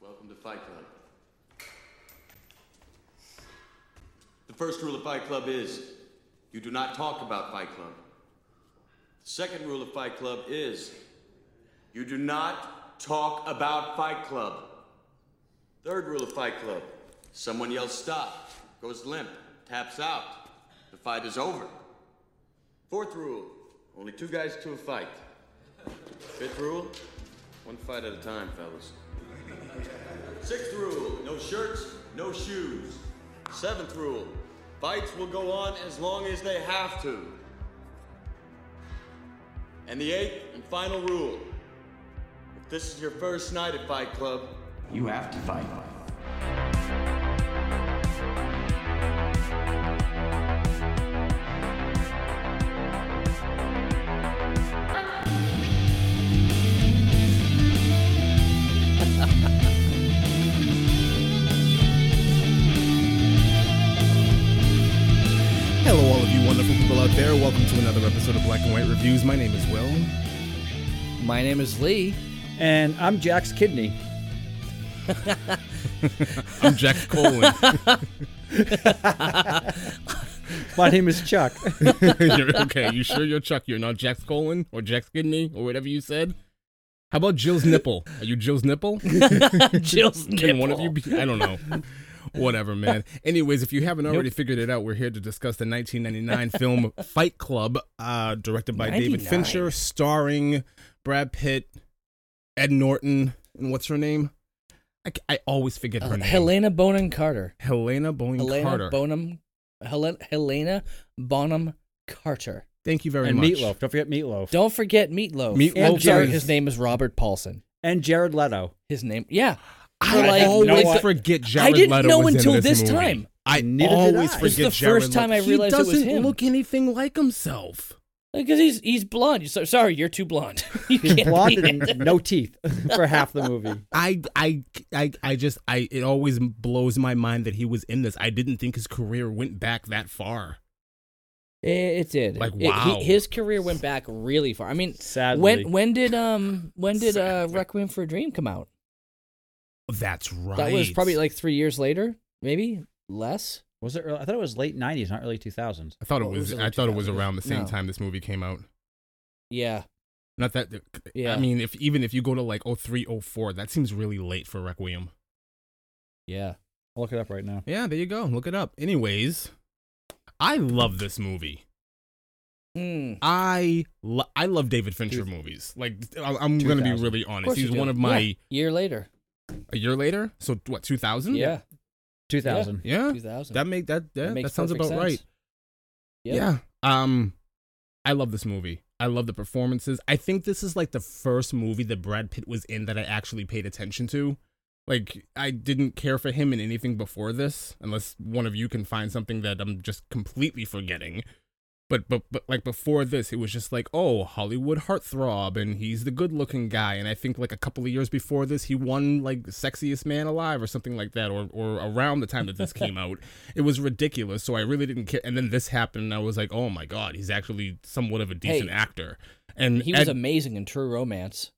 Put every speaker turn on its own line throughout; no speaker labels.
Welcome to Fight Club. The first rule of Fight Club is you do not talk about Fight Club. The second rule of Fight Club is you do not talk about Fight Club. Third rule of Fight Club someone yells stop, goes limp, taps out. The fight is over. Fourth rule only two guys to a fight. Fifth rule one fight at a time, fellas. Sixth rule no shirts, no shoes. Seventh rule fights will go on as long as they have to. And the eighth and final rule if this is your first night at Fight Club,
You have to fight.
Hello, all of you wonderful people out there. Welcome to another episode of Black and White Reviews. My name is Will.
My name is Lee.
And I'm Jack's Kidney.
I'm Jack Colin.
My name is Chuck.
You're- okay, you sure you're Chuck? You're not Jack Colin or Jack Skidney or whatever you said? How about Jill's nipple? Are you Jill's nipple?
Jill's nipple.
Can one of you be? I don't know. Whatever, man. Anyways, if you haven't already figured it out, we're here to discuss the 1999 film Fight Club, uh, directed by David
99.
Fincher, starring Brad Pitt, Ed Norton, and what's her name? I, c- I always forget her
Uh,
name.
Helena Bonham Carter.
Helena Boeing
Helena
Carter.
Bonham. Helen, Helena Bonham Carter.
Thank you very
and
much.
Meatloaf. Don't forget Meatloaf.
Don't forget Meatloaf.
Meatloaf
I'm sorry,
is-
his name is Robert Paulson.
and Jared Leto.
His name, yeah.
I
We're like-
always
you know what?
forget Jared
I didn't
Leto
know
was in
until
this,
this
movie.
time.
I
Neither did I.
always
This is
forget
the
Jared
first time
Leto.
I realized
he
it was
doesn't
him.
look anything like himself.
Because he's he's blonde. So, sorry, you're too blonde. You
He's
can't
blonde
be-
and no teeth for half the movie.
I, I, I, I just, I. It always blows my mind that he was in this. I didn't think his career went back that far.
It, it did.
Like,
It- he-
wow.
his career went back really far. I mean,
Sadly.
when when did um when did uh,
Sadly.
Requiem for a Dream come out?
That's right.
That was probably like three years later, maybe less.
was it? Early? I thought it was late '90s, not early 2000s.
I thought it
Well, it
was.
was in
I
like
thought it was
2000.
around the same
No.
time this movie came out.
Yeah.
Not that.
Yeah.
I mean, if even if you go to like 03, 04, that seems really late for Requiem.
Yeah.
I'll look it up right now.
Yeah, there you go. Look it up. Anyways, I love this movie.
Hmm.
I lo- I love David Fincher
Dude.
movies. Like I- I'm going to be
2000.
really
Of
honest.
course
He's
you do.
one of my
Yeah, year later.
a year later. So what 2000?
Yeah,
2000.
Yeah.
2000.
That make that yeah, that,
That makes
sounds about
perfect
right.
sense. Yeah.
yeah. Um I love this movie. I love the performances. I think this is like the first movie that Brad Pitt was in that I actually paid attention to. Like I didn't care for him in anything before this, unless one of you can find something that I'm just completely forgetting. But but but like before this, it was just like, oh, Hollywood heartthrob, and he's the good-looking guy. And I think like a couple of years before this, he won like sexiest man alive or something like that, or or around the time that this came out. It was ridiculous. So I really didn't care. And then this happened, and I was like, oh my god, he's actually somewhat of a decent
Hey,
actor. And
He was
and-
amazing in True Romance.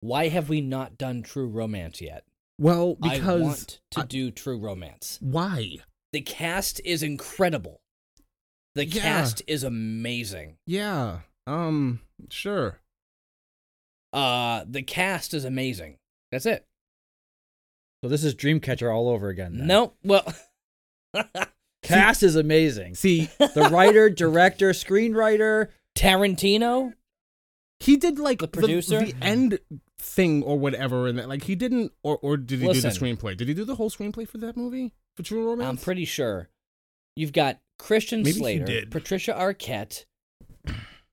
Why have we not done True Romance yet?
well
I
because
want to
I-
do True Romance.
why?
The cast is incredible. The
Yeah.
cast is amazing.
Yeah. Um. Sure.
Uh, the cast is amazing. That's it.
So this is Dreamcatcher all over again. then.
No, well,
Cast is amazing.
See,
The writer, director, screenwriter.
Tarantino.
he did like
The producer?
the, end thing or whatever, and that like he didn't, or or did he do
Listen.
the screenplay? Did he do the whole screenplay for that movie for True Romance?
I'm pretty sure. You've got Christian
Maybe he
Slater,
did.
Patricia Arquette,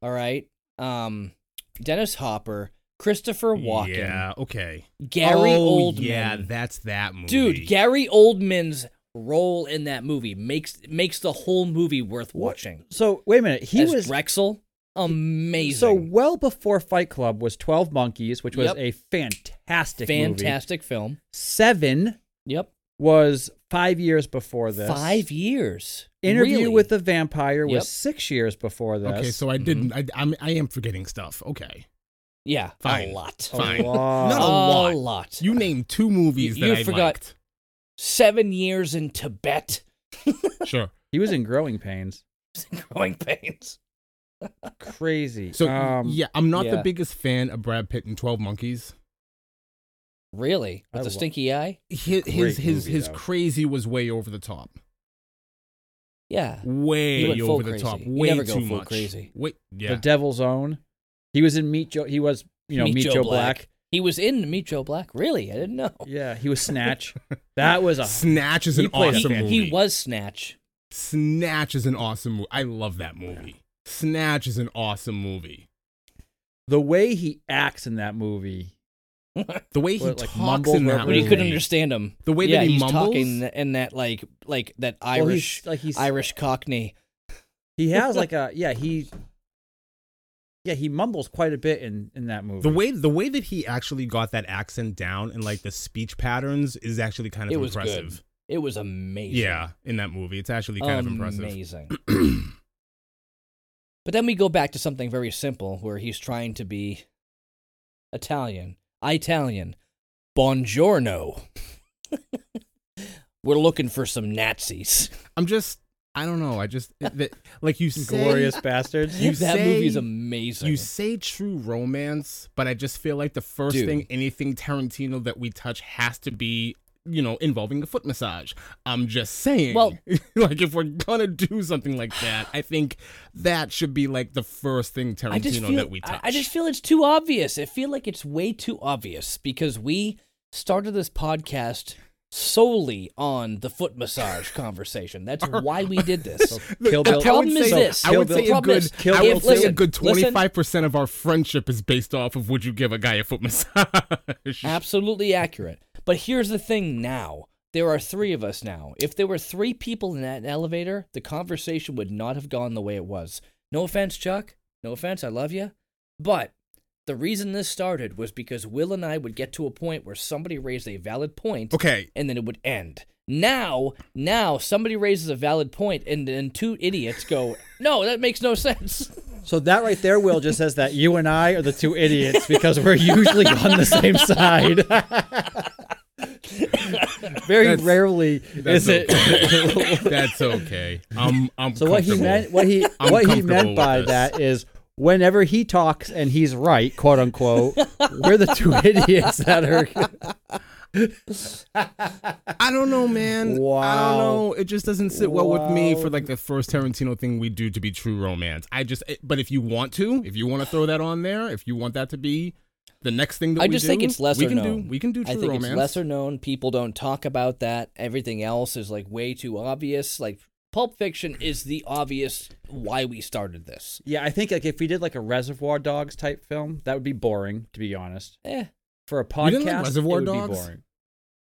all right, um, Dennis Hopper, Christopher Walken,
Yeah. Okay.
Gary
oh,
Oldman.
Yeah, that's that movie.
Dude, Gary Oldman's role in that movie makes makes the whole movie worth watching.
So wait a minute. He
As
was
Drexel, amazing.
so well before Fight Club was 12 Monkeys, which was
Yep.
a fantastic, movie.
fantastic film.
Seven
Yep,
was five years before this.
five years.
Interview
Really?
with the Vampire
Yep.
was six years before this. Mm-hmm.
Okay, so I didn't. I I'm, I am forgetting stuff. Okay.
Yeah,
Fine.
a lot.
Fine.
lot.
Not a
a
lot.
lot.
You named two movies that
You- you
I
forgot- Seven years in Tibet,
liked. Sure.
He was in growing pains.
growing pains.
Crazy.
So
um,
yeah, I'm not the
yeah.
biggest fan of Brad Pitt in Twelve Monkeys.
Really,
I
with the
lo-
stinky eye.
His
Great
his his,
movie,
his
though.
crazy was way over the top.
Yeah, He
Way
went full
over the
crazy.
top.
You
Way
never go
too
full
much.
crazy.
Wait, yeah.
The Devil's Own. He was in Meet Joe. He was, you know, Meet, Joe, Black.
He was in Meet Joe Black. Really, I didn't know.
Yeah, he was Snatch. that was a
Snatch is
He
an
played-
awesome
he,
movie.
he was Snatch.
Snatch is an awesome movie. I love that movie. Snatch is an awesome movie.
the way he acts in that movie.
The way he
What, like,
talks
mumbles
in that
wherever
When
movie.
you couldn't understand him,
The way that
yeah,
he
he's
mumbles?
talking in that like like that
Well, he's-
Irish
like he's
Irish Cockney.
He has like a yeah he. Yeah, he mumbles quite a bit in in that movie.
The way the way that he actually got that accent down and like the speech patterns is actually kind of
It was
impressive.
good. It was amazing.
Yeah, in that movie, it's actually kind of impressive.
amazing. but then we go back to something very simple where he's trying to be Italian. Italian. Buongiorno. We're looking for some Nazis.
I'm just, I don't know. I just it- that, like you say,
glorious bastards.
You
that movie's
say-
amazing.
You say true romance, but I just feel like the first
Dude.
thing anything Tarantino that we touch has to be, you know, involving a foot massage. I'm just saying.
Well-
like if we're gonna do something like that, I think that should be like the first thing Tarantino
I just feel,
that we touch.
I, I just feel it's too obvious. I feel like it's way too obvious because we started this podcast solely on the foot massage conversation. That's why we did this.
Kill
The
Bill.
problem is
so-
this.
I would
Kill
say a
Bill-
problem
good,
is-
Kill
I
Bill-
would say a
listen,
good
listen.
25 percent of our friendship is based off of would you give a guy a foot massage?
Absolutely accurate. But here's the thing now. There are three of us now. If there were three people in that elevator, the conversation would not have gone the way it was. No offense, Chuck. No offense. I love you. But the reason this started was because Will and I would get to a point where somebody raised a valid point
Okay,
and then it would end. Now, now somebody raises a valid point and then two idiots go, "No, that makes no sense."
So that right there, Will, just says that you and I are the two idiots because we're usually on the same side. Very
That's-
rarely
that's
is it.
that's okay. I'm, I'm
so what he
comfortable.
meant, what he,
I'm
what he
comfortable
meant
with
by
this.
that is, whenever he talks and he's right, quote unquote, we're the two idiots that are.
I don't know, man. I don't
Wow.
know. It just doesn't sit well with me
Wow.
for like the first Tarantino thing we do to be true romance. I just, it- but if you want to, if you want to throw that on there, if you want that to be the next thing that
I
we
just
do,
think it's lesser
we can
known.
do. We can do true
I think
romance.
it's lesser known. People don't talk about that. Everything else is like way too obvious. Like Pulp Fiction is the obvious why we started this.
Yeah, I think like if we did like a Reservoir Dogs type film, that would be boring, to be honest.
Eh,
For a podcast,
You didn't like Reservoir
it would
Dogs?
be boring.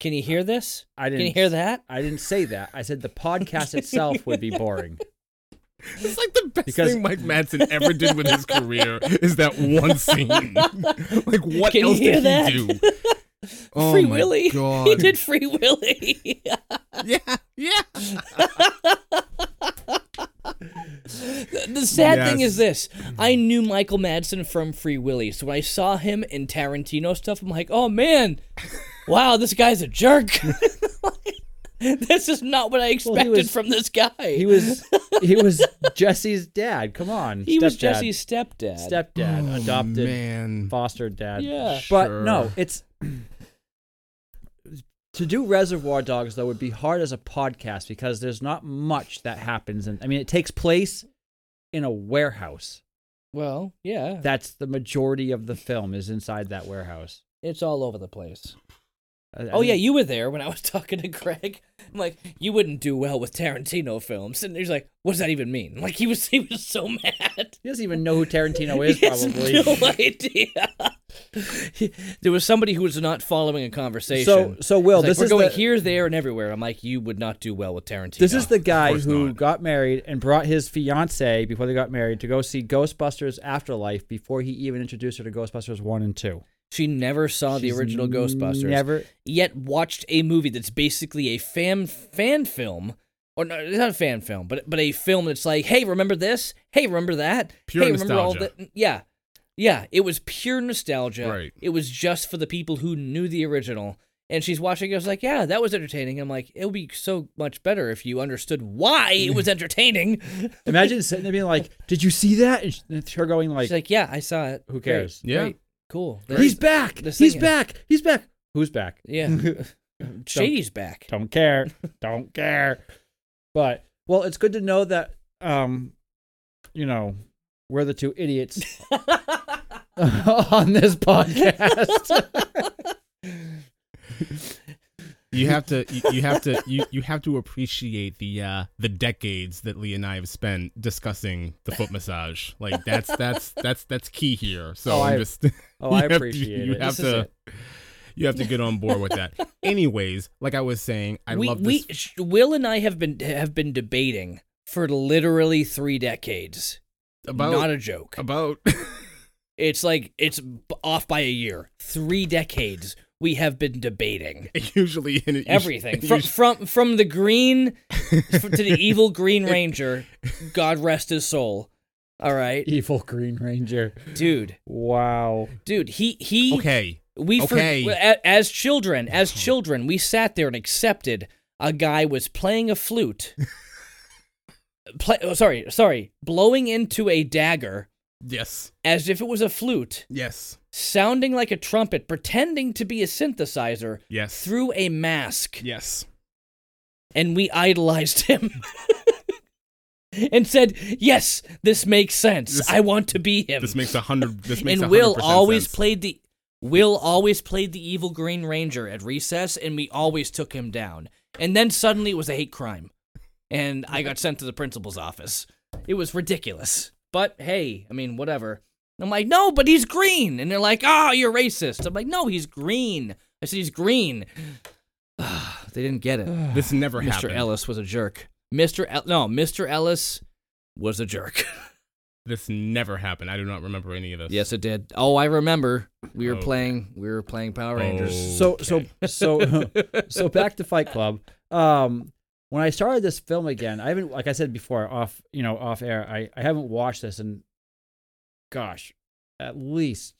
can you hear this?
I
Can
didn't
you hear that?
I didn't say that. I said the podcast itself would be boring.
It's like the best
Because-
thing Mike Madsen ever did with his career is that one scene. like what
Can you
else
hear
did
that?
he do? Oh
Free
my
Willy.
God.
He did Free Willy.
Yeah, yeah.
the sad thing
Yes.
is this: I knew Michael Madsen from Free Willy, so when I saw him in Tarantino stuff, I'm like, oh man, wow, this guy's a jerk. this is not what I expected
was-
from this guy.
He was he was Jesse's dad. Come on.
He was
stepdad.
Jesse's stepdad.
stepdad,
Oh,
adopted
man.
foster dad.
Yeah.
But
Sure.
no, it's to do Reservoir Dogs though would be hard as a podcast because there's not much that happens and I mean it takes place in a warehouse.
Well, yeah,
That's the majority of the film is inside that warehouse.
it's all over the place.
I- I
oh yeah,
think-
you were there when I was talking to Greg. I'm like, you wouldn't do well with Tarantino films, and he's like, what does that even mean? Like he was, he was so mad.
he doesn't even know who Tarantino is
he has
probably.
no idea. He- there was somebody who was not following a conversation.
So so Will,
It's like,
this
we're
is
going
the,
here, there, and everywhere. I'm like, you would not do well with Tarantino.
This is the guy
course
who
not.
got married and brought his fiance before they got married to go see Ghostbusters Afterlife before he even introduced her to Ghostbusters 1 and 2.
she never saw Oh, the
She's
original Ghostbusters.
Never.
yet watched a movie that's basically a fan fan film, or no, it's not a fan film, but but a film that's like, hey, remember this? Hey, remember that?
Pure
hey, remember all
nostalgia.
that? Yeah, Yeah, it was pure nostalgia.
Right.
It was just for the people who knew the original. And she's watching. I was like, "Yeah, that was entertaining." I'm like, "It would be so much better if you understood why it was entertaining."
Imagine sitting there being like, "Did you see that?" And sh- and her going like,
she's like, "Yeah, I saw it.
Who
Great,
cares?
Yeah.
great, cool.
"He's back!
The
He's
singing.
back! He's back! Who's back?
Yeah, Shady's back.
Don't care. Don't care." But well, it's good to know that um, you know, we're the two idiots on this podcast.
You have to you, you have to you, you have to appreciate the uh the decades that Lee and I have spent discussing the foot massage. Like that's that's that's that's key here. So
Oh,
I'm
I-
just
oh,
you
I
have to-
appreciate
you
it.
have
This is
to
it.
you have to get on board with that. Anyways, like I was saying, I
we
love
we
this
sh- Will and I have been have been debating for literally three decades.
about
Not a joke.
about
It's like it's b- off by a year. Three decades we have been debating
usually in
everything from from from the green f- to the evil Green Ranger. God rest his soul. All right,
Evil Green Ranger.
dude,
Wow.
dude. He he.
okay.
We for-
Okay.
a- as children, as children, we sat there and accepted a guy was playing a flute. Play, oh, sorry, sorry, blowing into a dagger
Yes.
as if it was a flute,
Yes.
sounding like a trumpet, pretending to be a synthesizer
Yes.
through a mask,
yes.
and we idolized him. And said, "Yes, this makes sense.
This-
I want to be him."
This makes a hundred. This makes
and
100%
Will always
sense.
played the Will always played the evil Green Ranger at recess, and we always took him down. And then suddenly it was a hate crime, and I got sent to the principal's office. It was ridiculous, but hey, I mean, whatever. I'm like, no, but he's green, and they're like, oh, you're racist. I'm like, no, he's green. I said he's green. they didn't get it.
This never
Mr.
happened.
Ellis was a jerk. Mr. El- no, Mr. Ellis was a jerk.
This never happened. I do not remember any of this.
Yes, it did. Oh, I remember. We were
Oh,
Okay.
playing. We were playing Power
Oh.
Rangers.
So so so so back to Fight Club. Um, when I started this film again, I haven't, like I said before, off you know off air. I I haven't watched this in, gosh, at least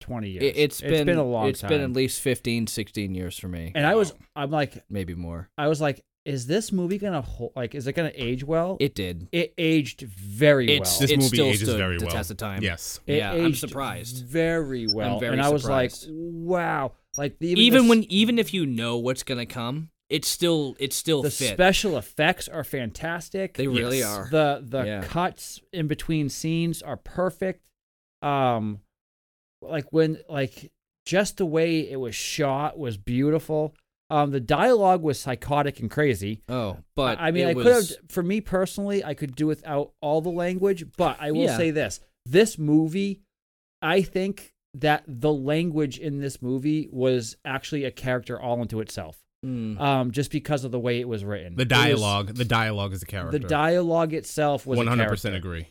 twenty years.
It, has been,
a long
It's
time.
been at least 15, 16 years for me,
and I was I'm like
maybe more.
I was like, is this movie gonna hold? Like, is it gonna age well?
It did.
It aged very
It's-
well.
this
it
movie
still
ages
stood
very
the
well.
test of time.
Yes.
It
yeah, I'm
aged
surprised.
Very well.
very
and I was
surprised.
like, wow. Like the,
Even,
the-
when, even if you know what's gonna come, it still, it still
the
fit.
special effects are fantastic.
they really
Yes.
are.
the the
Yeah.
cuts in between scenes are perfect. Um like when like just the way it was shot was beautiful. Um the dialogue was psychotic and crazy.
oh, but
I mean,
it
I could
was,
have, for me personally, I could do without all the language, but I will
Yeah.
say this this movie, I think that the language in this movie was actually a character all into itself,
Mm,
um, just because of the way it was written.
The
It was-
dialogue. the dialogue is a character.
the dialogue itself was a
One hundred percent
character,
agree.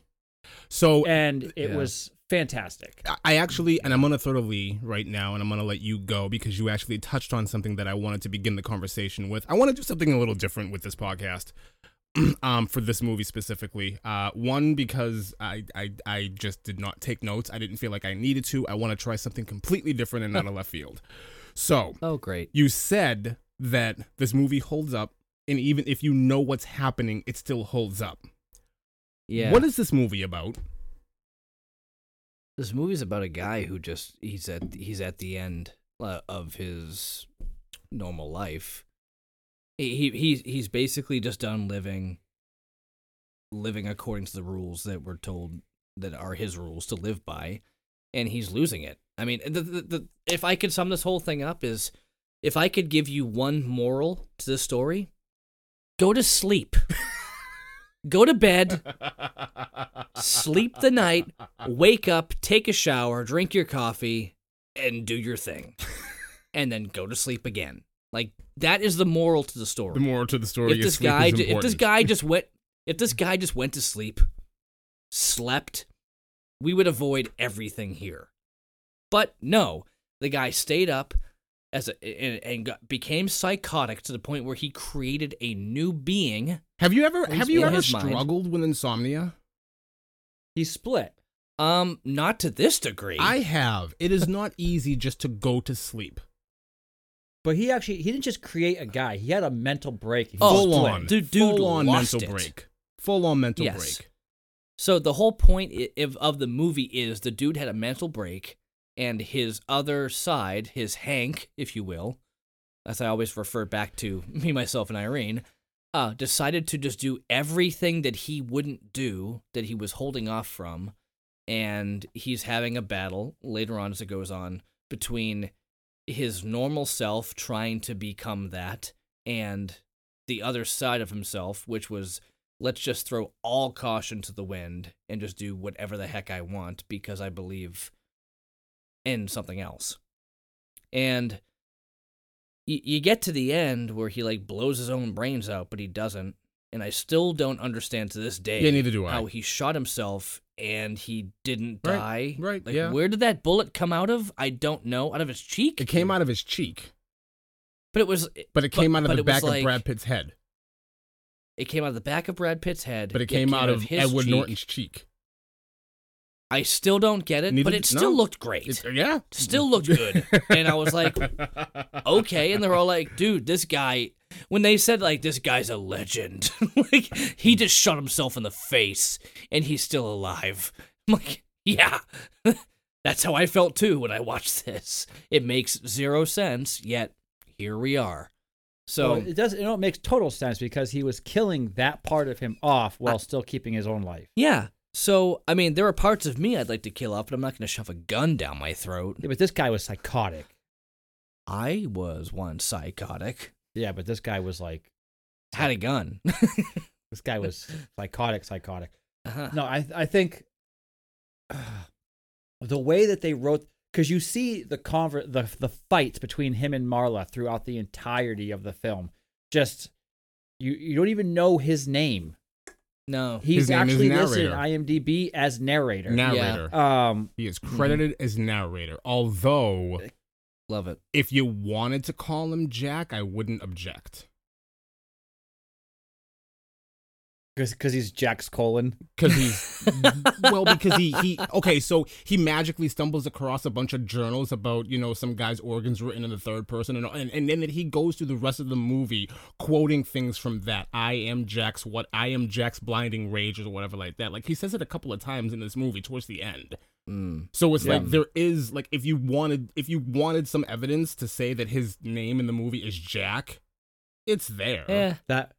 So
and it
Yeah.
was fantastic.
I- I actually, and I'm gonna throw to Lee right now, and I'm gonna let you go because you actually touched on something that I wanted to begin the conversation with. I want to do something a little different with this podcast, um, for this movie specifically. Uh, one because I, I, I just did not take notes. I didn't feel like I needed to. I want to try something completely different and out of left field. So
oh, great.
you said that this movie holds up, and even if you know what's happening, it still holds up.
Yeah.
What is this movie about?
this movie's about a guy who just he's at he's at the end uh, of his normal life. He, he he's he's basically just done living living according to the rules that were told that are his rules to live by and he's losing it. I mean, the, the, the, if I could sum this whole thing up is if I could give you one moral to this story, go to sleep. go to bed sleep the night, wake up, take a shower, drink your coffee, and do your thing. And then go to sleep again. Like that is the moral to the story.
The moral to the story
if
is
this
sleep
guy
is
ju- if this
important.
guy just went if this guy just went to sleep, slept, we would avoid everything here. But no, the guy stayed up as a, and, and got, became psychotic to the point where he created a new being.
Have you ever
least
have you
in
ever
his mind.
struggled with insomnia?
He split.
Um, not to this degree.
I have. It is not easy just to go to sleep.
But he actually he didn't just create a guy. He had a mental break. He
Oh,
just
Full
boy.
flipped.
on.
Dude- dude
full on
lost
mental
it.
break. Full on mental
Yes.
break.
So the whole point i- if, of the movie is the dude had a mental break, and his other side, his Hank, if you will, as I always refer back to me, myself, and Irene, uh, decided to just do everything that he wouldn't do, that he was holding off from, and he's having a battle later on as it goes on between his normal self trying to become that and the other side of himself, which was let's just throw all caution to the wind and just do whatever the heck I want because I believe in something else. And y- you get to the end where he like blows his own brains out, but he doesn't. And I still don't understand to this day
Yeah, neither do I.
how he shot himself and he didn't
Right,
die.
right,
Like,
yeah.
Where did that bullet come out of? I don't know. Out of his cheek?
It came out of his cheek,
But it was.
but it came out of
but
the
it was
back
like-
of Brad Pitt's head.
It came out of the back of Brad Pitt's head.
But it came, out of
his
Edward
cheek.
Norton's cheek.
I still don't get it,
Neither
but it
did-
still
no.
looked great.
It- yeah.
still looked good. and I was like, oh, okay. And they're all like, dude, this guy. When they said like this guy's a legend, like he
Hmm.
just shot himself in the face and he's still alive. I'm like, yeah, that's how I felt too when I watched this. It makes zero sense, yet here we are. So
Well, it does. You know, it makes total sense because he was killing that part of him off while still keeping his own life.
yeah. So I mean, there are parts of me I'd like to kill off, but I'm not going to shove a gun down my throat.
Yeah, but this guy was psychotic.
I was once psychotic.
Yeah, but this guy was like,
Had a gun.
this guy was psychotic, psychotic.
Uh-huh.
No, I I think the way that they wrote because you see the conver- the the fights between him and Marla throughout the entirety of the film. Just you you don't even know his name.
No.
He's
Oh, His name is
actually listed in
narrator.
IMDb as narrator.
narrator.
um,
He is credited as narrator. Although,
Love it.
if you wanted to call him Jack, I wouldn't object.
because he's Jack's colon.
Because he's well, because he he okay, so he magically stumbles across a bunch of journals about you know some guy's organs written in the third person, and and, and then that he goes through the rest of the movie quoting things from that. I am Jack's what I am Jack's blinding rage or whatever like that. Like he says it a couple of times in this movie towards the end.
Mm.
So it's
Yeah.
like there is like if you wanted if you wanted some evidence to say that his name in the movie is Jack, it's there.
Eh.
That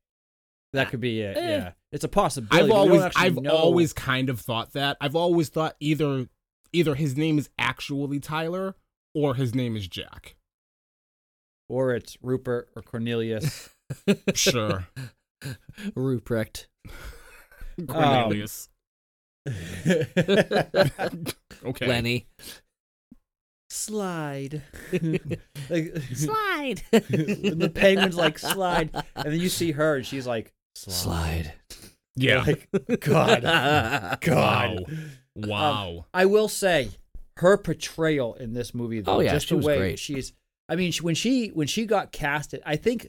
that could be it.
Eh.
Yeah, it's a possibility.
I've
but we don't
always
actually
I've
know.
always kind of thought that. I've always thought either either his name is actually Tyler or his name is Jack.
or it's Rupert or Cornelius.
Sure.
Ruprecht.
Um,
Cornelius. okay.
Lenny.
slide. like,
Slide.
the penguin's like slide, and then you see her, and she's like slide.
Slide.
Yeah.
Like, God, Oh God. Um,
Wow. Wow.
I will say, her portrayal in this movie, though,
Oh, yeah,
just
she
the
was
way
great.
she's. I mean, she, when she when she got casted, I think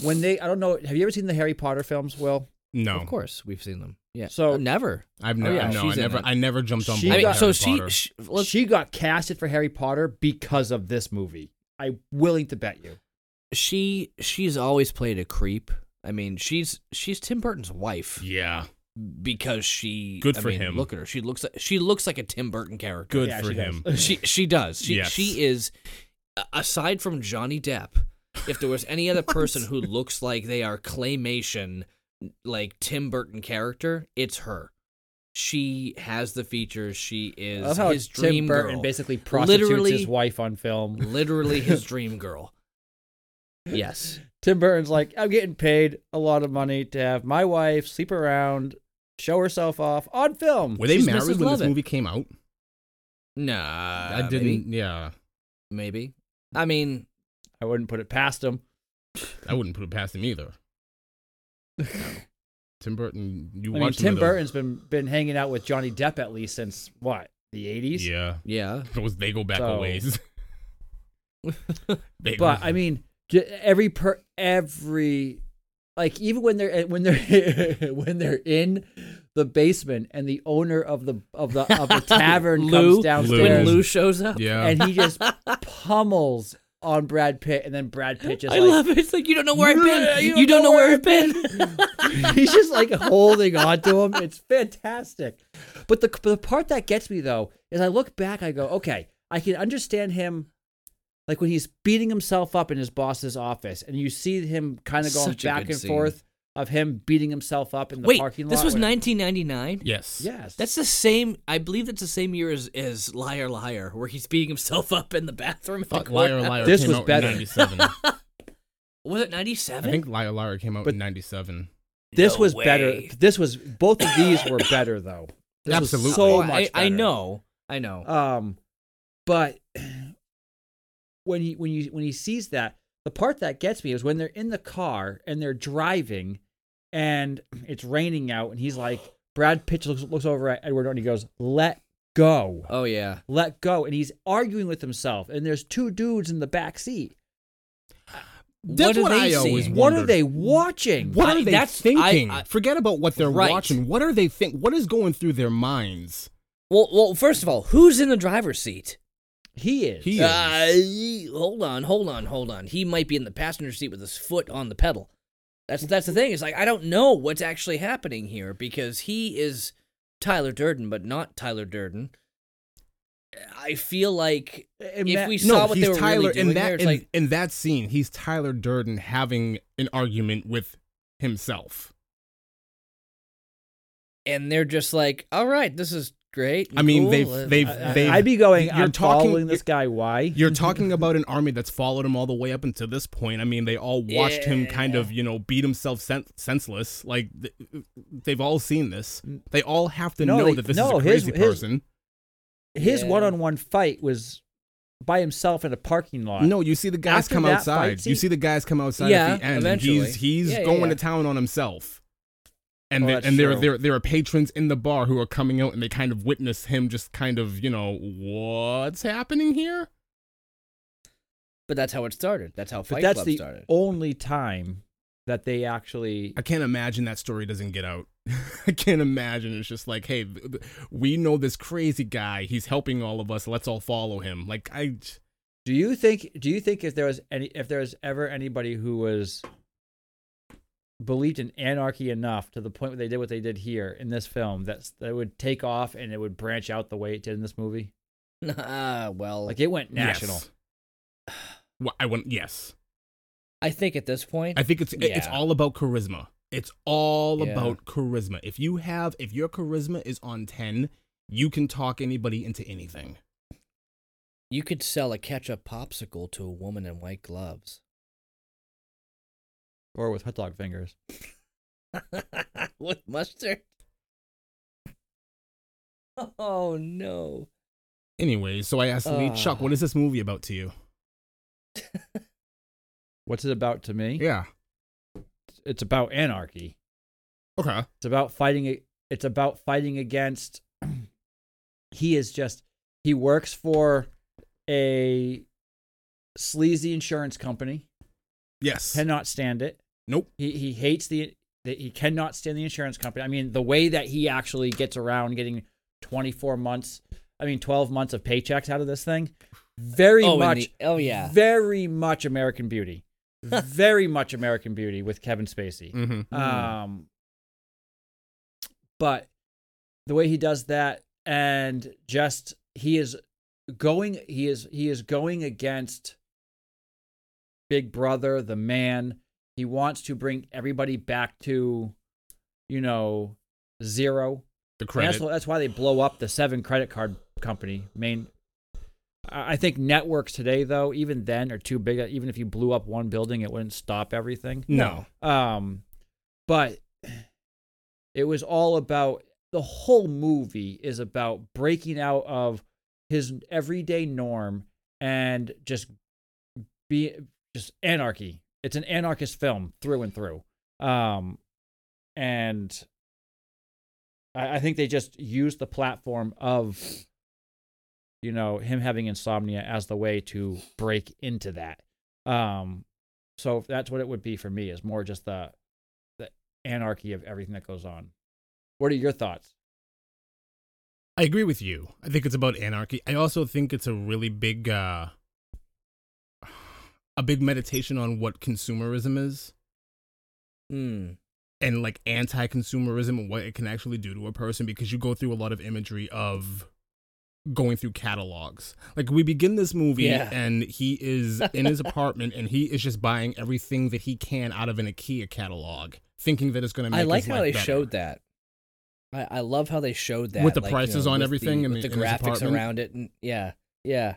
when they, I don't know, have you ever seen the Harry Potter films? Will
no.
Of course, we've seen them. Yeah.
So-
So never.
I've
Oh,
never
yeah,
no, I
she's in
never
it.
I never jumped on
She
board.
I mean,
with
so
Harry
she,
Potter.
she let's, she
she got casted for Harry Potter because of this movie. I'm willing to bet you.
she's always played a creep. I mean, she's she's Tim Burton's wife
Yeah.
because she
Good
I
for
mean,
him.
Look at her. She looks like she looks like a Tim Burton character.
Good
Yeah,
for
she does.
him.
She she does. She
Yes.
she is a- aside from Johnny Depp, if there was any other person who looks like they are claymation like Tim Burton character, it's her. She has the features. She
I
is
love how
his
Tim
dream
Burton
girl.
basically prostitutes
Literally-
his wife on film.
Literally his dream girl. Yes.
Tim Burton's like, I'm getting paid a lot of money to have my wife sleep around, show herself off on film.
Were they
She's
married
Mrs.
when
Lovett.
this movie came out?
Nah.
Uh,
I didn't.
Maybe.
Yeah,
maybe. I mean,
I wouldn't put it past him.
I wouldn't put it past him either. Tim Burton, you
I mean,
watched
Tim
him at a-
Burton's been been hanging out with Johnny Depp at least since what the 80s.
Yeah,
yeah.
those they go back a
So-
ways. They go-
But I mean, j- every per every like even when they're when they're when they're in the basement and the owner of the of the of the tavern
Lou,
comes downstairs
when Lou shows up.
Yeah.
and he just pummels on Brad Pitt and then Brad Pitt just
I
like
love it. It's like you don't know where I've
Yeah,
been. You, don't know where I've been.
He's just like holding on to him. It's fantastic. But the the part that gets me though is I look back, I go, okay, I can understand him, like when he's beating himself up in his boss's office, and you see him kind of going
Such a
back
good
and
scene.
forth of him beating himself up in the
Wait,
parking lot.
this was
when-
1999.
yes.
Yes,
That's the same. I believe that's the same year as, as Liar Liar, where he's beating himself up in the bathroom. At the
Thought Liar
courthouse.
Liar
This
came
was
out in
better.
97. I
Was it 97?
think Liar Liar came out
But-
in 97.
this
No
was better.
way.
This was both of these were better though. This was
Absolutely.
so
Oh,
much.
I, I
better.
know. I know.
Um, but when he when you when he sees that, the part that gets me is when they're in the car and they're driving, and it's raining out, and he's like, Brad Pitt looks looks over at Edward Norton, he goes, "Let go,
oh yeah.
let go," and he's arguing with himself, and there's two dudes in the back seat.
That's
are
what I
they
always
seeing?
What are
Wondered.
they watching?
What
I-
are they
that's-
thinking?
I- I-
Forget about what they're
Right.
watching. What are they think? What is going through their minds?
Well, well. First of all, who's in the driver's seat?
He is.
He
Uh,
is.
ye- hold on, hold on, hold on. He might be in the passenger seat with his foot on the pedal. That's that's the thing. It's like I don't know what's actually happening here because he is Tyler Durden, but not Tyler Durden. I feel like if we saw
no,
what
he's
they were
Tyler
really doing
in that
there, it's
in,
like
in that scene. He's Tyler Durden having an argument with himself.
and they're just like, all right, this is great. and
I mean,
cool, uh,
they've-
and-
they've-
I- I-
they've-
I'd be going.
You're
I'm
talking-
following this guy. Why?
You're talking about an army that's followed him all the way up until this point. I mean, they all watched him kind of, you know, beat himself sen- senseless. Like th- they've all seen this. They all have to
No,
know
they-
that this
no,
is a
his-
crazy
his-
person.
His
Yeah.
one-on-one fight was by himself in a parking lot.
No, you see the guys
After
come
that
outside.
fight
you
scene-
see the guys come outside at
Yeah,
the end. and
eventually.
He's he's
Yeah, yeah,
going
yeah.
to town on himself. And
Oh,
there
that's
and there are
true.
there, there are patrons in the bar who are coming out and they kind of witness him just kind of, you know, what's happening here?
but that's how it started. That's how Fight
but that's
Club
the
started.
only time that they actually
I can't imagine that story doesn't get out. I can't imagine it's just like, hey, th- th- we know this crazy guy. He's helping all of us. Let's all follow him. Like I j-
do you think do you think if there was any if there was ever anybody who was believed in anarchy enough to the point where they did what they did here in this film that's that would take off and it would branch out the way it did in this movie
Ah, well,
like it went national
Yes. Well, I want yes.
I think at this point,
I think it's it- it's
Yeah.
all about charisma. It's all
Yeah.
about charisma. If you have if your charisma is on 10, you can talk anybody into anything.
you could sell a ketchup popsicle to a woman in white gloves.
or with hot dog fingers
with mustard. Oh no.
Anyway, so I asked Lee, Chuck,
Ah.
what is this movie about to you?
what's it about to me
Yeah.
it's about anarchy
Okay.
It's about fighting. a- It's about fighting against. He is just. He works for a sleazy insurance company.
Yes.
Cannot stand it.
nope.
He he hates the. the he cannot stand the insurance company. I mean, the way that he actually gets around getting 24 months. I mean, 12 months of paychecks out of this thing. Very
oh,
much.
and the- oh yeah.
Very much American Beauty. very much American Beauty with Kevin Spacey.
Mm-hmm.
Um, but the way he does that, and just he is going, he is he is going against Big Brother, the man. He wants to bring everybody back to, you know, zero.
The
And
credit.
That's, wh- that's why they blow up the seven credit card company. Main, I I think networks today though, even then, are too big. Even if you blew up one building, it wouldn't stop everything.
no.
Um, but it was all about the whole movie is about breaking out of his everyday norm and just be just anarchy. It's an anarchist film through and through. Um, and I, I think they just used the platform of you know him having insomnia as the way to break into that. Um, so that's what it would be for me is more just the anarchy of everything that goes on. What are your thoughts?
I agree with you. I think it's about anarchy. I also think it's a really big uh a big meditation on what consumerism is
Hmm.
and like anti-consumerism and what it can actually do to a person because you go through a lot of imagery of going through catalogs. Like we begin this movie
Yeah.
and he is in his apartment and he is just buying everything that he can out of an IKEA catalog, thinking that it's going to make
I like
his
how
life
they
better.
showed that. I, I love how they showed that
With the
like,
prices on
with
everything
the,
and
with
the-
the
and his
graphics
apartment.
around it, and yeah, yeah,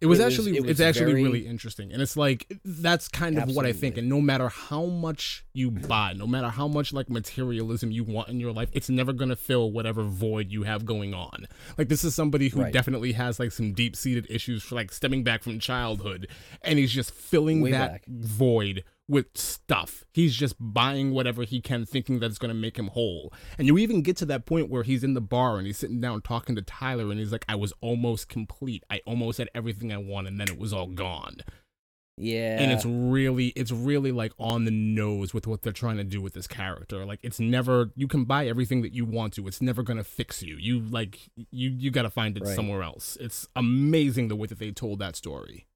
It was
It was-
actually
it was
it's actually
very-
really interesting. And it's like that's kind of what I think.
Absolutely.
And no matter how much you buy, no matter how much like materialism you want in your life, it's never gonna fill whatever void you have going on. Like this is somebody who
Right.
definitely has like some deep seated issues for like stemming back from childhood and he's just filling
Way
that
back.
void with stuff. He's just buying whatever he can, thinking that's going to make him whole. And you even get to that point where he's in the bar and he's sitting down talking to Tyler and he's like, I was almost complete. I almost had everything I wanted and then it was all gone.
yeah.
And it's really, it's really like on the nose with what they're trying to do with this character. Like, it's never, you can buy everything that you want to. It's never going to fix you. You like, you, you got to find it
Right.
somewhere else. It's amazing the way that they told that story.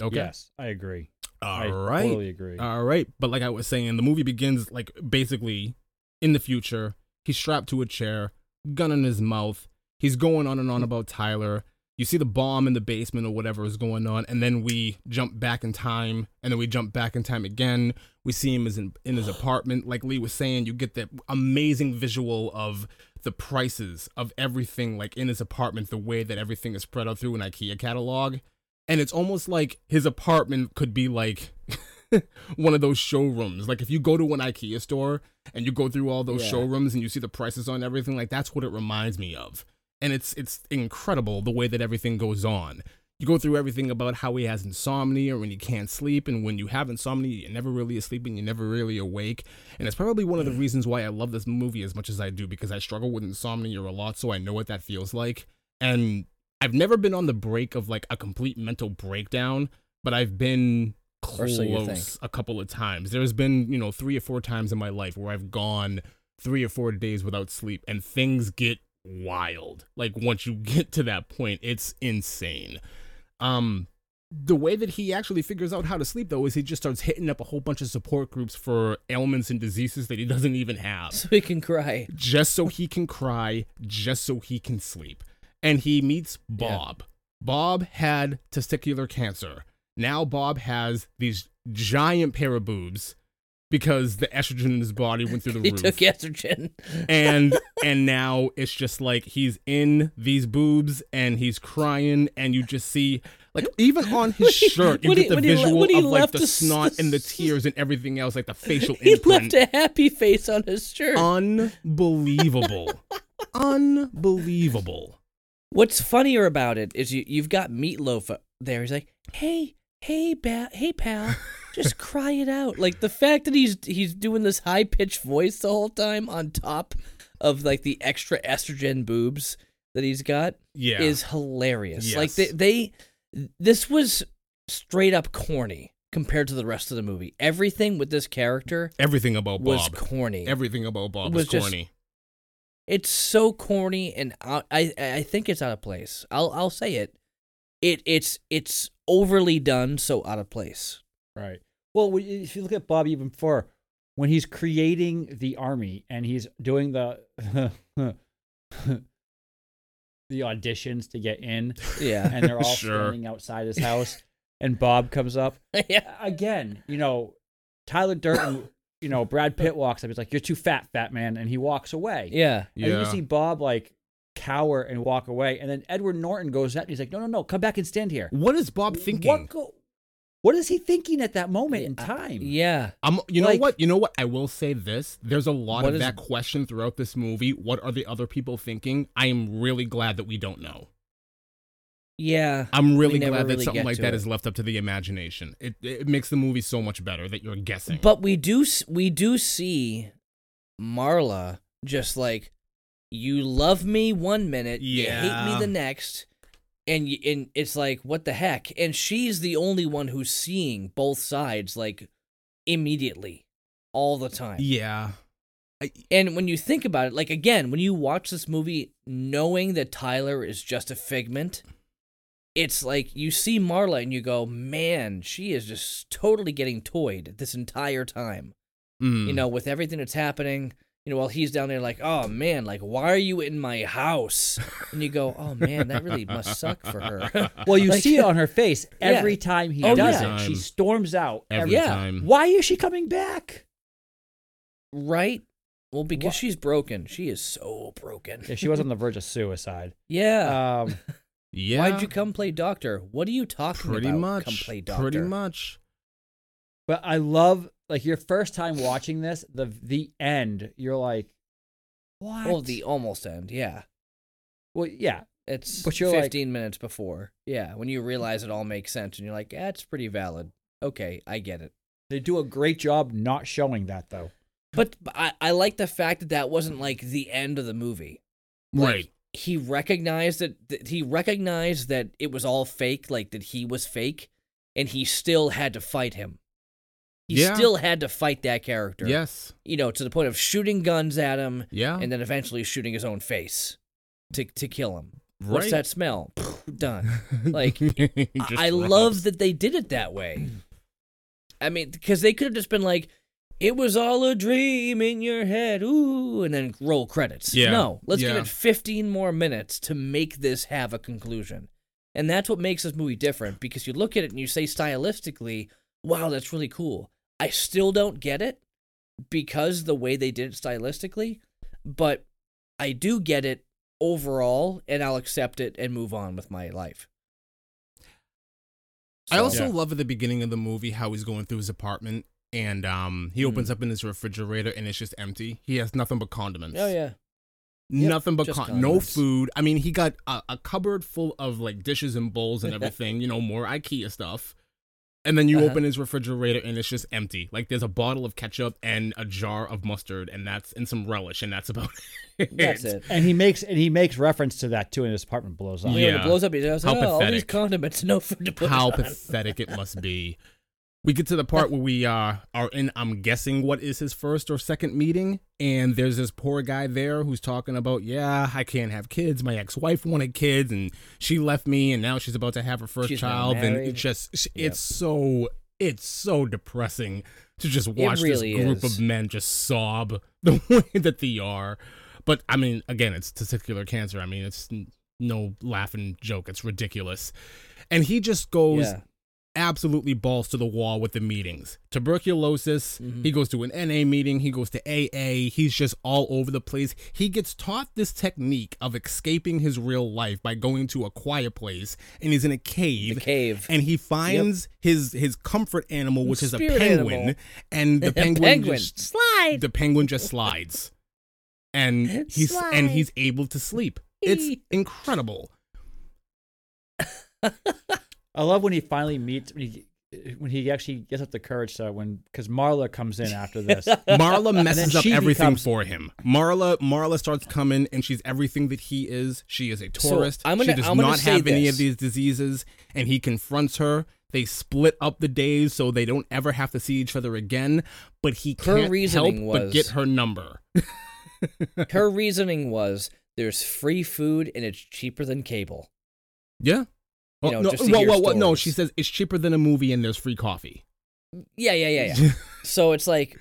Okay.
Yes, I agree. I
All right. Uh,
totally agree.
All right. But like I was saying, the movie begins like basically in the future. He's strapped to a chair, gun in his mouth. He's going on and on about Tyler. You see the bomb in the basement or whatever is going on, and then we jump back in time, and then we jump back in time again. We see him as in, in his apartment, like Lee was saying. You get that amazing visual of the prices of everything, like in his apartment, the way that everything is spread out through an IKEA catalog and it's almost like his apartment could be like one of those showrooms. Like if you go to an IKEA store and you go through all those
Yeah.
showrooms and you see the prices on everything, like that's what it reminds me of. And it's it's incredible the way that everything goes on. You go through everything about how he has insomnia and he can't sleep, and when you have insomnia, you're never really asleep and you're never really awake. And it's probably one of the reasons why I love this movie as much as I do because I struggle with insomnia a lot, so I know what that feels like. And I've never been on the break of like a complete mental breakdown, but I've been
Or so you think.
close a couple of times. There's been, you know, three or four times in my life where I've gone three or four days without sleep and things get wild. Like once you get to that point, it's insane. Um the way that he actually figures out how to sleep though is he just starts hitting up a whole bunch of support groups for ailments and diseases that he doesn't even have
so he can cry.
just so he can cry, just so he can sleep. And he meets Bob. Bob had testicular cancer. Now Bob has these giant pair of boobs because the estrogen in his body went through the
He
roof.
took estrogen.
and and now it's just like he's in these boobs and he's crying and you just see like even on his
When he-
shirt you
when
get
he-
the
when he le-
visual
when he
of like
left
the
the s-
snot and the tears and everything else like the facial
he
imprint
left a happy face on his shirt.
unbelievable unbelievable
What's funnier about it is you you've got Meatloaf there. He's like, hey, hey, ba- hey, pal, just cry it out. Like the fact that he's he's doing this high pitched voice the whole time on top of like the extra estrogen boobs that he's got
yeah
is hilarious. Like they,
Yes.
they this was straight up corny compared to the rest of the movie. Everything with this character
everything about
was
bob
corny.
everything about bob
was
was
just-
corny
It's so corny and out, I I think it's out of place. I'll I'll say it. It it's it's overly done, so out of place.
Right. Well, when- if you look at Bobby even before, when he's creating the army and he's doing the the auditions to get in,
Yeah.
and they're all
Sure.
standing outside his house, and Bob comes up
yeah.
again. You know, Tyler Durden. You know, Brad Pitt walks up. He's like, "You're too fat, fat man," and he walks away.
Yeah.
And then you see Bob like cower and walk away, and then Edward Norton goes up. And he's like, "No, no, no, come back and stand here."
what is bob thinking
What, go- what is he thinking at that moment in time?
Yeah.
I'm, you know
Like-
what? You know what? I will say this. There's a lot
What
of
is-
that question throughout this movie. What are the other people thinking? I am really glad that we don't know.
Yeah.
I'm really
never
glad that
really
something
get
like
to
that
it.
is left up to the imagination. It, it makes the movie so much better that you're guessing.
But we do s- we do see Marla just like you love me one minute, you hate
Yeah.
me the next. and y- and it's like what the heck and she's the only one who's seeing both sides like immediately all the time
Yeah.
and when you think about it like again when you watch this movie knowing that tyler is just a figment it's like you see marla and you go man she is just totally getting toyed this entire time
Mm.
you know, with everything that's happening, you know, while he's down there like, oh man, like why are you in my house? And you go, oh man, that really must suck for her.
Well, you
Like-
see it on her face
Yeah.
every time he
Oh,
does
yeah.
it. She storms out.
every
yeah.
time.
Why is she coming back?
right? Well, because
Wha-
she's broken. She is so broken.
Yeah, she was on the verge of suicide.
Yeah.
Um,
uh, Yeah.
Why'd you come play doctor? What are you talking
Pretty
about?
much.
Come play doctor.
pretty much.
but I love like your first time watching this. The the end, you're like, what?
Well, the almost end, yeah.
well, yeah,
It's
But you're like-
15 minutes before. Yeah, when you realize it all makes sense and you're like, that's pretty valid. Okay, I get it.
they do a great job not showing that though.
But but I, I like the fact that that wasn't like the end of the movie. Like,
right.
he recognized that, that he recognized that it was all fake, like that he was fake, and he still had to fight him. He
Yeah.
still had to fight that character.
Yes.
You know, to the point of shooting guns at him
Yeah.
and then eventually shooting his own face to to kill him.
right.
What's that smell? Done. Like,
I
I I love that they did it that way. I mean, because they could have just been like, "It was all a dream in your head," ooh, and then roll credits.
Yeah,
No, let's give
yeah.
it 15 more minutes to make this have a conclusion, and that's what makes this movie different. Because you look at it and you say stylistically, "Wow, that's really cool." I still don't get it because the way they did it stylistically, but I do get it overall, and I'll accept it and move on with my life.
I also
Yeah.
love at the beginning of the movie how he's going through his apartment and um he opens up in his refrigerator and it's just empty. He has nothing but condiments.
Oh yeah. Yep,
Nothing but
just
con- no
condiments.
food. I mean, he got a, a cupboard full of like dishes and bowls and everything, you know, more IKEA stuff. And then you
Uh-huh.
open his refrigerator and it's just empty. Like there's a bottle of ketchup and a jar of mustard and that's and some relish and that's about it.
That's it.
And he makes and he makes reference to that too, and his apartment blows up.
Yeah. When it
Yeah.
blows up, he goes,
How
oh, all these
pathetic.
condiments, no food to put
how
it on."
pathetic it must be. We get to the part where we uh, are in, I'm guessing, what is his first or second meeting. And there's this poor guy there who's talking about, yeah, I can't have kids. My ex wife wanted kids and she left me and now she's about to have her first
She's now
child. And
married.
it's just, it's
Yep.
so, it's so depressing to just watch
really
this group
is.
of men just sob the way that they are. But I mean, again, it's testicular cancer. I mean, it's n- no laughing joke. It's ridiculous. And he just goes
Yeah.
absolutely balls to the wall with the meetings. Tuberculosis,
Mm-hmm.
he goes to an NA meeting, he goes to AA, he's just all over the place. He gets taught this technique of escaping his real life by going to a quiet place and he's in a
The
cave.
cave.
and he finds his his comfort animal, which is a
Spirit
penguin,
animal.
and the penguin,
Penguin.
just slide. The penguin just slides, and he's and he's able to sleep. It's incredible.
I love when he finally meets when he when he actually gets up the courage to when because Marla comes in after this.
Marla messes
then
up
she
everything
becomes-
for him. Marla, Marla starts coming, and she's everything that he is. She is a
So,
tourist.
I'm gonna-
she does
I'm gonna
not
say
have any of these
this.
diseases, and he confronts her. They split up the days so they don't ever have to see each other again. But he
Her
can't help
reasoning
but
was-
get her number.
Her reasoning was there's free food and it's cheaper than cable.
Yeah.
You
Oh,
know,
no,
just to
whoa,
hear
whoa, whoa, no,
stories.
she says it's cheaper than a movie and there's free coffee.
Yeah, yeah, yeah, yeah. so it's like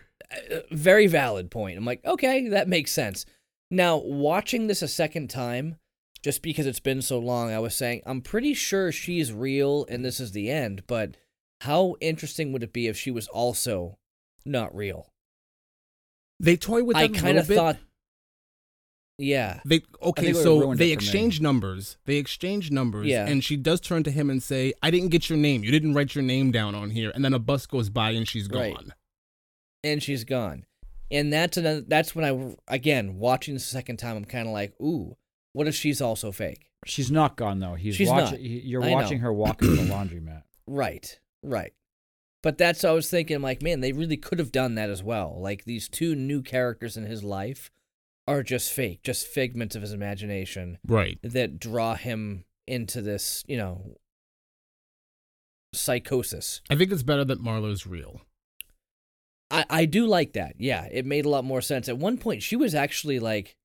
uh, very valid point. I'm like, okay, that makes sense. Now, watching this a second time, just because it's been so long, I was saying, I'm pretty sure she's real and this is the end, but how interesting would it be if she was also not real?
They toy with that
I
a
kind
little
of
bit.
thought Yeah.
They okay,
think it would've
so
ruined
they
it for me.
exchange numbers. They exchange numbers,
Yeah.
and she does turn to him and say, "I didn't get your name. You didn't write your name down on here." And then a bus goes by, and she's gone.
Right. and she's gone. And that's another. That's when I again watching this the second time. I'm kind of like, ooh, what if she's also fake?
She's not gone though. He's
She's not.
watching. You're
I know.
watching her walk to the laundromat.
Right, right. But that's what I was thinking. Like, man, they really could have done that as well. Like these two new characters in his life are just fake, just figments of his imagination
Right.
that draw him into this, you know, psychosis.
I think it's better that Marlowe's real.
I, I do like that. Yeah, it made a lot more sense. At one point, she was actually like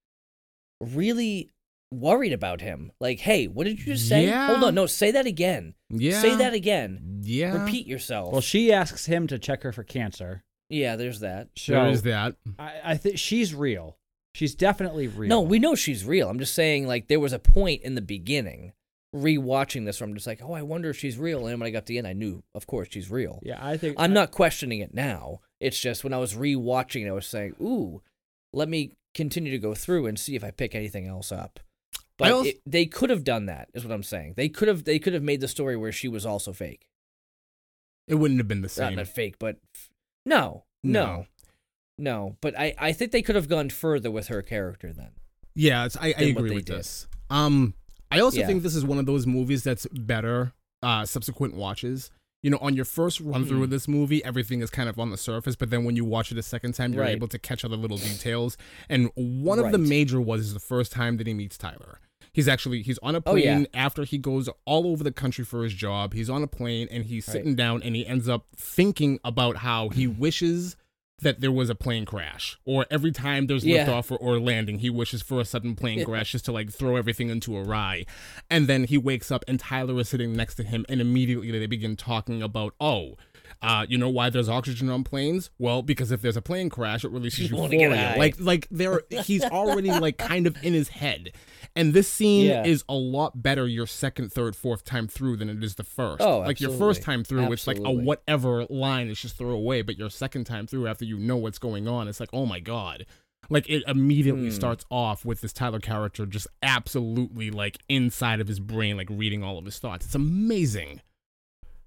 really worried about him. Like, hey, what did you just say?
Yeah.
Hold on, no, say that again.
Yeah.
Say that again.
Yeah.
Repeat yourself.
Well, she asks him to check her for cancer.
yeah, there's that.
So
There is that.
I, I think she's real. She's definitely real.
No, we know she's real. I'm just saying, like, there was a point in the beginning, rewatching this, where I'm just like, oh, I wonder if she's real. And when I got to the end, I knew, of course, she's real.
Yeah, I think
I'm not questioning it now. It's just when I was rewatching, it, I was saying, "Ooh, let me continue to go through and see if I pick anything else up."
I
But
als-
it- they could have done that, is what I'm saying. They could have. They could have made the story where she was also fake.
It wouldn't have been the
Not,
same.
not fake, but f- no, no, no, But I, I think they could have gone further with her character then.
Yeah, it's, I, I
than what
agree
they
with
did.
this. Um, I also
Yeah.
think this is one of those movies that's better uh, subsequent watches. You know, on your first run
Mm-hmm.
through of this movie, everything is kind of on the surface, but then when you watch it a second time, you're
Right.
able to catch other little details. And one of the
Right.
major was is the first time that he meets Tyler. He's actually he's on a
Oh,
plane
yeah.
after he goes all over the country for his job. He's on a plane and he's
Right. Mm.
sitting down and he ends up thinking about how he wishes that there was a plane crash or every time there's
Yeah.
liftoff or, or landing he wishes for a sudden plane
Yeah.
crash just to like throw everything into a rye and then he wakes up and tyler is sitting next to him and immediately they begin talking about oh uh, you know why there's oxygen on planes? Well, because if there's a plane crash, it releases
You wanna get
euphoria.
high.
Like, like there, he's already like kind of in his head, and this scene
Yeah.
is a lot better your second, third, fourth time through than it is the first.
Oh,
like your first
absolutely.
time through, it's like a
Absolutely.
what whatever line is just throw away. But your second time through, after you know what's going on, it's like, oh my god. Like it immediately starts off with this Tyler character just absolutely like inside of his brain, like reading all of his thoughts. It's amazing.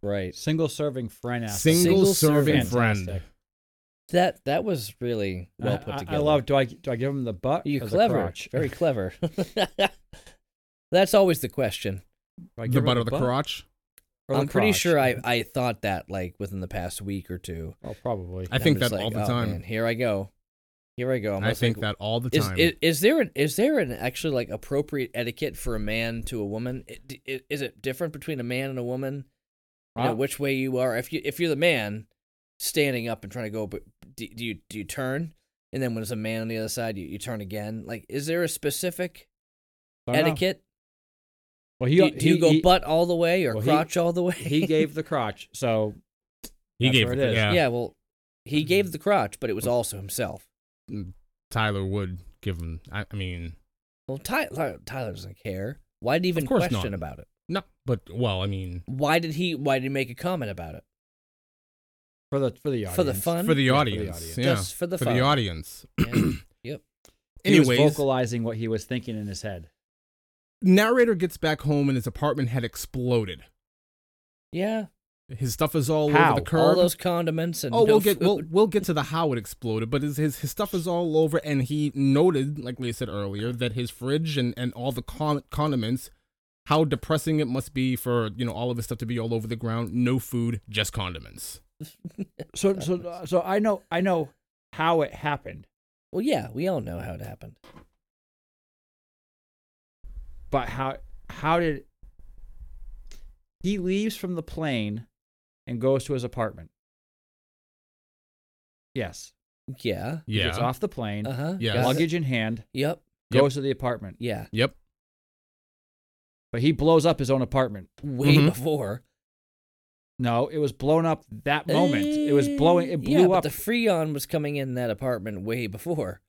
Right.
single serving friend. aspect.
Single,
Single
serving
serving
friend.
Fantastic.
That that was really well put
I- I-
together.
I love. Do I do I give him the butt?
you.
or the
Clever.
crotch?
Very clever. That's always the question.
Do I give
The
him
butt of the
butt
crotch.
or the
I'm pretty
crotch?
sure I, I thought that like within the past week or two.
Oh, probably.
I
And
think
I'm
that
just
all
like,
the
"Oh, man,
time.
here I go. Here I go. I'm
I
just
think
like,
that all the
is,
time.
is is there an is there an actually like appropriate etiquette for a man to a woman? I- d- i- Is it different between a man and a woman? You know,
Huh?
which way you are? If you if you're the man standing up and trying to go, but do, do you do you turn? And then when there's a man on the other side, you, you turn again. Like, is there a specific
I don't know.
etiquette?
Well,
Do
he,
you, do you
he-
go
he-
butt all the way or
well, he-
crotch all the way?
He gave the crotch, so
he
that's
gave
where
it,
it is.
yeah.
Yeah, well, he gave the crotch, but it was also himself.
Tyler would give him. I, I mean,
Well, Tyler, Tyler doesn't care. Why did he even
Of course
question
not.
about it?
no, but well, I mean,
Why did he? Why did he make a comment about it?
for the for the audience.
For the fun.
for the
for the
audience,
audience.
yeah,
Just for the
for
fun.
the audience.
Yeah.
He was
Anyways,
vocalizing what he was thinking in his head.
narrator gets back home and his apartment had exploded.
yeah.
His stuff is all
How?
over the curb.
All those condiments and
oh,
no
we'll get we'll,
food.
we'll get to the how it exploded, but his, his his stuff is all over, and he noted, like Leah said earlier, that his fridge and and all the con- condiments. How depressing it must be for you know all of his stuff to be all over the ground, no food, just condiments.
So
uh,
so so I know I know how it happened,
Well, yeah, we all know how it happened.
but how how did he leaves from the plane and goes to his apartment? Yes.
Yeah.
He gets
Yeah.
off the plane,
Uh huh.
Yes.
luggage in hand,
Yep.
Yep.
goes to the apartment.
Yeah.
Yep.
But he blows up his own apartment.
Way
Mhm.
before.
No, it was blown up that moment. It was blowing.
Eh,
It
yeah,
blew
but
up.
the freon was coming in that apartment way before.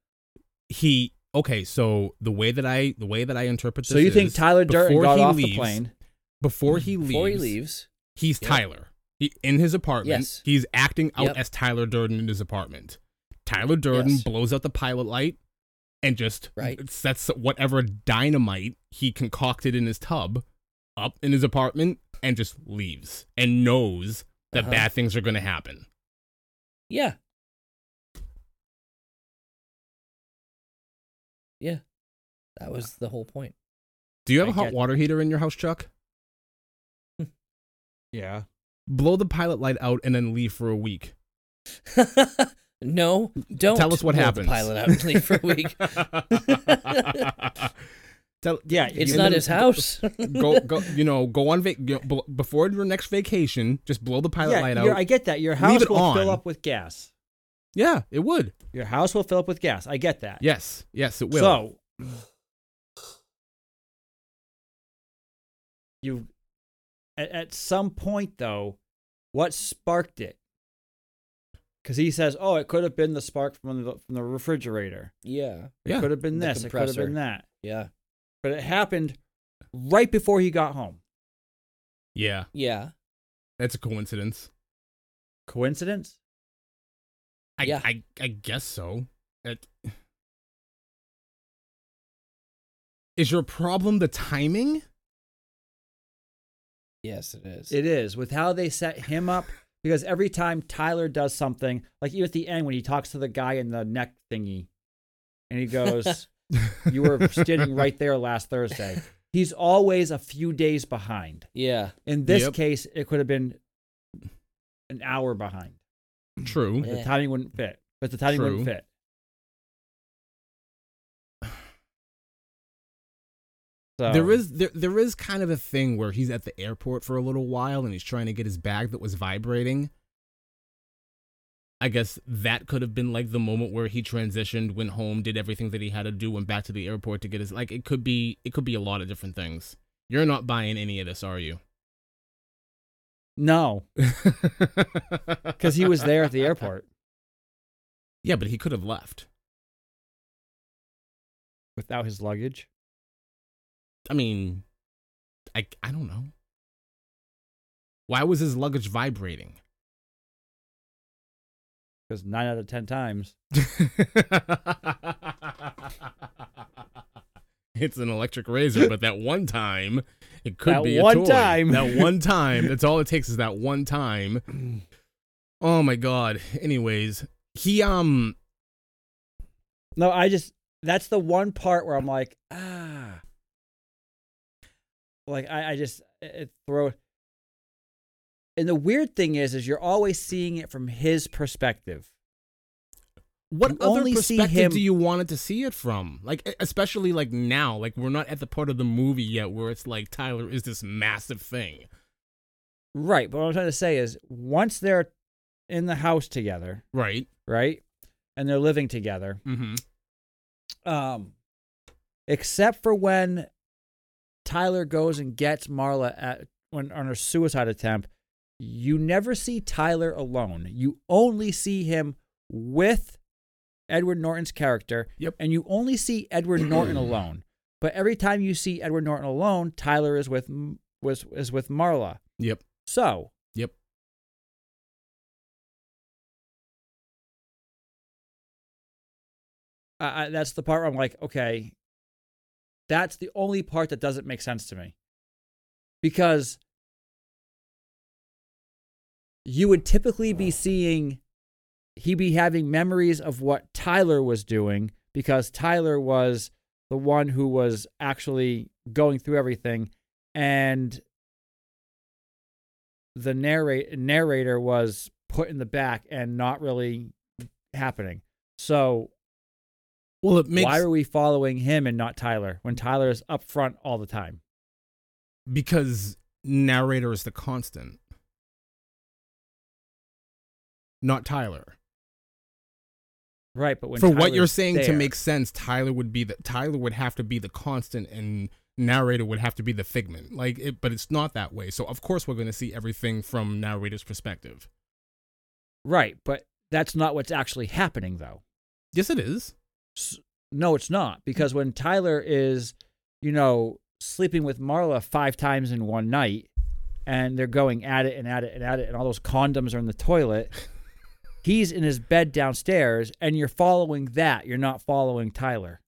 He okay. So the way that I the way that I interpret this.
so you think
is,
Tyler Durden
before
got
he
off
leaves-
the plane?
before he leaves?
Before he leaves.
He's
Yep.
Tyler. He in his apartment.
Yes.
He's acting out
Yep.
as Tyler Durden in his apartment. Tyler Durden
Yes.
blows out the pilot light and just
Right.
sets whatever dynamite he concocted in his tub up in his apartment and just leaves and knows that
Uh-huh.
bad things are going to happen.
Yeah. Yeah. That was the whole point.
Do you have
I
a hot
get-
water heater in your house, Chuck?
Yeah.
Blow the pilot light out and then leave for a week.
no, don't
Tell us what
blow
happens.
The pilot out and leave for a week.
Tell,
Yeah,
It's
You-
not his house.
go go you know go on va- you know, bl- before your next vacation just blow the pilot light out
your- I get that. Your house
it
will
on.
fill up with gas.
yeah it would
Your house will fill up with gas. I get that.
yes yes it will
So you at, at some point though, what sparked it? Because he says, "Oh, it could have been the spark from the from the refrigerator.
yeah.
It
yeah
could have been
The
this. It could have
compressor.
been that.
Yeah.
But it happened right before he got home.
yeah
Yeah.
that's a coincidence
Coincidence?
I
Yeah.
I, I guess so It- Is your problem the timing
Yes, it is.
It is with how they set him up. Because every time Tyler does something, like even at the end when he talks to the guy in the neck thingy, and he goes, You were standing right there last Thursday. He's always a few days behind.
yeah.
In this
Yep.
case, it could have been an hour behind.
true
But
Yeah.
the timing wouldn't fit. But the timing wouldn't
True.
fit. So
There is there there is kind of a thing where he's at the airport for a little while and he's trying to get his bag that was vibrating. I guess that could have been like the moment where he transitioned, went home, did everything that he had to do, went back to the airport to get his like it could be it could be a lot of different things. You're not buying any of this, are you?
no, because he was there at the airport
Yeah, but he could have left.
without his luggage.
I mean, I I don't know. Why was his luggage vibrating?
Because nine out of ten times,
it's an electric razor, but that one time it could
That
be a
one
toy.
time.
That one time. That's all it takes is that one time. Oh my god. Anyways, he um
no, I just that's the one part where I'm like, ah, like I, I just it- it throw. And the weird thing is, is you're always seeing it from his perspective.
what
You
other
only see
perspective
him-
do you wanted to see it from? Like e- especially like now, like we're not at the part of the movie yet where it's like Tyler is this massive thing.
Right. But what I'm trying to say is once they're in the house together,
Right?
right? And they're living together.
Mm-hmm.
Um except for when Tyler goes and gets Marla at when on her suicide attempt, you never see Tyler alone. You only see him with Edward Norton's character.
Yep.
And you only see Edward Norton alone. But every time you see Edward Norton alone, Tyler is with M- was is with Marla.
Yep.
So,
Yep.
I, I, that's the part where I'm like, okay, that's the only part that doesn't make sense to me. Because you would typically be seeing, he'd be having memories of what Tyler was doing because Tyler was the one who was actually going through everything. And the narrate, narrator was put in the back and not really happening. So
Well, it makes
why are we following him and not Tyler when Tyler is up front all the time?
because narrator is the constant not tyler
Right, but when
for what you're
Tyler's
saying to
there-
make sense tyler would be the tyler would have to be the constant and narrator would have to be the figment like it but it's not that way so of course we're going to see everything from narrator's perspective
right, but that's not what's actually happening though.
yes it is
S- No, it's not because when Tyler is, you know, sleeping with Marla five times in one night, and they're going at it and at it and at it, and all those condoms are in the toilet. He's in his bed downstairs, and you're following that. You're not following Tyler.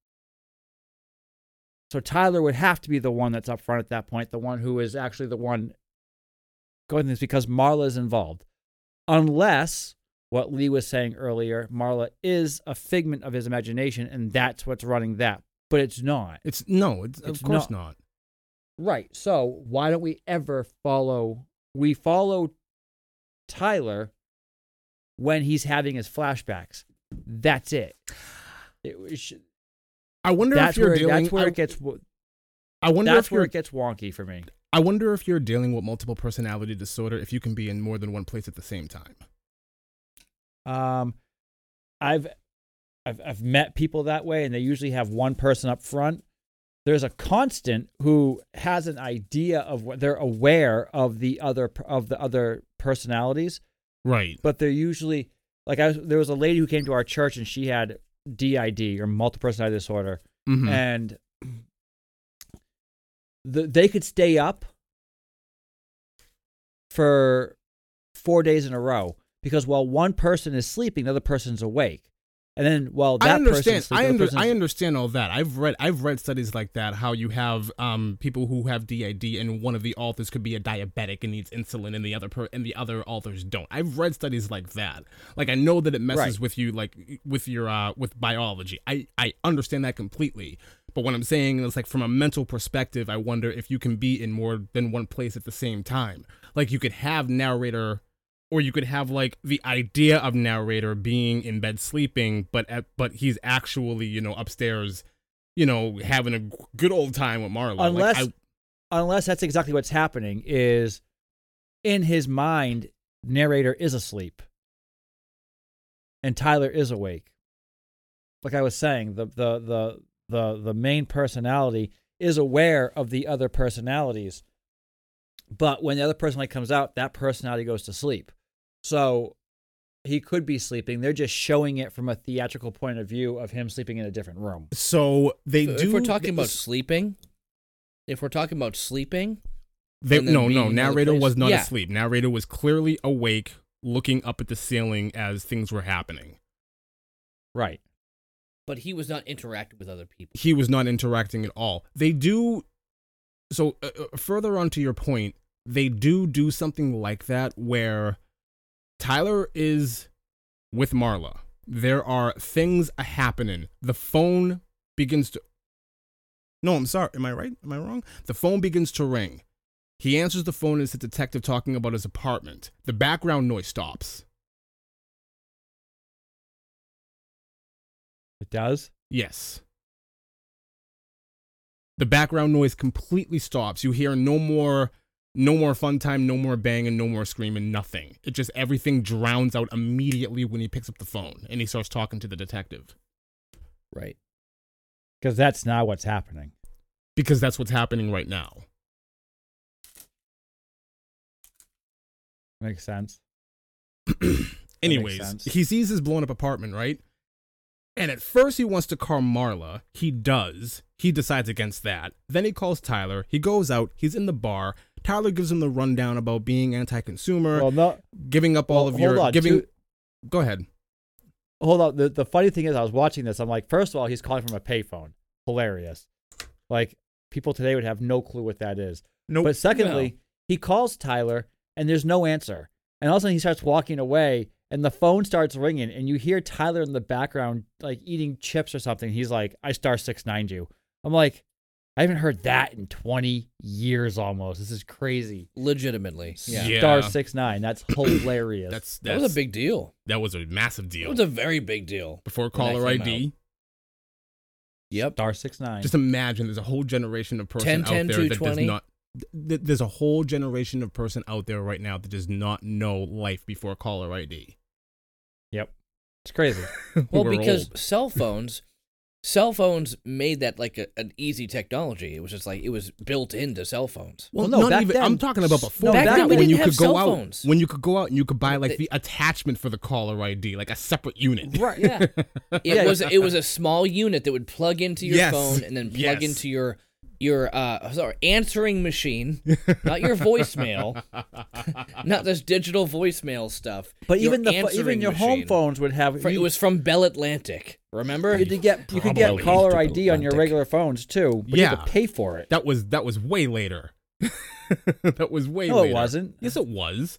So Tyler would have to be the one that's up front at that point, the one who is actually the one going things because Marla's involved. Unless what Lee was saying earlier, Marla is a figment of his imagination and that's what's running that. But it's not.
it's no it's, of
It's
course
not.
not.
Right. So why don't we ever follow we follow Tyler when he's having his flashbacks. That's it. It- it should-
i wonder
that's
if you're
where
dealing
that's where
I-
it gets w-
I wonder
That's
if
where
you're
it gets wonky for me.
I wonder if you're dealing with multiple personality disorder if you can be in more than one place at the same time.
Um, I've, I've I've met people that way, and they usually have one person up front. There's a constant who has an idea of what they're aware of the other of the other personalities,
Right.
but they're usually like I was, there was a lady who came to our church and she had DID or multiple personality disorder,
hmm
and the, they could stay up for four days in a row because while one person is sleeping, the other person's awake, and then while that
I
person's
understand.
sleeping,
I,
the other
under,
person's-
I understand all that. I've read. I've read studies like that. How you have um, people who have DID, and one of the authors could be a diabetic and needs insulin, and the other per, and the other authors don't. I've read studies like that. Like I know that it messes
Right.
with you, like with your uh, with biology. I I understand that completely. But what I'm saying is, like from a mental perspective, I wonder if you can be in more than one place at the same time. Like you could have narrator or you could have like the idea of narrator being in bed sleeping but at, but he's actually you know upstairs you know having a g- good old time with marla Like,
unless
I-
unless that's exactly what's happening is in his mind narrator is asleep and tyler is awake like i was saying the the the the, the main personality is aware of the other personalities but when the other personality comes out that personality goes to sleep so he could be sleeping they're just showing it from a theatrical point of view of him sleeping in a different room
so they
if
do
we're talking about
s-
sleeping, if we're talking about sleeping,
they,
and then
no
being
no
in another
narrator
place-
was not
Yeah.
asleep narrator was clearly awake looking up at the ceiling as things were happening
right
but he was not interacting with other people.
he was not interacting at all. They do so uh, uh, further on to your point, they do do something like that where Tyler is with Marla. There are things a happening. The phone begins to No, I'm sorry. Am I right? Am I wrong? The phone begins to ring. He answers the phone as a detective talking about his apartment. The background noise stops.
it does
Yes. The background noise completely stops. You hear no more no more fun time, no more banging, no more screaming, nothing. It just everything drowns out immediately when he picks up the phone and he starts talking to the detective.
Right.
because that's not what's happening
Because that's what's happening right now.
Makes sense. makes
Anyways,
sense.
he sees his blown up apartment, right? And at first he wants to call Marla. He does. He decides against that. Then he calls Tyler. He goes out. He's in the bar. Tyler gives him the rundown about being anti-consumer.
Well, no,
giving up all
well,
of your
hold on,
giving.
two-
Go ahead.
hold on. The the funny thing is, I was watching this. I'm like, first of all, he's calling from a payphone. Hilarious. Like people today would have no clue what that is.
Nope.
But secondly, he calls Tyler, and there's no answer. And all of a sudden, he starts walking away, and the phone starts ringing, and you hear Tyler in the background, like eating chips or something. He's like, "I star six nine you." I'm like, I haven't heard that in 20 years almost. This is crazy.
Legitimately. Yeah.
Yeah.
Star six nine. That's hilarious.
That's, that's
That was a big deal.
That was a massive
It
deal.
was a very big deal.
Before
when that
caller
came
ID,
Yep.
star six nine.
just imagine there's a whole generation of person
10,
out
10,
there that does
220.
not. th- th- There's a whole generation of person out there right now that does not know life before caller ID.
Yep. It's crazy.
Well,
We're
because
old.
cell phones, cell phones made that like a, an easy technology. It was just like it was built into cell phones.
well,
Well, no,
not
back
even.
then-
I'm talking about before.
No, Back back then we
when
didn't
you
have
could go
cell
out,
phones.
when you could go out and you could buy
But
like
they-
the attachment for the caller ID, like a separate unit.
right.
Yeah. It
Yeah.
was it was a small unit that would plug into your
Yes.
phone and then plug
Yes.
into your your uh sorry answering machine, not your voicemail, not this digital voicemail stuff.
But
your
even the pho- even
answering
your home
machine.
phones would have
Fr- It
you-
was from Bell Atlantic. Remember?
you could get you could get
Probably
caller
Digital
ID on your
Atlantic.
regular phones too, but you
Yeah.
had to pay for it.
That was that was way later. that was way
No, it
later.
wasn't.
Yes, it was.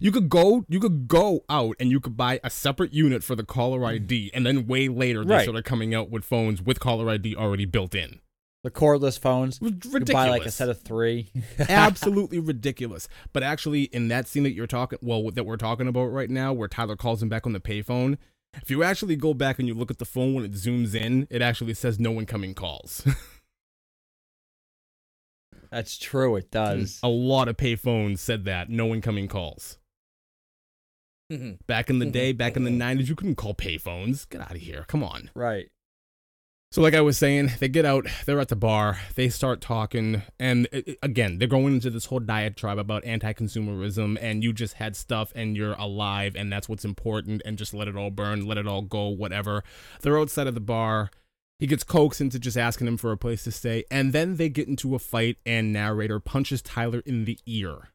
You could go you could go out and you could buy a separate unit for the caller ID and then way later they
Mm. Right.
started coming out with phones with caller ID already built in.
The cordless phones.
was
You could buy like a
ridiculous.
set of three.
Absolutely ridiculous. But actually in that scene that you're talking well that we're talking about right now where Tyler calls him back on the payphone, if you actually go back and you look at the phone when it zooms in, it actually says no incoming calls.
That's true. It does.
A lot of payphones said that. No incoming calls.
Mhm.
Back in the day, back in the 90s, you couldn't call payphones. Get out of here. Come on.
Right.
So, like I was saying, they get out, they're at the bar, they start talking, and i- i- again, they're going into this whole diatribe about anti consumerism, and you just had stuff and you're alive, and that's what's important, and just let it all burn, let it all go, whatever. They're outside of the bar. He gets coaxed into just asking him for a place to stay, and then they get into a fight, and narrator punches Tyler in the ear.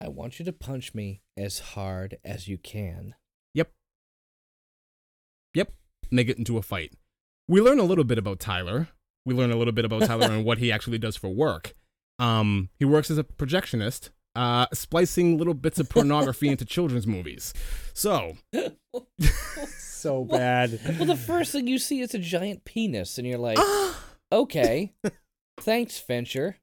I want you to punch me as hard as you can.
Yep. And they get into a fight. We learn a little bit about Tyler. We learn a little bit about Tyler and what he actually does for work. Um, he works as a projectionist, uh, splicing little bits of pornography into children's movies. So,
So bad.
Well, the first thing you see is a giant penis, and you're like, okay, thanks, Fincher.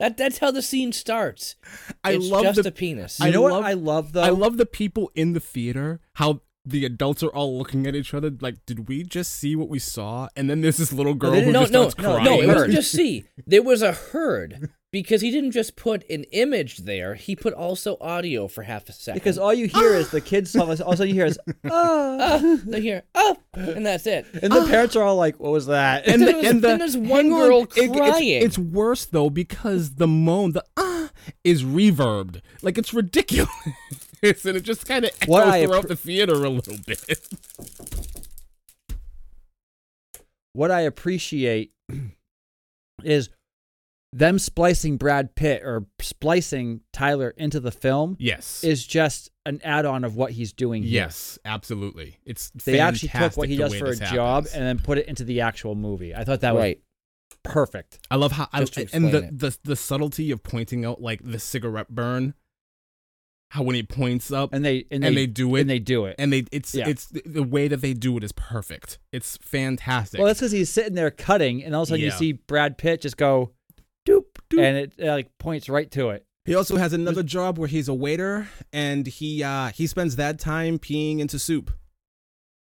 That that's how the scene starts.
I
it's
love
just
the
a penis.
you know
love-
what I love though?
I love the people in the theater. How the adults are all looking at each other like, did we just see what we saw? And then there's this little girl
they
who
didn't-
no,
just
no,
starts
no,
crying.
no, it
Herd.
wasn't just C. There was a herd because he didn't just put an image there. He put also audio for half a second.
because all you hear is the kids song. All you hear is, ah.
oh, they hear oh, and that's it.
and the parents are all like, "What was that?"
and
Then
the,
there's-
and the
then there's one
hang on,
girl
it- it's-
crying.
It's, worse though because the moan, the ah, is reverbed. Like it's ridiculous, and it just kind of echoes
What I
throughout
appre-
the theater a little bit.
what I appreciate is them splicing Brad Pitt or splicing Tyler into the film
Yes.
is just an add-on of what he's doing. here.
yes, absolutely. It's
They actually took
fantastic
what he
the
does
way
for a
this
job
happens.
and then put it into the actual movie. I thought that
right.
was perfect.
I love how I,
Just to
and the,
explain it.
the the subtlety of pointing out like the cigarette burn. How when he points up
And they and they,
And they do it.
and they do it.
and they it's
Yeah.
it's the- the way that they do it is perfect. It's fantastic.
well, that's because he's sitting there cutting, and all of a sudden you
Yeah.
see Brad Pitt just go, doop, doop, and it uh, like points right to it.
He also has another job where he's a waiter and he uh he spends that time peeing into soup.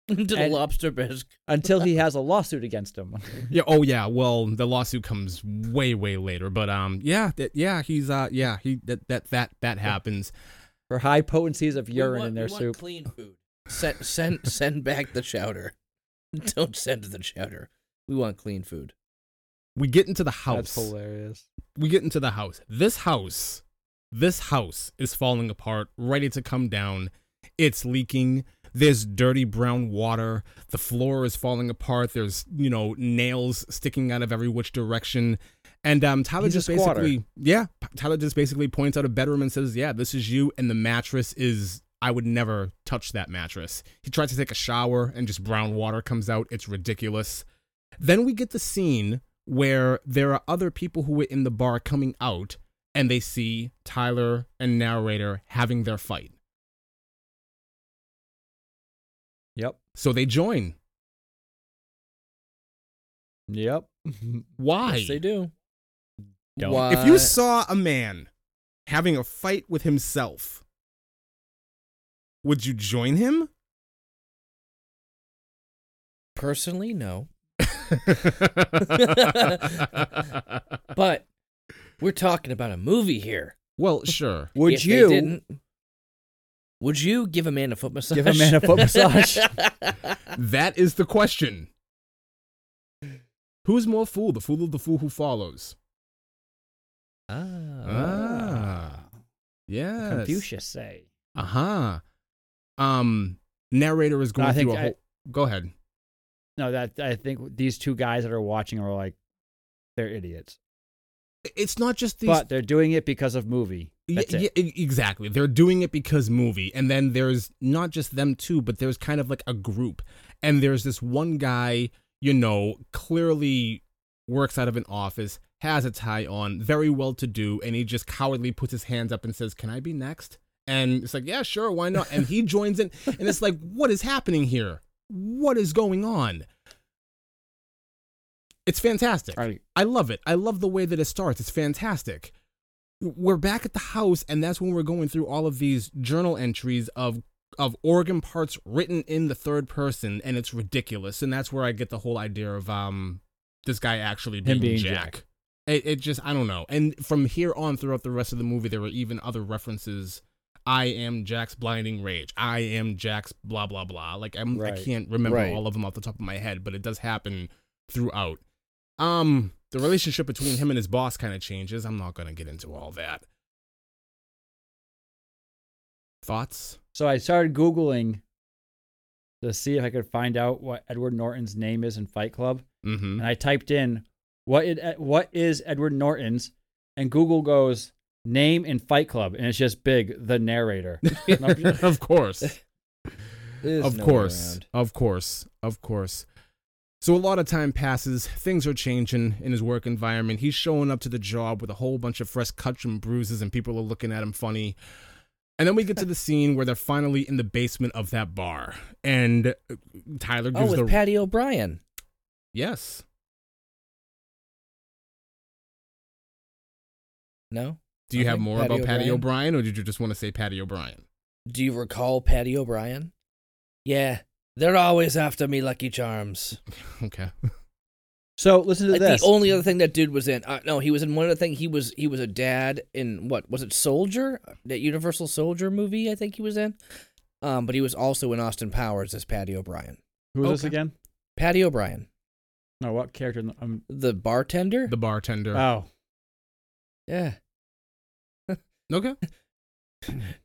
Into the
And-
lobster bisque.
until he has a lawsuit against him.
Yeah, oh yeah, well the lawsuit comes way way later, but um yeah, that yeah, he's uh yeah, he that that that that happens.
for high potencies of
We
urine
want-
in their
we want
soup.
Clean food. Send send send back the chowder. Don't send the chowder. We want clean food.
We get into the house.
hilarious.
We get into the house. This house this house is falling apart, ready to come down. It's leaking. There's dirty brown water. The floor is falling apart. There's, you know, nails sticking out of every which direction. And um, Tyler
He's a
just
squatter.
basically, yeah, P- Tyler just basically points out a bedroom and says, "Yeah, this is you." And the mattress is, I would never touch that mattress. He tries to take a shower and just brown water comes out. It's ridiculous. Then we get the scene where there are other people who were in the bar coming out and they see Tyler and narrator having their fight.
Yep.
So they join.
Yep.
Why?
Yes, they do.
Don't.
Why?
if you saw a man having a fight with himself, would you join him?
personally, no. But we're talking about a movie here.
well, sure.
Would
If they
you
didn't, would you give a man a foot massage?
give a man a foot massage?
Ah. That is the question. Who's more fool, the fool of the fool who follows? Ah. Yes.
Confucius say.
Uh-huh. Um narrator is going
I
through
think
a whole Go ahead.
No, that I think these two guys that are watching are like they're idiots,
It's not just these
but they're doing it because of movie.
Yeah,
That's it.
yeah, e- exactly. They're doing it because movie, and then there's not just them two, but there's kind of like a group, and there's this one guy, you know, clearly works out of an office, has a tie on, very well to do, and he just cowardly puts his hands up and says, "Can I be next?" And it's like, "Yeah, sure, why not?" And he joins in, and it's like, "What is happening here? What is going on?" It's fantastic.
All right.
I love it. I love the way that it starts. It's fantastic. We're back at the house, and that's when we're going through all of these journal entries of of organ parts written in the third person, and it's ridiculous. And that's where I get the whole idea of um this guy actually being,
Him being
Jack.
Jack.
It, it just I don't know. And from here on, throughout the rest of the movie, there were even other references. I am Jack's blinding rage. I am Jack's blah blah blah. Like I'm, I
Right.
can't remember
Right.
all of them off the top of my head, but it does happen throughout. Um, the relationship between him and his boss kind of changes. I'm not gonna get into all that. Thoughts?
So I started Googling to see if I could find out what Edward Norton's name is in Fight Club.
Mm-hmm.
And I typed in, what, it, uh, what is Edward Norton's? And Google goes, name in Fight Club. And it's just big, the narrator. And I'm just-
of course.
There's
of
no way
course,
around.
of course, of course. So a lot of time passes. Things are changing in his work environment. He's showing up to the job with a whole bunch of fresh cuts and bruises, and people are looking at him funny. And then we get to the scene where they're finally in the basement of that bar, and uh, Tyler
Oh,
gives
with
the
Patty O'Brien.
yes.
No.
Do you
I
have
think
more
Patty
about Patty
O'Brien.
O'Brien, or did you just want to say Patty O'Brien?
Do you recall Patty O'Brien? Yeah, they're always after me, Lucky Charms.
Okay.
so listen to
Like,
this.
the only other thing that dude was in. Uh, no, he was in one other thing. He was he was a dad in what was it? Soldier, that Universal Soldier movie. I think he was in. Um, but he was also in Austin Powers as Patty O'Brien.
Who is this
Okay.
again?
Patty O'Brien,
No, what character? in the- I'm,
the bartender.
The bartender.
oh,
yeah.
okay.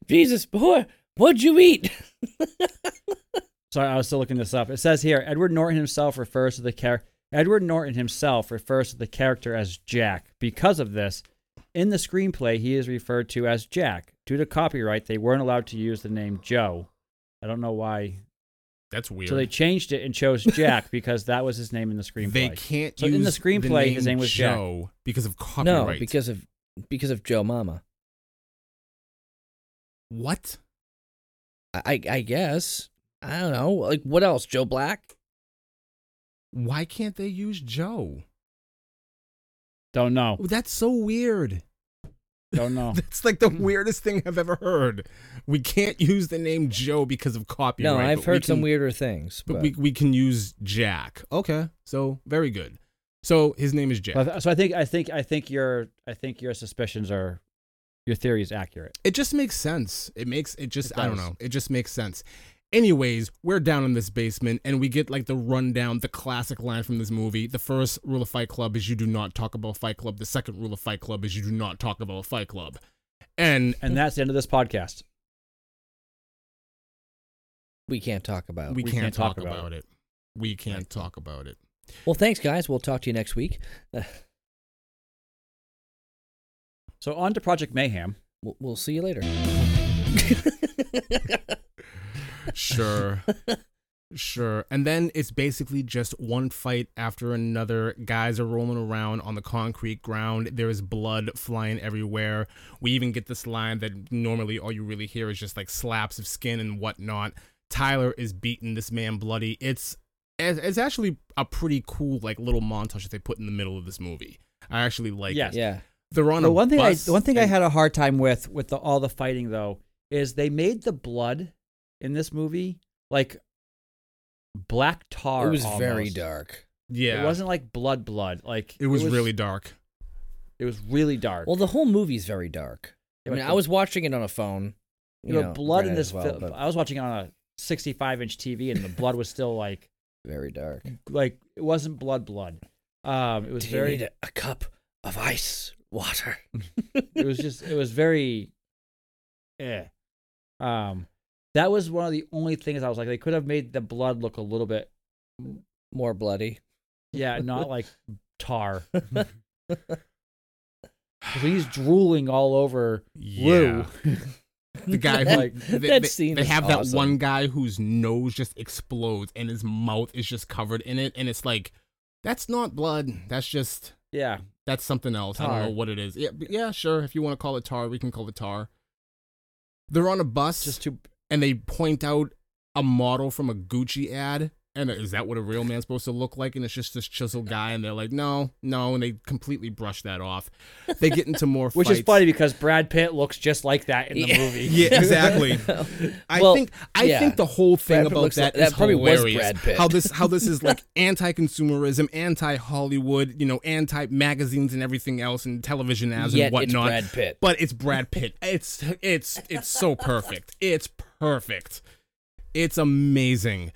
Jesus, boy, what'd you eat?
sorry, I was still looking this up. It says here, Edward Norton himself refers to the character. Edward Norton himself refers to the character as Jack. Because of this, in the screenplay, he is referred to as Jack. Due to copyright, they weren't allowed to use the name Joe. I don't know why.
That's weird.
So they changed it and chose Jack because that was his name in the screenplay.
They can't
So
use
in the screenplay, his name was Jack.
Joe because of copyright.
no, because of because of Joe Mama.
what?
I I- I guess I don't know. Like what else? Joe Black.
Why can't they use Joe?
Don't know.
Oh, that's so weird.
Don't
Oh.
know.
That's like the
Hmm.
weirdest thing I've ever heard. We can't use the name Joe because of copyright.
no, I've
but we
heard some
can-
weirder things.
But,
But,
we we can use Jack. Okay, so very good. So his name is Jack.
But- so I think I think I think your I think your suspicions are your theory is accurate.
It just makes sense. It makes it just
It
I don't
does.
know. It just makes sense. Anyways, we're down in this basement and we get like the rundown, the classic line from this movie. The first rule of Fight Club is you do not talk about Fight Club. The second rule of Fight Club is you do not talk about Fight Club. And
And that's the end of this podcast.
we can't talk about.
Uh, we,
We
can't,
can't
talk,
talk
about,
about
it. We can't talk about it.
Well, thanks, guys. We'll talk to you next week. Uh,
So on to Project Mayhem.
we'll, we'll see you later.
Sure. sure. And then it's basically just one fight after another. Guys are rolling around on the concrete ground. There is blood flying everywhere. We even get this line that normally all you really hear is just like slaps of skin and whatnot. Tyler is beating this man bloody. It's it's it's actually a pretty cool like little montage that they put in the middle of this movie. I actually like
Yes.
it.
yeah.
They're on
The
a
one thing I
bus
the one thing I
and-
had a hard time with with the, all the fighting though is they made the blood in this movie like black tar.
It was very
almost.
dark.
yeah
It wasn't like blood blood. Like
It was, really dark.
it was really dark.
Well, the whole movie's very dark. I
But
mean,
the-
I was watching it on a phone.
you know, blood in
granted
this
as well,
film.
but
I was watching it on a 65 inch TV and the blood was still like
very dark.
like it wasn't blood blood. Um, it was
Do you
very
need a, a cup of ice water?
it was just it was very eh. um that was one of the only things i was like they could have made the blood look a little bit
More bloody.
yeah not like tar 'Cause he's drooling all over
Yeah.
Lou.
the guy who
Like,
they,
that
they-
scene
they
is
have that
awesome.
one guy whose nose just explodes and his mouth is just covered in it and it's like that's not blood that's just
yeah
that's something else i
Tar.
don't know what it is yeah, but yeah sure if you want to call it tar we can call it tar they're on a bus
just too
and they point out a model from a gucci ad And is that what a real man's supposed to look like? And it's just this chiseled guy, and they're like, no, no, and they completely brush that off. They get into more,
Which is
fights.
funny because Brad Pitt looks just like that in the movie.
Yeah, exactly. I
Well,
think I
yeah.
think the whole thing
Brad Pitt
about
looks
that
like-
is
that probably was
hilarious.
Brad Pitt.
How this how this is like anti-consumerism, anti-Hollywood, you know, anti-magazines and everything else, and television ads
Yet
and
it's
whatnot.
Brad Pitt.
but it's Brad Pitt. It's it's it's so perfect. It's perfect. It's amazing.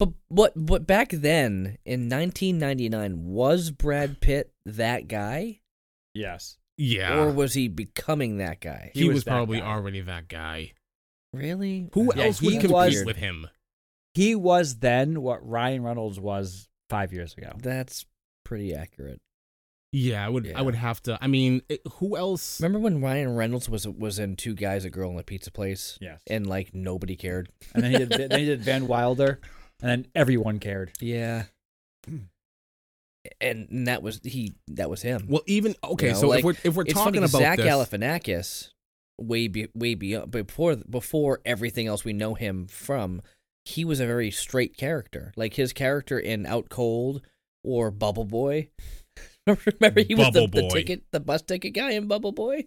But what what back then in 1999 was Brad Pitt that guy
Yes.
Yeah,
or was he becoming that guy?
he,
he
was,
was that
probably
guy.
already that guy.
Really?
Who
Yeah,
else would
he
compete
was-
with him?
He was then what Ryan Reynolds was five years ago.
That's pretty accurate.
Yeah, I would.
Yeah.
I would have to. I mean, it- who else?
Remember when Ryan Reynolds was was in Two Guys a Girl in a Pizza Place
Yes.
and like nobody cared?
And then he did then he did Van Wilder and then everyone cared.
Yeah. And, and that was he that was him.
Well, even okay.
You know,
so
like,
if we're if we're
it's
talking
funny,
about
Zach
this,
Galifianakis, way be, way beyond before before everything else we know him from, he was a very straight character. Like his character in Out Cold or Bubble Boy. Remember he was the,
Bubble
the
Boy.
ticket the bus ticket guy in Bubble Boy,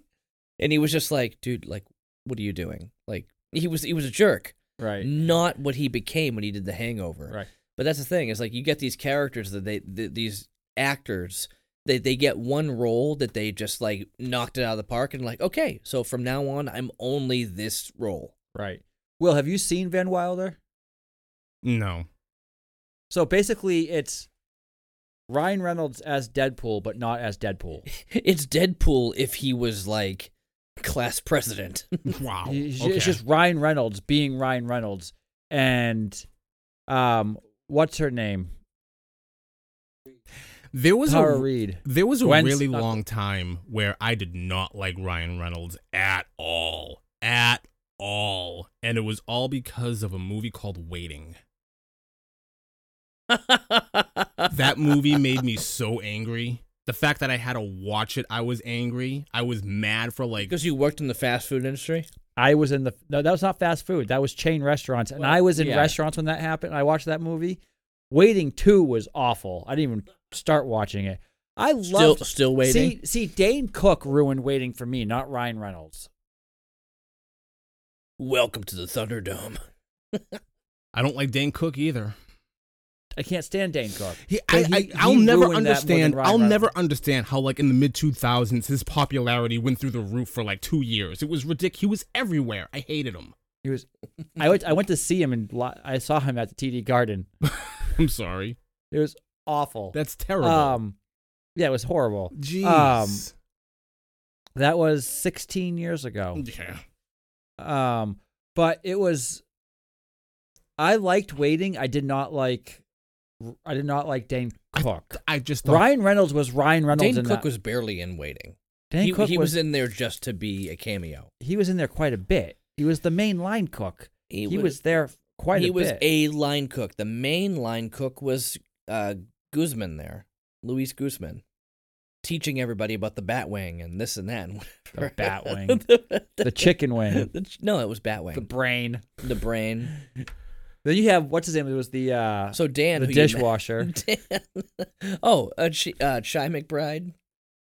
and he was just like, dude, like what are you doing? Like he was he was a jerk,
Right.
not what he became when he did The Hangover.
Right.
But that's the thing is like you get these characters that they th- these actors they they get one role that they just like knocked it out of the park and like okay so from now on I'm only this role.
Right. Will, have you seen Van Wilder?
no.
So basically it's Ryan Reynolds as Deadpool, but not as Deadpool.
It's Deadpool if he was like class president.
Wow.
It's ju-
okay.
It's just Ryan Reynolds being Ryan Reynolds, and um, what's her name?
there was
Tara
a
Reid.
there was a
Gwen's
really
uncle.
long time where I did not like Ryan Reynolds at all, at all, and it was all because of a movie called Waiting. That movie made me so angry. The fact that I had to watch it, I was angry. I was mad for like
Because you worked in the fast food industry.
I was in the no, that was not fast food. That was chain restaurants, and I was in
yeah.
restaurants when that happened. I watched that movie. Waiting Two was awful. I didn't even start watching it. I loved
Still still waiting.
See, see, Dane Cook ruined Waiting for me, not Ryan Reynolds.
Welcome to the Thunderdome.
I don't like Dane Cook either.
I can't stand Dane Cook.
He, I,
But
I,
he-
I'll
he
never
ruined that more than
understand.
Ryan
I'll
Reynolds.
never understand how, like, in the mid 2000s, his popularity went through the roof for like two years. It was ridiculous. He was everywhere. I hated him.
He was. I went. I went to see him, and I saw him at the TD Garden.
I'm sorry.
It was awful.
That's terrible.
Um, yeah, it was horrible.
Jeez.
that was 16 years ago.
Oh, yeah.
Mm.
Um, but it was. I liked waiting. I did not like. I did not like Dane Cook.
I just thought,
Ryan Reynolds was Ryan Reynolds.
Dane
in
Cook
that.
was barely in waiting.
Dane
he
Cook
he
was,
was in there just to be a cameo.
He was in there quite a bit. He was the main line cook.
He
He,
was-
was, there quite
he
a
was
bit.
a line cook. The main line cook was uh, Guzman there, Luis Guzman, teaching everybody about the Batwing and this and that and
the
whatever.
batwing, the chicken wing,
The ch- no, it was
the
Batwing,
brain.
the, brain.
Then you have what's his name? It was the uh,
So Dan,
the
who you met-
dishwasher.
Dan. oh, uh, Ch- uh, Chai McBride.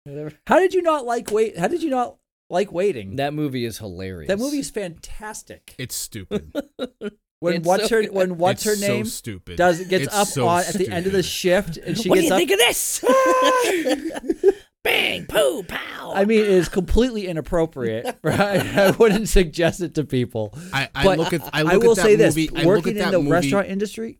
Whatever.
How did you not like wait? How did you not like waiting?
That movie is hilarious.
That movie is fantastic.
it's stupid.
When
It's
what's
so
her
good.
when what's
It's
her
so
name
stupid.
does gets
It's
up
so
on at the end of the
stupid.
shift and she
what do
gets
you
up. Ah!
think of this? Bang, poo, pow.
I mean, it is completely inappropriate. Right? I wouldn't suggest it to people.
I, I
but
look at I
I,
look
will
at that
say this:
movie. I look at
working
that
in the
movie.
restaurant industry,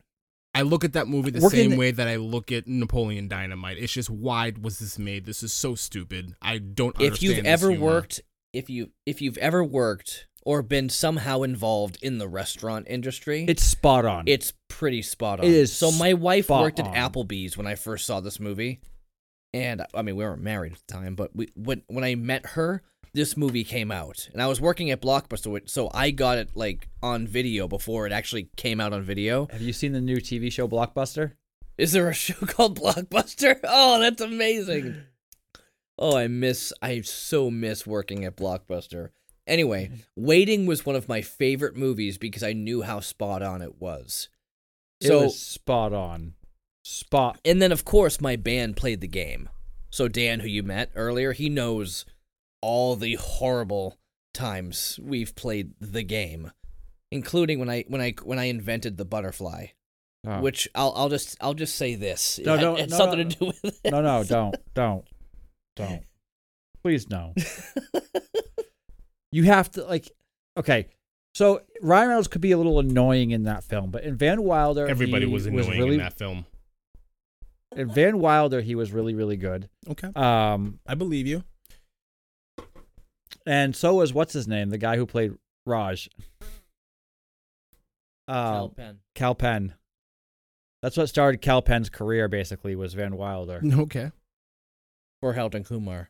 I look at that movie the
working
same
in-
way that I look at Napoleon Dynamite. It's just why was this made? This is so stupid. I don't.
if you've
understand this
ever
humor.
worked if you if you've ever worked or been somehow involved in the restaurant industry
it's spot on.
it's pretty spot on
It is
so my wife
spot
worked
on.
at applebee's when i first saw this movie and i mean we weren't married at the time but we when when i met her this movie came out and i was working at blockbuster which- so i got it like on video before it actually came out on video
have you seen the new TV show Blockbuster?
is there a show called Blockbuster? Oh, that's amazing. Oh, I miss I so miss working at Blockbuster.
Mm-hmm.
Anyway, Waiting was one of my favorite movies because I knew how spot on it was. So-
it was spot on, spot.
And then, of course, my band played the game. So Dan, who you met earlier, he knows all the horrible times we've played the game, including when I when I when I invented the butterfly.
Oh.
Which I'll I'll just I'll just say this.
No,
It-
no,
it's
no,
something
no,
to do with it.
no, no, don't, don't, don't. Please, no. you have to like. Okay, so Ryan Reynolds could be a little annoying in that film, but in Van Wilder,
Everybody
he
was annoying
really,
in that film.
in Van Wilder, he was really, really good.
Okay,
Um,
I believe you.
and so was what's his name, the guy who played Raj. Uh,
Cal Penn.
Cal Penn. That's what started Cal Penn's career. Basically, was Van Wilder,
Okay,
Or Helton Kumar.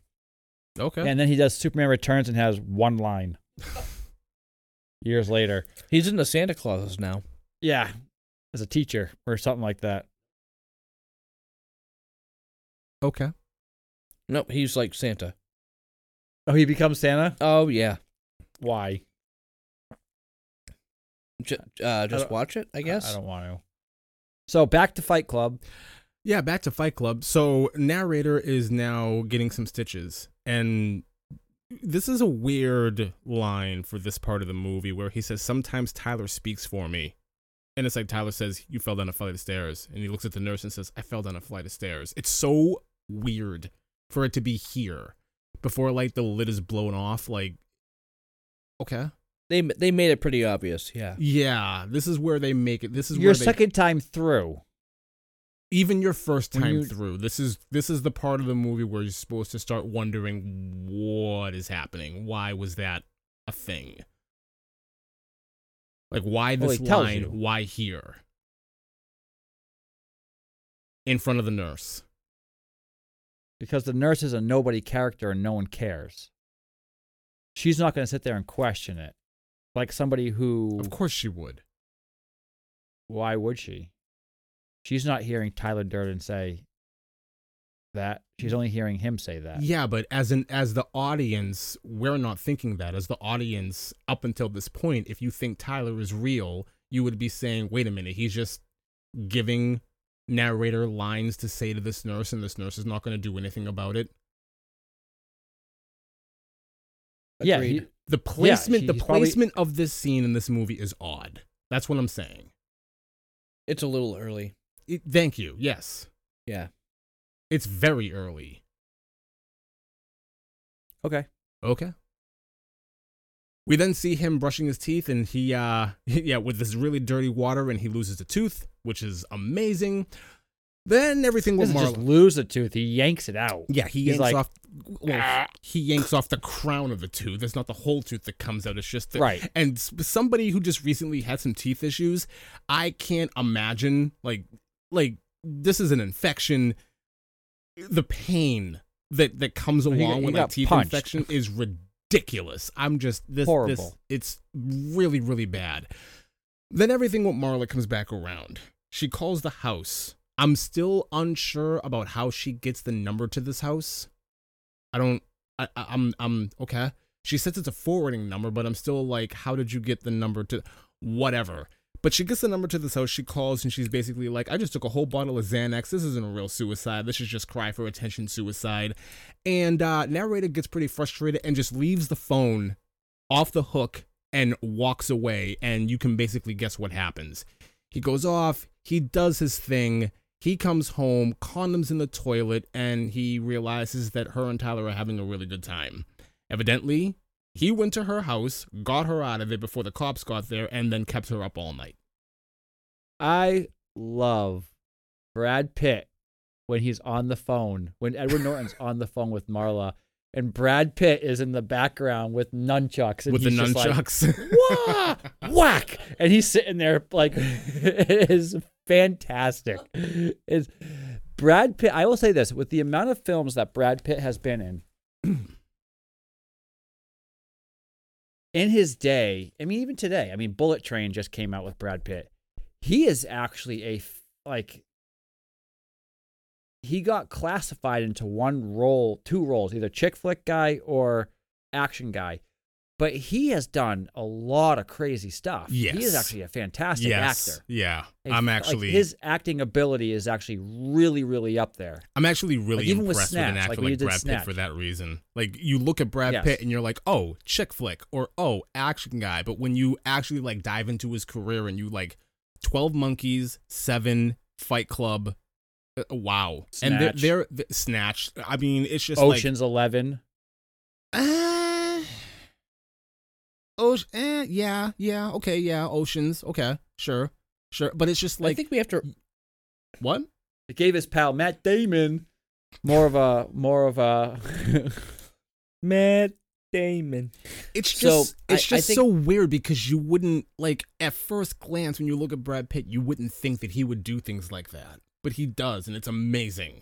okay.
and then he does Superman Returns and has one line. Years later,
He's in the Santa Clauses now.
yeah, as a teacher or something like that.
okay.
Nope, he's like Santa.
Oh, he becomes Santa.
Oh yeah,
Why?
J- uh, just
don't-
watch it. I guess.
I, don't want to. So back to Fight Club.
Yeah, back to Fight Club. So narrator is now getting some stitches, and this is a weird line for this part of the movie where he says, "Sometimes Tyler speaks for me," and it's like Tyler says, "You fell down a flight of stairs," and he looks at the nurse and says, "I fell down a flight of stairs." It's so weird for it to be here before like the lid is blown off. Like, okay,
They they made it pretty obvious. Yeah.
yeah, this is where they make it. This is
Your
where they,
second time through.
even your first
When
time
you-
through this is this is the part of the movie where you're supposed to start wondering what is happening why was that a thing like why
Well,
this
it tells
line
you.
why here in front of the nurse
because the nurse is a nobody character and no one cares. She's not going to sit there and question it. Like somebody who,
of course she would
why would she? She's not hearing Tyler Durden say that. She's only hearing him say that.
yeah but as an as the audience we're not thinking that as the audience up until this point if you think tyler is real you would be saying wait a minute he's just giving narrator lines to say to this nurse and this nurse is not going to do anything about it
yeah.
Agreed.
he-
the placement
she-
the
he's probably-
placement of this scene in this movie is odd that's what i'm saying
it's a little early.
It- thank you yes
Yeah.
it's very early
okay.
Okay. We then see him brushing his teeth and he uh yeah, with this really dirty water and he loses a tooth, which is amazing. Then everything with
Doesn't just
Marlon.
lose a tooth. He yanks it out.
Yeah, he
he's
yanks
like,
off well,
"Ah."
he yanks off the crown of the tooth. It's not the whole tooth that comes out, it's just the
Right.
and s- somebody who just recently had some teeth issues, I can't imagine like like this is an infection. The pain that that comes
Well, he got-
along
he
with a
got
teeth
punched.
infection is ridiculous. I'm just this This,
Horrible.
it's really really bad. Then everything with Marla comes back around. She calls the house. I'm still unsure about how she gets the number to this house. I don't. I, I, I'm. I'm okay. She says it's a forwarding number, but I'm still like, how did you get the number to? Whatever. But she gets the number to this house. She calls and she's basically like, I just took a whole bottle of Xanax. This isn't a real suicide. This is just cry for attention suicide. And uh, narrator gets pretty frustrated and just leaves the phone off the hook and walks away. And you can basically guess what happens. He goes off, he does his thing, he comes home, condoms in the toilet, and he realizes that her and Tyler are having a really good time. Evidently, he went to her house, got her out of it before the cops got there, and then kept her up all night.
I love Brad Pitt when he's on the phone, when Edward Norton's on the phone with Marla, and Brad Pitt is in the background with nunchucks. And
with the
he's just like,
nunchucks.
Wah! whack and he's sitting there like it is fantastic is brad pitt i will say this with the amount of films that brad pitt has been in in his day i mean even today i mean bullet train just came out with brad pitt he is actually a f- like he got classified into one role two roles either chick flick guy or action guy but he has done a lot of crazy stuff. He is
Yes.
actually a fantastic
yes.
actor.
Yeah.
Like,
I'm
like,
actually
his acting ability is actually really, really up there.
I'm actually really
even with
impressed with, an
Snatch, like
actor
when you
like,
did
Brad
Snatch.
Pitt for that reason. Like you look at Brad
Yes.
Pitt and you're like, oh, chick flick or oh, action guy. But when you actually like dive into his career and you like Twelve Monkeys, Seven, Fight Club, uh, wow, and they're,
Snatch.
they're th- Snatch. I mean, it's just like
Ocean's Eleven.
uh, Ocean, eh, yeah, yeah, okay, yeah, Oceans, okay, sure, sure. But it's just
I
like
think we have to.
what?
It gave his pal Matt Damon more of a more of a
Matt Damon.
It's
So,
just it's
I- I
just
think-
so weird because you wouldn't like at first glance when you look at Brad Pitt, you wouldn't think that he would do things like that, but he does, and it's amazing.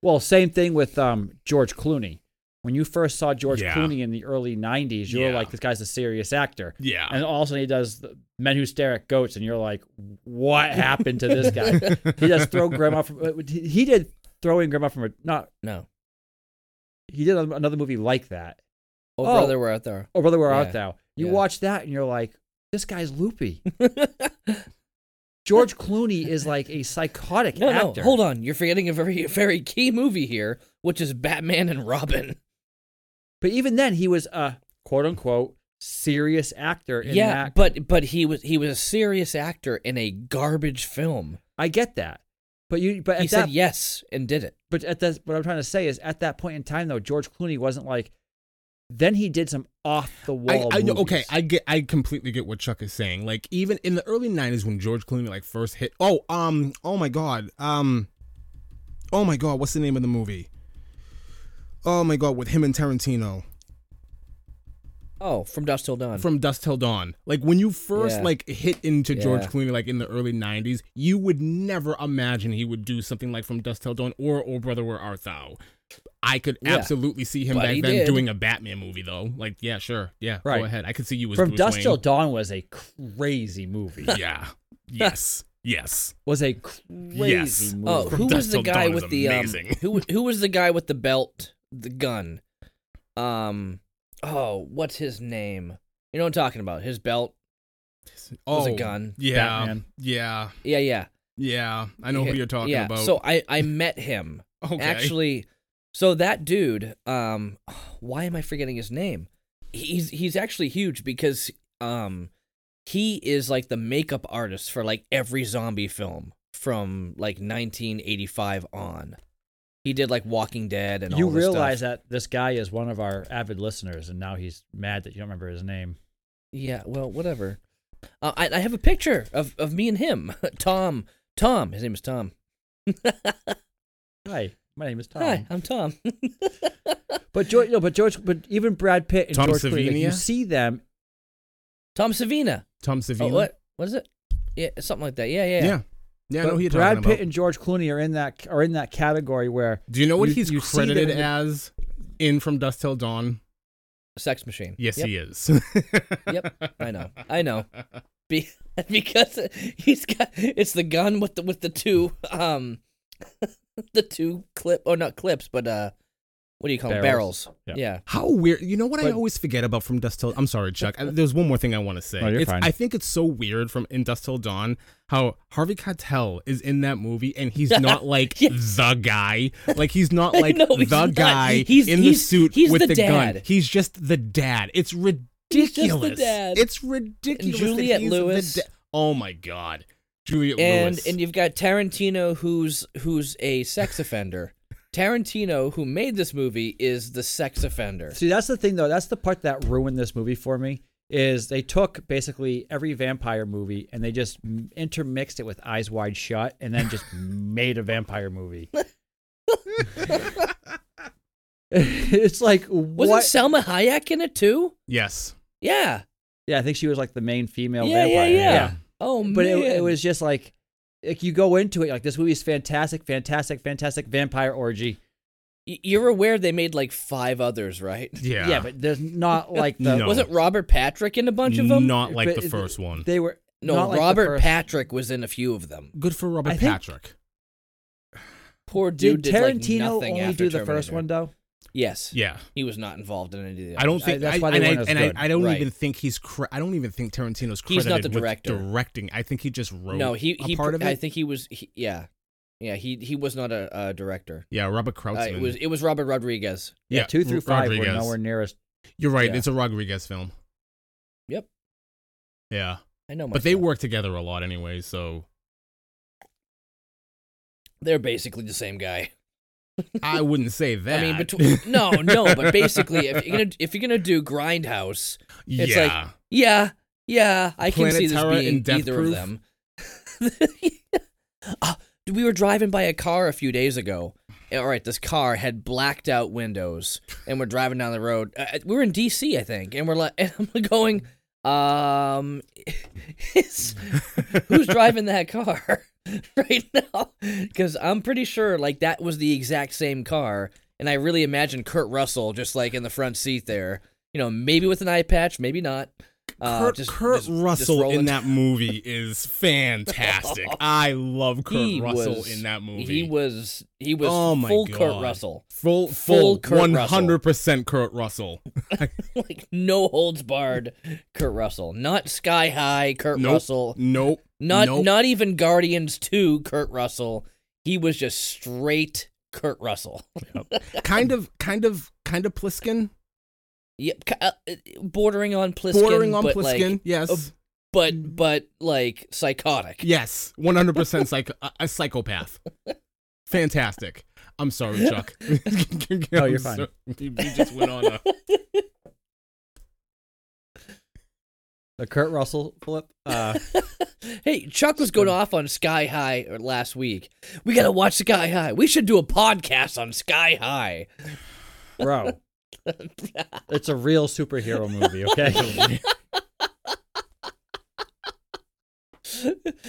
well, same thing with um, George Clooney. When you first saw George
Yeah.
Clooney in the early '90s, you were
Yeah.
like, "This guy's a serious actor."
Yeah,
And all of a sudden, he does the Men Who Stare at Goats, and you're like, "What happened to this guy?" he does throw grandma from. uh, He he did throwing grandma from a not.
No.
He did another movie like that.
Oh,
Oh.
brother, we're out there.
Oh, brother, where
Yeah.
art thou? You
Yeah.
watch that, and you're like, "This guy's loopy." George Clooney is like a psychotic
No,
actor.
no. Hold on. You're forgetting a very, very key movie here, which is Batman and Robin.
But even then, he was a quote unquote serious actor. In
yeah,
that.
but but he was he was a serious actor in a garbage film.
I get that. But you, but at
he
that,
said yes and did it.
but at that, what I'm trying to say is, at that point in time, though, George Clooney wasn't like. Then he did some off the
I,
wall.
I know. Okay, I get. I completely get what Chuck is saying. Like even in the early '90s when George Clooney like first hit. Oh, um, oh my God, um, oh my God, what's the name of the movie? Oh my God, with him and Tarantino.
Oh, from Dust Till Dawn.
from Dust Till Dawn. Like when you first
Yeah.
like hit into George
Yeah.
Clooney like in the early '90s, you would never imagine he would do something like from Dust Till Dawn or Oh Brother Where Art Thou. I could
Yeah.
absolutely see him
But
back
he
then
did.
doing a Batman movie though. Like yeah, sure, yeah,
Right.
go ahead. I could see you as
From
Bruce
Dust
Wayne.
Till Dawn was a crazy movie.
Yeah. yes. Yes.
was a crazy
Yes.
movie.
oh,
from
who
Dust
was the
Till
guy
Dawn is
with the um,
amazing.
who who was the guy with the belt, the gun? Um, oh, what's his name? You know what I'm talking about? His belt.
Oh,
was a gun.
Yeah.
Batman.
Yeah.
Yeah, yeah.
Yeah. I know
Yeah,
who you're talking
yeah.
about.
So I I met him.
okay.
actually so that dude um why am i forgetting his name he's he's actually huge because um he is like the makeup artist for like every zombie film from like 1985 on he did like walking dead and
You
all this
realize
stuff.
that this guy is one of our avid listeners, and now he's mad that you don't remember his name.
yeah well whatever uh, I, I have a picture of, of me and him tom tom his name is tom
Hi, my name is Tom.
hi i'm tom
But George, no, but George, but even Brad Pitt and
Tom
George Clooney, like, you
Savini?
see them.
tom savina
Tom
oh,
Savini.
what what is it yeah something like that yeah yeah,
Yeah. Yeah. I know
but
who you're
Brad
talking
Pitt
about.
and George Clooney are in that are in that category where
Do you know what
You-
he's
you see that
credited
in the-
as in From Dust Till Dawn?
sex machine
Yes,
Yep.
he is.
Yep, I know. I know. Be- because he's got it's the gun with the with the two um the two clip or not clips but uh what do you call 'em?
Barrels.
barrels.
Yeah.
Yeah.
How weird. You know what I
But-
always forget about From Dust Till I'm sorry, Chuck. I, there's one more thing I want to say.
No, you're
It's-
fine.
I think it's so weird from In Dust Till Dawn how Harvey Keitel is in that movie and he's not like the guy. Like he's not
I
like
know,
the
he's not.
guy
He's-
in the
he's-
suit
he's
with
the
the, gun.
dad.
He's just the dad. It's ridiculous.
He's just the dad.
It's ridiculous. that
Juliette
he's the
Lewis.
da- oh my god. Juliet
And
Lewis.
and you've got Tarantino who's who's a sex offender. Tarantino who made this movie is the sex offender.
See, that's the thing though. That's the part that ruined this movie for me. Is they took basically every vampire movie and they just m- intermixed it with Eyes Wide Shut, and then just made a vampire movie. it's like
Wasn't
what?
Selma Hayek in it too?
yes.
Yeah.
yeah, I think she was like the main female
yeah, yeah,
vampire.
yeah,
Yeah.
Oh man.
but it, it was just like like you go into it like this movie is fantastic, fantastic, fantastic vampire orgy.
Y- You're aware they made like five others, right?
Yeah.
Yeah, but there's not like the
No.
Wasn't Robert Patrick in a bunch of them?
Not like
but
the
it-
first one.
they were
no,
not like the
Robert
first-
Patrick was in a few of them.
Good for Robert
I think-
Patrick.
Poor dude
Did
did, like
Tarantino
nothing
only
after
do the first
Terminator.
one though?
Yes.
Yeah.
He was not involved in any of the.
I don't
others.
think
that's
I,
why they
and,
weren't
I,
as
and I,
good.
I don't
Right.
even think he's cre- I don't even think Tarantino's credited
He's not the
with
director.
directing. I think he just wrote
No, he
a
he.
part of it.
I think he was. He, yeah, yeah. He he was not a, a director.
yeah, Robert
Uh,
Krautsman.
it was it was Robert Rodriguez.
Yeah, two through five
Rodriguez.
were nowhere near as
You're right.
Yeah.
It's a Rodriguez film.
Yep.
Yeah,
I know, my
but they
stuff.
work together a lot anyway. So
They're basically the same guy.
I wouldn't say that.
I mean, between no, no, but basically, if you're gonna if you're gonna do Grindhouse, it's like,
yeah,
yeah, yeah, I can see this
Planetara
being
and Death
either of
Proof?
them. Ah, we were driving by a car a few days ago. All right, this car had blacked out windows, and we're driving down the road. Uh, we were in D.C., I think, and we're like, and I'm going, um, is- who's driving that car right now? Because I'm pretty sure like that was the exact same car, and I really imagine Kurt Russell just like in the front seat there. You know, maybe with an eye patch, maybe not. Uh,
Kurt,
just-
Kurt
just- just
Russell in
rolling-
that movie is fantastic. I love Kurt
He
Russell
was-
in that movie.
He was he was
Oh my
full Kurt
God.
Russell.
full,
full
full,
Kurt Russell.
one hundred percent Kurt Russell.
like no holds barred Kurt Russell. Not sky high Kurt
Nope.
Russell.
Nope.
Not
nope.
not even Guardians 2 Kurt Russell. He was just straight Kurt Russell.
kind of, kind of, kind of Pliskin,
Yep, ki- uh, bordering on Pliskin,
bordering on
but
Pliskin.
like
yes,
a- but but like psychotic.
yes, one hundred percent psych, a, a psychopath. Fantastic. I'm sorry, Chuck.
No,
I'm
you're fine.
so- you, you just went on a.
the Kurt Russell flip. Uh,
Hey, Chuck was going off on Sky High uh, last week. We got to watch Sky High. We should do a podcast on Sky High.
bro, it's a real superhero movie. Okay,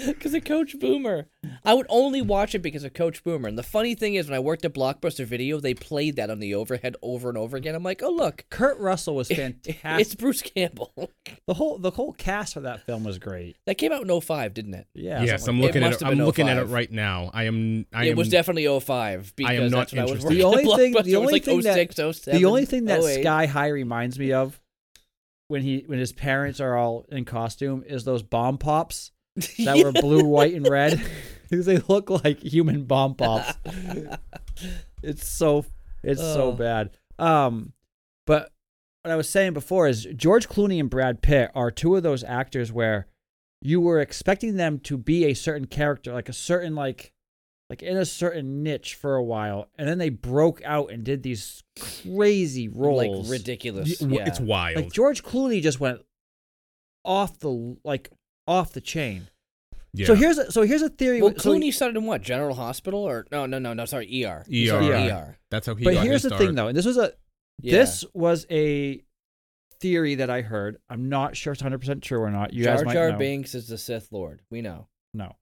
because of Coach Boomer. I would only watch it because of Coach Boomer. And the funny thing is, when I worked at Blockbuster Video, they played that on the overhead over and over again. I'm like, oh look,
Kurt Russell was
it's
fantastic.
Bruce Campbell.
the whole the whole cast for that film was great.
that came out in 05, didn't it?
Yeah,
yes,
something
I'm
like-
looking
It
at
must
it.
have
I'm
been
looking at it
05.
right now. I am. I
it
am,
was definitely 05 because
I am not
that's when I was
interested.
working
The only
at
thing- the
Blockbuster. It was
only
like
thing that-
06, 07,
the only thing that
08.
Sky High reminds me of when he when his parents are all in costume is those bomb pops that were blue, white, and red. Because they look like human bomb pops. it's so it's so
Ugh.
bad. Um, but what I was saying before is George Clooney and Brad Pitt are two of those actors where you were expecting them to be a certain character, like a certain like like in a certain niche for a while, and then they broke out and did these crazy
like
roles.
Y-
ridiculous.
w-
yeah.
It's wild.
Like George Clooney just went off the like off the chain.
yeah.
So here's a, so here's a theory.
well,
so-
Clooney started in what? General Hospital or no, no, no, no. Sorry, ER.
ER.
Sorry,
E Yeah.
ER.
That's how he.
but
got
here's
his
the
start.
thing, though, and this was a
Yeah.
this was a theory that I heard. I'm not sure if it's 100 percent true or not. You
Jar
guys might
Jar
know.
Binks is the Sith Lord. We know.
No,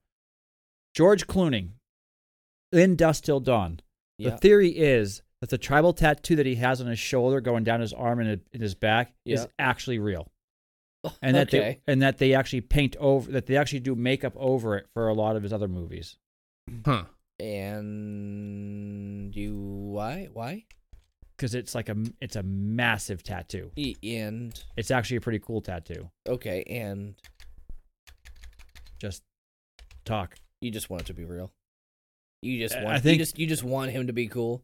George Clooney in Dust Till Dawn.
Yeah.
The theory is that the tribal tattoo that he has on his shoulder, going down his arm and in his back,
Yeah.
is actually real, and that
okay.
they and that they actually paint over that they actually do makeup over it for a lot of his other movies.
Huh.
And you why why?
because it's like a it's a massive tattoo.
E and
It's actually a pretty cool tattoo.
okay, and
Just talk.
you just want it to be real. You just
I-
want
I
you
think-
just you just want him to be cool.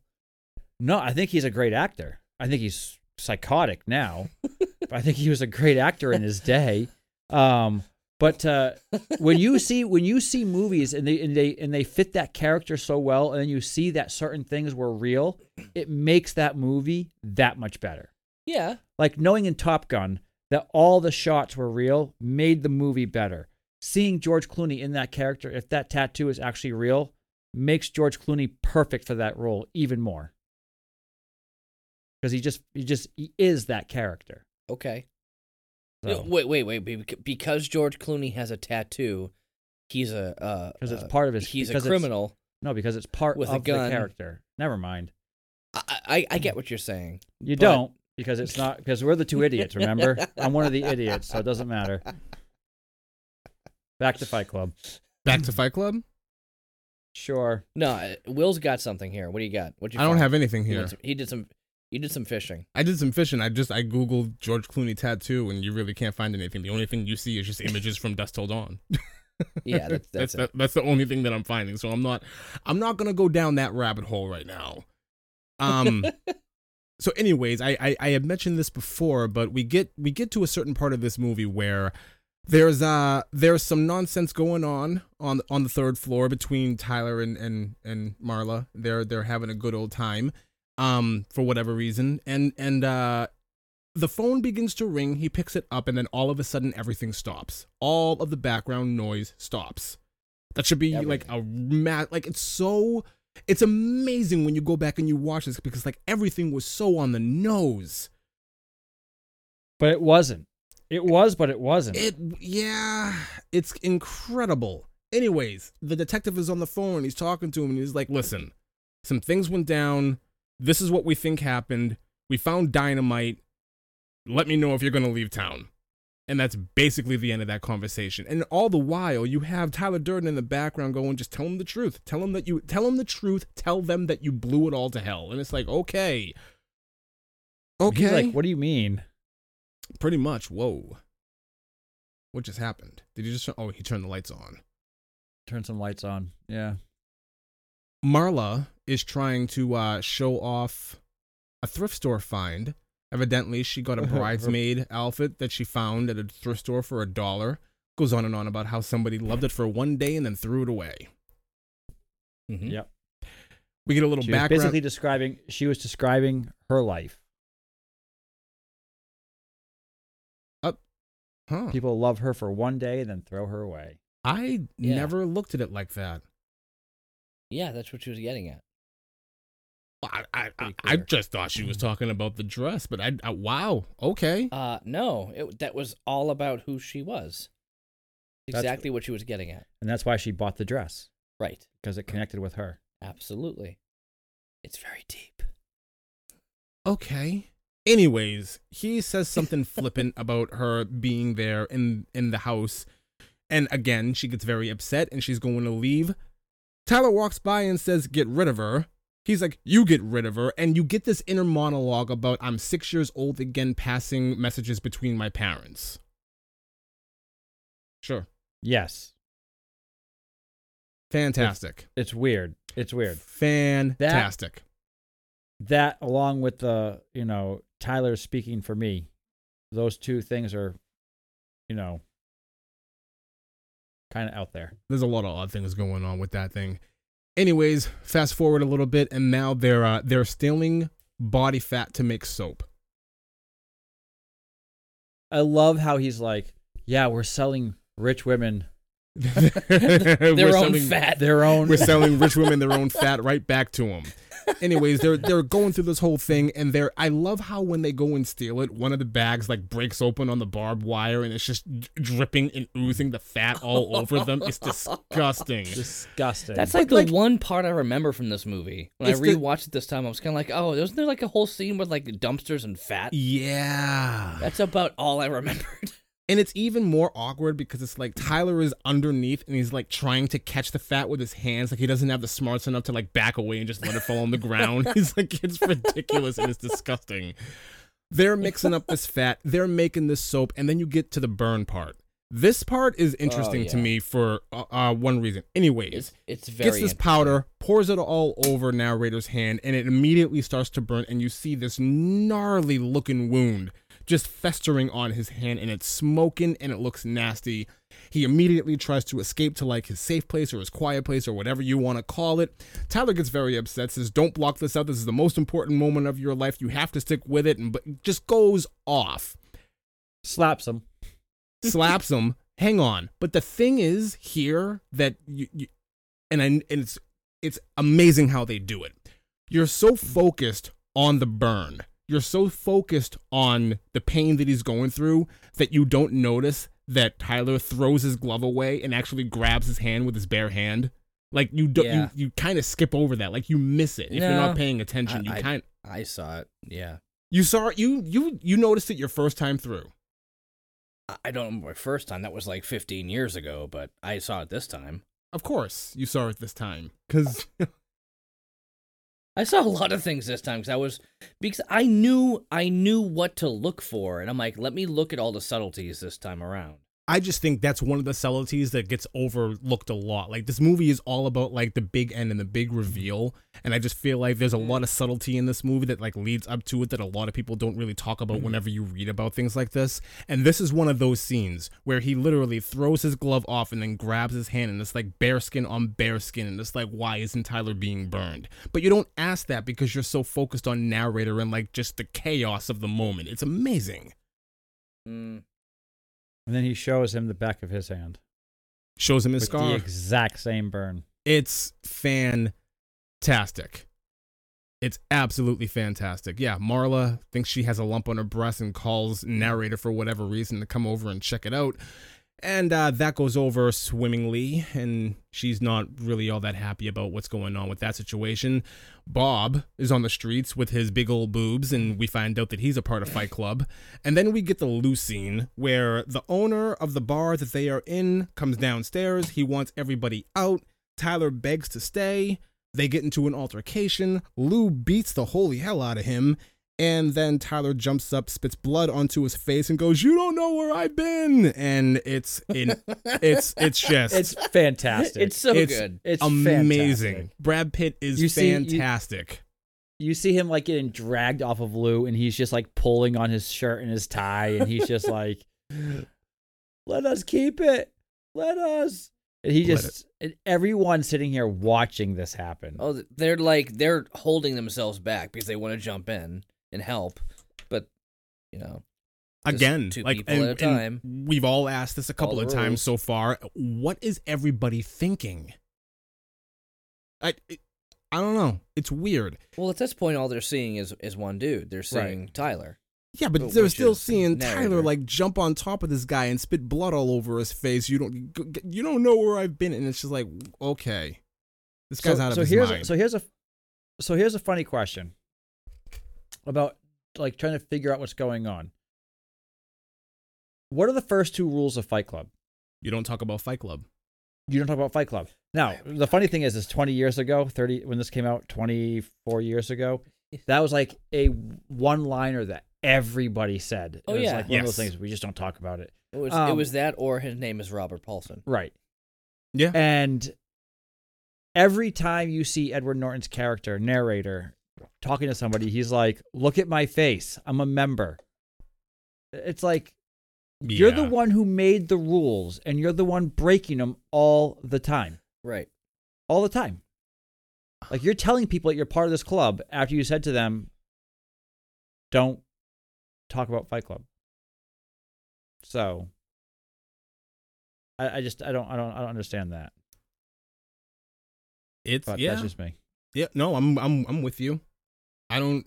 No, I think he's a great actor. I think he's psychotic now, but I think he was a great actor in his day. Um, but uh, when you see when you see movies and they and they and they fit that character so well, and then you see that certain things were real, it makes that movie that much better.
Yeah.
like knowing in Top Gun that all the shots were real made the movie better. Seeing George Clooney in that character, if that tattoo is actually real, makes George Clooney perfect for that role even more. Because he just he just he is that character.
Okay. No,
Because
Wait, wait, wait. be- Because George Clooney has a tattoo, he's a uh,
it's
uh,
part of his.
he's a
because it's-
criminal.
No, because it's part
with a
of
gun.
the character. Never mind.
I, I I get what you're saying.
You
But-
don't because it's not because we're the two idiots. Remember, I'm one of the idiots, so it doesn't matter. Back to Fight Club.
Back to Fight Club.
Sure.
No, uh, Will's got something here. What do you got? What you
I don't
find?
have anything
He
here.
went to- He did some You did some fishing.
I did some fishing. I just I googled George Clooney tattoo, and you really can't find anything. The only thing you see is just images from Dust Till Dawn.
Yeah, that's that's,
that's
it.
the, that's the only thing that I'm finding. So I'm not I'm not gonna go down that rabbit hole right now. Um. so, anyways, I, I I had mentioned this before, but we get we get to a certain part of this movie where there's uh there's some nonsense going on on on the third floor between Tyler and and and Marla. They're they're having a good old time, um for whatever reason, and and uh the phone begins to ring. He picks it up, and then all of a sudden, everything stops. All of the background noise stops. That should be like a ma- like it's so it's amazing when you go back and you watch this because like everything was so on the nose.
But it wasn't. It was, but it wasn't.
It yeah, it's incredible. Anyways, the detective is on the phone and he's talking to him and he's like, "Listen, some things went down. This is what we think happened. We found dynamite. Let me know if you're going to leave town." And that's basically the end of that conversation. And all the while, you have Tyler Durden in the background going, "Just tell him the truth. Tell him that you tell him the truth. Tell them that you blew it all to hell." And it's like, "Okay."
And
Okay
He's like, what do you mean?
pretty much whoa what just happened did you just oh he turned the lights on
Turn some lights on. Yeah.
marla is trying to uh show off a thrift store find evidently she got a
Uh-huh,
bridesmaid outfit that she found at a thrift store for a dollar goes on and on about how somebody loved it for one day and then threw it away Mm-hmm.
Mhm.
Yep.
we get a little
She was
background
basically describing. She was describing her life.
huh.
People love her for one day and then throw her away.
i
Yeah.
never looked at it like that
Yeah, that's what she was getting at.
I, I, I,
Pretty
I
clear.
just thought she was talking about the dress but i, I wow okay
Uh, no, it, that was all about who she was.
That's-
Exactly what she was getting at.
And that's why she bought the dress
Right.
because it connected with her.
Absolutely. It's very deep.
okay. Anyways, he says something flippant about her being there in in the house, and again she gets very upset and she's going to leave. Tyler walks by and says, "Get rid of her." He's like, "You get rid of her," and you get this inner monologue about I'm six years old again, passing messages between my parents. Sure,
Yes.
fantastic,
It's weird. It's weird.
fantastic.
That along with the you know Tyler speaking for me, those two things are, you know, kind of out there.
there's a lot of odd things going on with that thing. Anyways, fast forward a little bit, and now they're uh, they're stealing body fat to make soap.
I love how he's like, yeah, we're selling rich women
Their
Their
own fat.
their own.
We're selling rich women their own fat right back to them. Anyways, they're they're going through this whole thing, and they're I love how when they go and steal it, one of the bags like breaks open on the barbed wire, and it's just d- dripping and oozing the fat all over them. It's disgusting.
disgusting.
That's like the
Like-
one part I remember from this movie. When I
It's the-
rewatched it this time, I was kind of like, oh, wasn't there like a whole scene with like dumpsters and fat?
Yeah.
That's about all I remembered.
And it's even more awkward because it's like Tyler is underneath and he's like trying to catch the fat with his hands. Like he doesn't have the smarts enough to like back away and just let it fall on the ground. He's like, it's ridiculous and it's disgusting. They're mixing up this fat, they're making this soap, and then you get to the burn part. This part is interesting to
yeah.
me for uh, uh, one reason. Anyways,
It's, it's very.
gets this
in-
powder, pours it all over narrator's hand, and it immediately starts to burn. And you see this gnarly looking wound just festering on his hand, and it's smoking and it looks nasty. He immediately tries to escape to like his safe place or his quiet place or whatever you want to call it. Tyler gets very upset, says, Don't block this out. This is the most important moment of your life. You have to stick with it, and but just goes off
slaps him.
slaps him. Hang on, but the thing is here that you, you and I, and it's it's amazing how they do it. You're so focused on the burn. You're so focused on the pain that he's going through that you don't notice that Tyler throws his glove away and actually grabs his hand with his bare hand. Like you don't,
Yeah.
you, you kind of skip over that. Like you miss it if you're
No.
not paying attention.
I-
you kind
I saw it. Yeah.
you saw it. You you you noticed it your first time through.
I- I don't remember my first time. That was like 15 years ago, but I saw it this time.
Of course, you saw it this time because
I saw a lot of things this time because I was because I knew I knew what to look for, and I'm like, let me look at all the subtleties this time around.
I just think that's one of the subtleties that gets overlooked a lot. Like this movie is all about like the big end and the big reveal, and I just feel like there's a lot of subtlety in this movie that like leads up to it that a lot of people don't really talk about whenever you read about things like this. And this is one of those scenes where he literally throws his glove off and then grabs his hand and it's like bearskin on bearskin and it's like why isn't Tyler being burned? But you don't ask that because you're so focused on narrator and like just the chaos of the moment. It's amazing.
Mm.
And then he shows him the back of his hand.
Shows him his
with
scar.
the exact same burn.
It's fantastic. It's absolutely fantastic. Yeah, Marla thinks she has a lump on her breast and calls narrator for whatever reason to come over and check it out. And uh, that goes over swimmingly, and she's not really all that happy about what's going on with that situation. Bob is on the streets with his big old boobs, and we find out that he's a part of Fight Club. And then we get the loose scene where the owner of the bar that they are in comes downstairs. He wants everybody out. Tyler begs to stay. They get into an altercation. Lou beats the holy hell out of him. And then Tyler jumps up, spits blood onto his face, and goes, "You don't know where I've been." And it's in, it's it's just
It's fantastic.
It's so
It's-
good.
it's
amazing.
fantastic.
Brad Pitt is
You see- you-
fantastic.
You see him like getting dragged off of Lou, and he's just like pulling on his shirt and his tie, and he's just like, "Let us keep it. Let us." And he
Let
just and everyone sitting here watching this happen.
Oh, th- they're like they're holding themselves back because they want to jump in and help, but you know, Just
Again,
two
like
people
and-
at a
and we've all asked this a couple
Follow
of
the
times
rules.
so far. What is everybody thinking? I it, I don't know. It's weird.
well, at this point, all they're seeing is is one dude. They're seeing Tyler.
Yeah, but
But
they're
which
still
is
seeing Tyler
narrator.
like jump on top of this guy and spit blood all over his face. You don't g- you don't know where I've been, and it's just like okay, this guy's out of his
here's
mind.
so here's a so here's a funny question about like trying to figure out what's going on. What are the first two rules of Fight Club?
you don't talk about Fight Club.
You don't talk about Fight Club. Now, the funny thing is, is 20 years ago, 30 when this came out, 24 years ago, that was like a one-liner that everybody said. It
Oh,
was
yeah.
like one of those
Yes.
things we just don't talk about it.
It was it
Um,
was that, or his name is Robert Paulson.
Right.
Yeah.
Eh, And every time you see Edward Norton's character, narrator, talking to somebody, he's like, Look at my face. I'm a member. It's like, you're the
Yeah.
one who made the rules and you're the one breaking them all the time.
Right.
All the time. Like, you're telling people that you're part of this club after you said to them, Don't talk about Fight Club. So. I, I just I don't I don't I don't understand that.
It's
But
yeah.
that's just me.
Yeah, no, I'm I'm I'm with you. I don't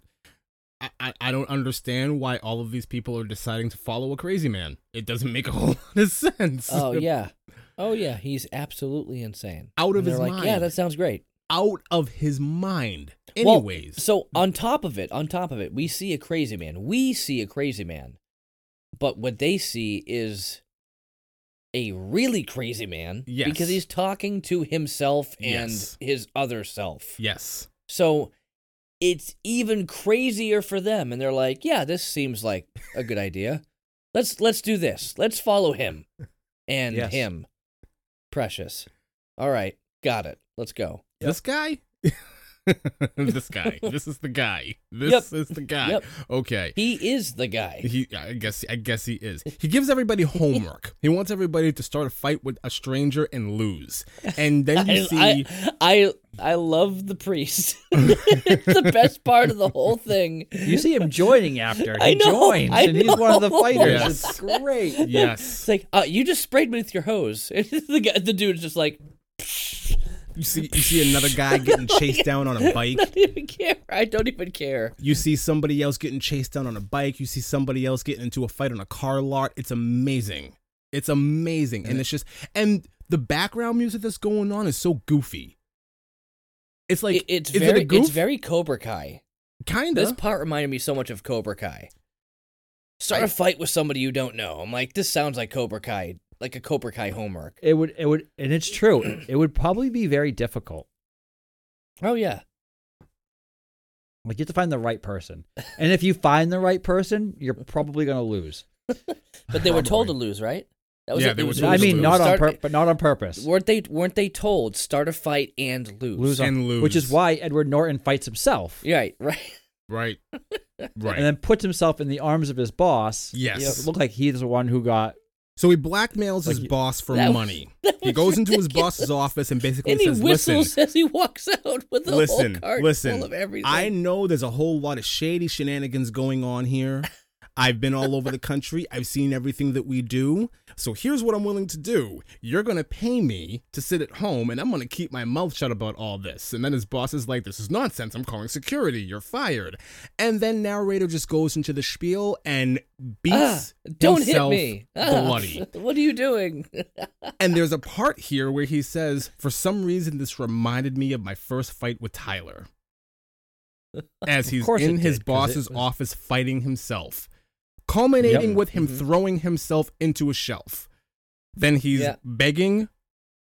I, I- I don't understand why all of these people are deciding to follow a crazy man. It doesn't make a whole lot of sense.
Oh yeah. Oh yeah. He's absolutely insane.
Out of
And they're
his
like,
mind.
Yeah, that sounds great.
Out of his mind.
Well,
Anyways.
so on top of it, on top of it, we see a crazy man. We see a crazy man, but what they see is a really crazy man
Yes.
because he's talking to himself and
Yes.
his other self.
yes.
So it's even crazier for them, and they're like, "Yeah, this seems like a good idea. Let's let's do this. Let's follow him and
Yes.
him, precious. All right, got it. Let's go.
This guy? this guy. This is the guy. This
Yep.
is the guy.
Yep.
Okay.
He is the guy.
He, I guess, I guess he is. He gives everybody homework. he wants everybody to start a fight with a stranger and lose. And then you see,
I, I I love the priest. it's the best part of the whole thing.
You see him joining after.
I
He
know,
joins
I
and he's one of the
know.
fighters.
Yes.
It's great.
yes,
It's like, uh, you just sprayed me with your hose. And the, guy, the dude's just like,
You see, you see another guy getting chased down on a bike.
I don't even care. I don't even care.
You see somebody else getting chased down on a bike. You see somebody else getting into a fight on a car lot. It's amazing. It's amazing, and it's just and the background music that's going on is so goofy. It's like
It- it's
is
very
it a goof?
it's very Cobra Kai.
kind
This
of.
part reminded me so much of Cobra Kai. Start a fight with somebody you don't know. I'm like, this sounds like Cobra Kai, like a Cobra Kai homework.
It would it would and it's true. It would probably be very difficult.
Oh yeah,
Like you have to find the right person, and if you find the right person, you're probably gonna lose.
But they were told to lose, right? That
Yeah,
it.
they
It
were
was-
told
I mean,
lose.
not on
Start-
pur- but not on purpose.
Weren't they weren't they told start a fight and lose?
Lose, on,
And
which is
lose.
why Edward Norton fights himself
Right, right.
Right. Right.
and then puts himself in the arms of his boss.
yes.
It looked like he's the one who got
So he blackmails his
Like,
boss for
that was-
money.
that
He
was
goes into his boss's office and basically
And he
says, "Listen,
whistles as he walks out with a
listen,
whole cart
listen.
full of everything.
I know there's a whole lot of shady shenanigans going on here. I've been all over the country. I've seen everything that we do. So here's what I'm willing to do. You're going to pay me to sit at home and I'm going to keep my mouth shut about all this. And then his boss is like, This is nonsense. I'm calling security. You're fired. And then narrator just goes into the spiel and
Ah,
beats
don't hit
himself
me. Ah,
bloody.
What are you doing?
And there's a part here where he says, for some reason, this reminded me of my first fight with Tyler. As he's
course
in
it
his
did, 'cause it
boss's
was-
office fighting himself, culminating
Yep. Mm-hmm.
with him throwing himself into a shelf. Then he's
Yeah.
begging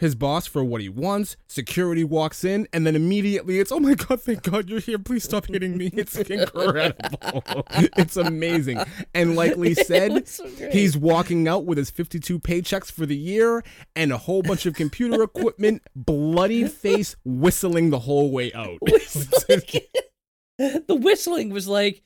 his boss for what he wants. Security walks in, and then immediately it's, oh my God, thank God you're here. Please stop hitting me. It's incredible. it's amazing. And like Lee said,
was so great.
he's walking out with his 52 paychecks for the year and a whole bunch of computer equipment, bloodied face, whistling the whole way out.
the whistling was like,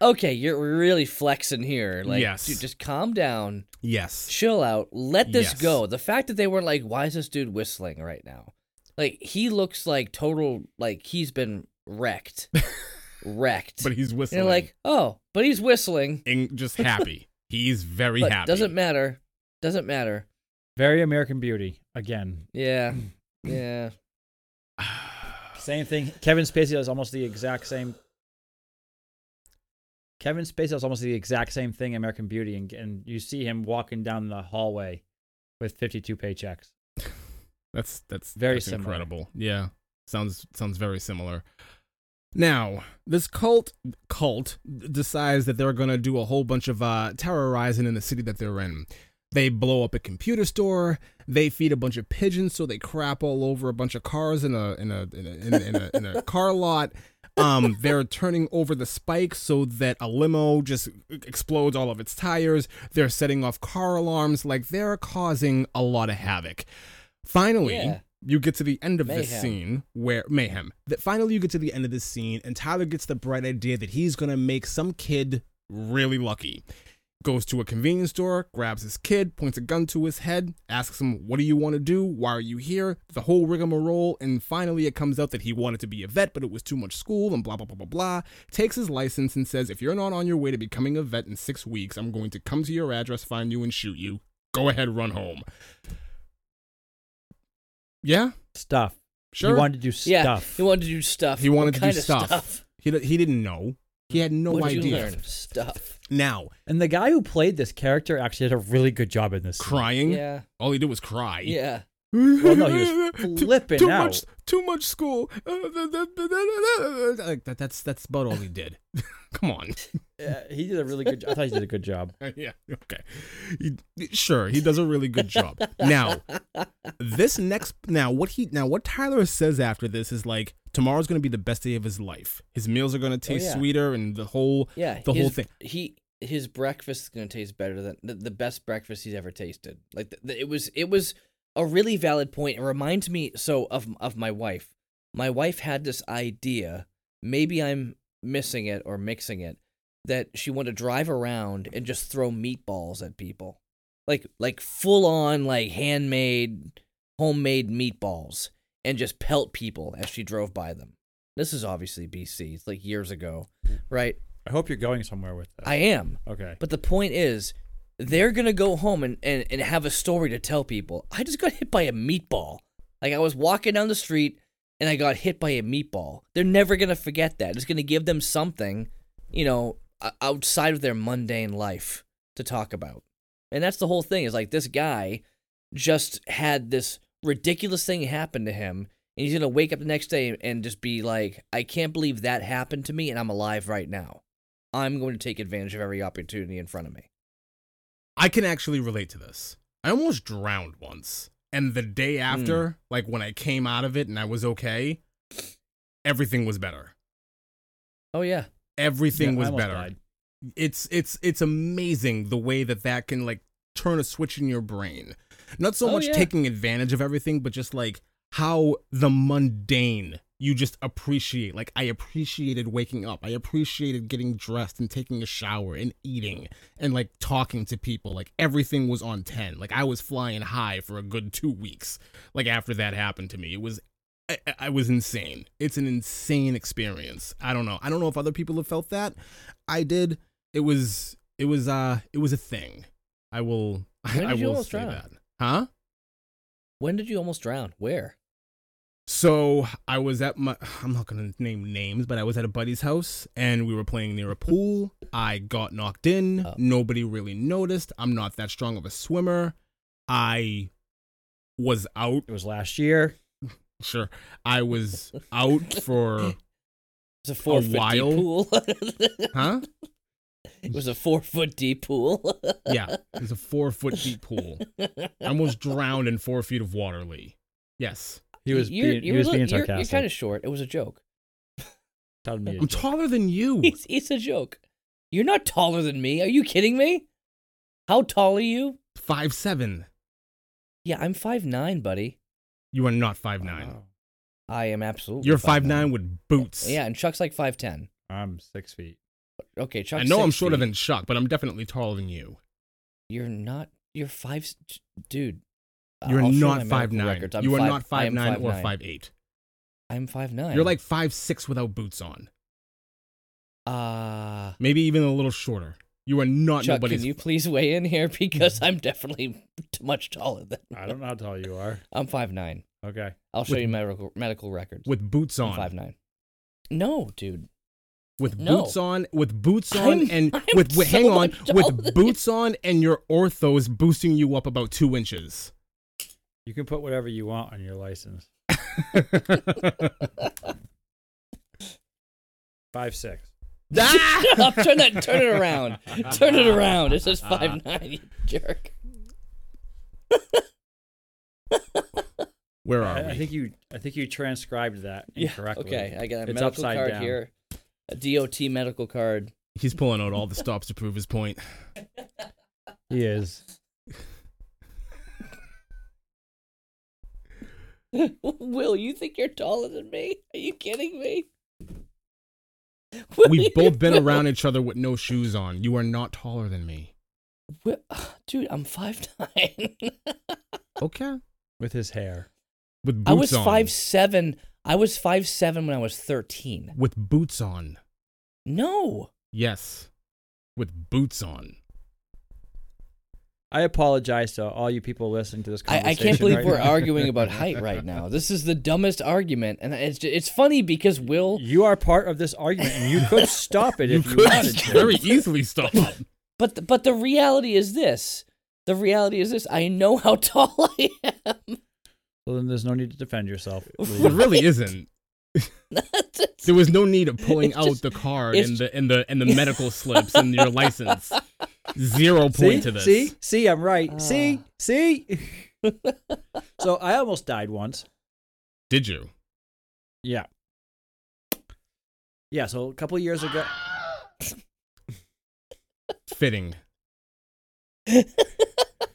okay, you're really flexing here. Like,
Yes.
dude, just calm down,
yes.
chill out, let this
Yes.
go. The fact that they weren't like, why is this dude whistling right now? Like, he looks like total, like he's been wrecked, wrecked.
But he's
and
whistling.
you're like, oh, but he's whistling.
and just happy. He's very
But
happy.
doesn't matter. Doesn't matter.
very American Beauty again.
Hmm.
Yeah. Yeah.
Same thing. Kevin Spacey does almost the exact same. Kevin Spacey does almost the exact same thing in American Beauty, and, and you see him walking down the hallway with 52 paychecks.
That's that's
Very
that's
similar.
incredible. Yeah, sounds sounds very similar. Now, this cult cult decides that they're gonna do a whole bunch of uh, terrorizing in the city that they're in. They blow up a computer store. They feed a bunch of pigeons, so they crap all over a bunch of cars in a in a in a in a, in a, in a car lot. Um, they're turning over the spikes so that a limo just explodes all of its tires. They're setting off car alarms, like they're causing a lot of havoc. Finally,
Yeah.
you get to the end of this
Mayhem.
scene where mayhem. That finally you get to the end of this scene, and Tyler gets the bright idea that he's gonna make some kid really lucky. Goes to a convenience store, grabs his kid, points a gun to his head, asks him, What do you want to do? Why are you here? The whole rigmarole. And finally, it comes out that he wanted to be a vet, but it was too much school and blah, blah, blah, blah, blah. Takes his license and says, If you're not on your way to becoming a vet in six weeks, I'm going to come to your address, find you, and shoot you. Go ahead, run home. Yeah,
Stuff.
sure.
He wanted to do
Yeah.
stuff.
He wanted to do stuff.
He wanted
What
to do
kind of
stuff. He, d- he didn't know. He had no
what did
idea.
you learn? Stuff.
Now,
and the guy who played this character actually did a really good job in this. scene.
crying,
Yeah.
all he did was cry.
Yeah.
well,
no, he was flipping
too, too
out.
Much, too much school. Uh, da- da- da- da- da- da- Like that, that's that's about all he did. Come on.
Uh, he did a really good. jo- I thought he did a good job.
yeah. Okay. He- sure, he does a really good job. Now, this next now what he now what Tyler says after this is like tomorrow's going to be the best day of his life. His meals are going to taste
Oh, yeah.
sweeter, and the whole
Yeah.
the whole
his-
thing.
He his breakfast is gonna taste better than the, the best breakfast he's ever tasted. Like th th- it was it was a really valid point. It reminds me so of of my wife. My wife had this idea. Maybe I'm missing it or mixing it. That she wanted to drive around and just throw meatballs at people, like like full on like handmade, homemade meatballs, and just pelt people as she drove by them. This is obviously BC. It's like years ago,
Mm.
right?
I hope you're going somewhere with that.
I am.
okay.
But the point is, they're going to go home and, and, and have a story to tell people. I just got hit by a meatball. Like, I was walking down the street and I got hit by a meatball. They're never going to forget that. It's going to give them something, you know, o- outside of their mundane life to talk about. And that's the whole thing is like, this guy just had this ridiculous thing happen to him. And he's going to wake up the next day and just be like, I can't believe that happened to me and I'm alive right now. I'm going to take advantage of every opportunity in front of me.
I can actually relate to this. I almost drowned once. And the
Hmm.
day after, like when I came out of it and I was okay, everything was better.
Oh yeah.
Yeah,
Everything
I
was
almost
better.
died.
it's it's it's amazing the way that that can like turn a switch in your brain not so
Oh,
much
yeah.
taking advantage of everything but just like how the mundane you just appreciate like i appreciated waking up i appreciated getting dressed and taking a shower and eating and like talking to people like everything was on 10 like i was flying high for a good two weeks like after that happened to me it was I, I- I was insane. It's an insane experience. I don't know. I don't know if other people have felt that. I did. It was it was uh it was a thing. I will I,
When
I
did you
will
almost
say
drown?
that. Huh?
When did you almost drown? Where?
So I was at my I'm not gonna name names, but I was at a buddy's house and we were playing near a pool. I got knocked in.
Oh.
Nobody really noticed. I'm not that strong of a swimmer. I was out
It was last year.
sure. I was out for
It's a four foot deep
while?
pool.
huh?
it was a four foot deep pool.
Yeah, it's a four foot deep pool. I almost drowned in four feet of water, Lee. Yes,
He was
You're-
being, he
you're
was
look-
being
you're-
sarcastic.
You're kind of short. It was a joke.
Told me
I'm
to-
taller than you.
It's, it's a joke. You're not taller than me. Are you kidding me? How tall are you?
Five seven.
Yeah, I'm five nine, buddy.
You are not five
Uh,
nine.
Wow.
I am absolutely.
You're five nine with boots.
Yeah, and Chuck's like five ten.
I'm six feet.
Okay, Chuck.
I know I'm shorter than Chuck, but I'm definitely taller than you.
You're not. You're five, dude.
You're
Uh, I'll show
not
my
five
medical
nine.
records. I'm
You are
five-
not
I
five
am
nine or five eight.
I'm five nine.
You're like five six without boots on.
Uh,
Maybe even a little shorter. You are not
Chuck,
nobody's.
can you please weigh in here because I'm definitely t- much taller than.
I don't know how tall you are.
I'm five nine.
Okay.
I'll show
With-
you medical medical records.
with boots on.
five nine. No, dude.
with
No.
boots on, with boots on,
I'm-
and
I'm
with wait, hang
so
on,
much taller than
with boots on, and your ortho is boosting you up about two inches.
You can put whatever you want on your license. Five six. Ah!
Shut up! Turn that. Turn it around. Turn it around. It says five nine. You jerk.
Where are
I,
we?
I think you. I think you transcribed that
Yeah,
incorrectly.
Okay, I got a
It's
medical
upside
card
down.
here. A DOT medical card.
He's pulling out all the stops to prove his point.
He is.
Will, you think you're taller than me? Are you kidding me?
We've both been
Will-
around each other with no shoes on. You are not taller than me.
Will- dude, I'm five nine.
Okay.
with his hair.
With boots
I was
on.
five seven. I was five seven when I was thirteen.
With boots on.
No,
Yes. With boots on.
I apologize to all you people listening to this conversation.
I, I can't believe
right
we're
now.
arguing about height right now. This is the dumbest argument, and it's ju- it's funny because Will.
You are part of this argument, and you could stop it
You
if you wanted
could
to.
very easily stop.
But the, but the reality is this. The reality is this. I know how tall I am.
Well, then there's no need to defend yourself.
There really isn't.
That's-
There was no need of pulling
It's
out
just-
the card
it's
and the and the and the medical slips and your license. Zero
see,
point to this.
see, see, I'm right. see,
Ah.
see. so I almost died once.
Did you?
Yeah. Yeah. So a couple years ago,
Fitting.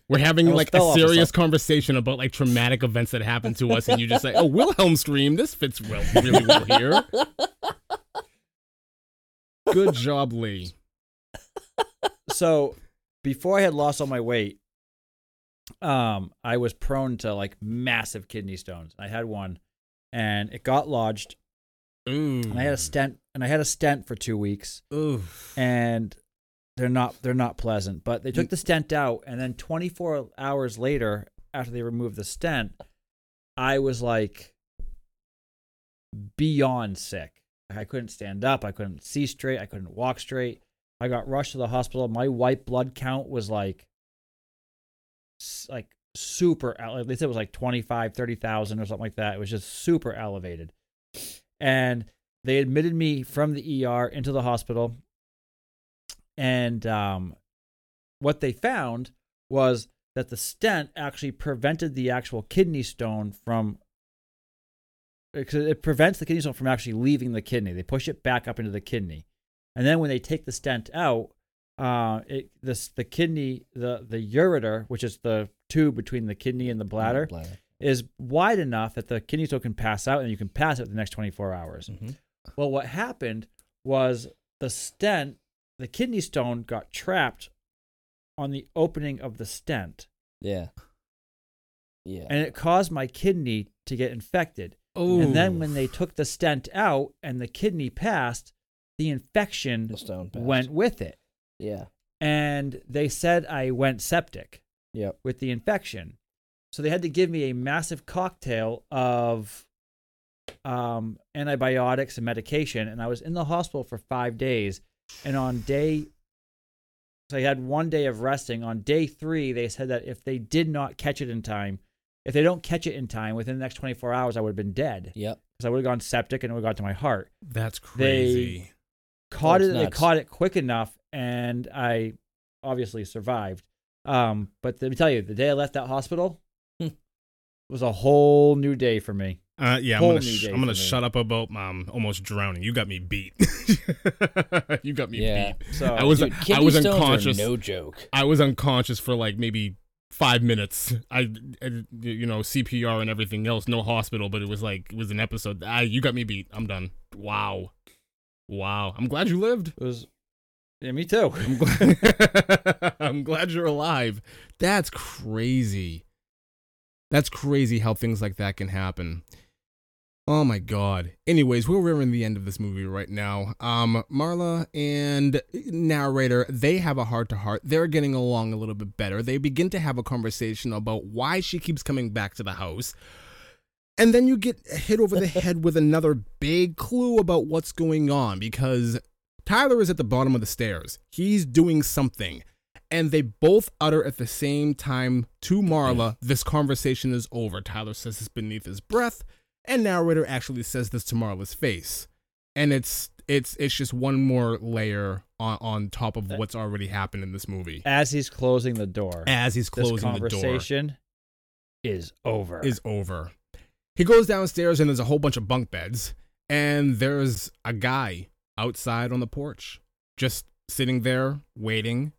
We're having
Almost
like a
fell off the
serious
side.
conversation about like traumatic events that happened to us, and you just say, "Oh, Wilhelm scream. This fits well, really well here." Good job, Lee.
so before I had lost all my weight, um, I was prone to like massive kidney stones. I had one, and it got lodged,
Ooh.
and I had a stent, and I had a stent for two weeks,
Ooh.
and they're not they're not pleasant. But they took the stent out, and then 24 hours later, after they removed the stent, I was like beyond sick. I couldn't stand up. I couldn't see straight. I couldn't walk straight. I got rushed to the hospital. My white blood count was like, s- like super. ele- They said it was like 25, 30,000 or something like that. It was just super elevated. And they admitted me from the ER into the hospital. And um, what they found was that the stent actually prevented the actual kidney stone from because it prevents the kidney stone from actually leaving the kidney. They push it back up into the kidney, and then when they take the stent out, uh, it, this the kidney, the the ureter, which is the tube between the kidney and the bladder,
Bladder.
is wide enough that the kidney stone can pass out, and you can pass it the next 24 hours.
Mhm.
Well, what happened was the stent, the kidney stone, got trapped on the opening of the stent,
Yeah. Yeah.
and it caused my kidney to get infected.
Oh,
And then when they took the stent out and the kidney passed, the infection
The stone passed.
went with it.
yeah.
And they said I went septic
Yep.
with the infection. So they had to give me a massive cocktail of um, antibiotics and medication. And I was in the hospital for five days. And on day, so I had one day of resting. On day three, they said that if they did not catch it in time, if they don't catch it in time within the next 24 hours, I would have been dead
Yep.
because I would have gone septic and it would have gone to my heart.
that's
they-
crazy.
Caught
Oh, it's
it, they
nuts.
caught it quick enough, and I obviously survived. Um, but let me tell you, the day I left that hospital
Hmm.
was a whole new day for me.
uh, yeah, I'm
whole
gonna
new
sh-
day
I'm gonna
for me.
shut up about mom almost drowning. You got me beat. you got me
Yeah.
beat.
So
I was
Dude,
I
kidney
was
stones are
unconscious.
No joke.
I was unconscious for like maybe five minutes. I, I- you know, CPR and everything else. No hospital, but it was like it was an episode. I, you got me beat. I'm done. Wow, wow. I'm glad you lived.
it was. Yeah, me too.
I'm glad. I'm glad you're alive. That's crazy. That's crazy how things like that can happen. Oh my god. Anyways, we're nearing the end of this movie right now. Um, Marla and narrator, they have a heart to heart. They're getting along a little bit better. They begin to have a conversation about why she keeps coming back to the house. And then you get hit over the head with another big clue about what's going on because Tyler is at the bottom of the stairs. He's doing something. And they both utter at the same time to Marla, this conversation is over. Tyler says this beneath his breath, and narrator actually says this to Marla's face. And it's it's it's just one more layer on, on top of what's already happened in this movie.
As he's closing the door,
As he's closing
this
the door
conversation is over.
is over. He goes downstairs and there's a whole bunch of bunk beds, and there's a guy outside on the porch, just sitting there waiting.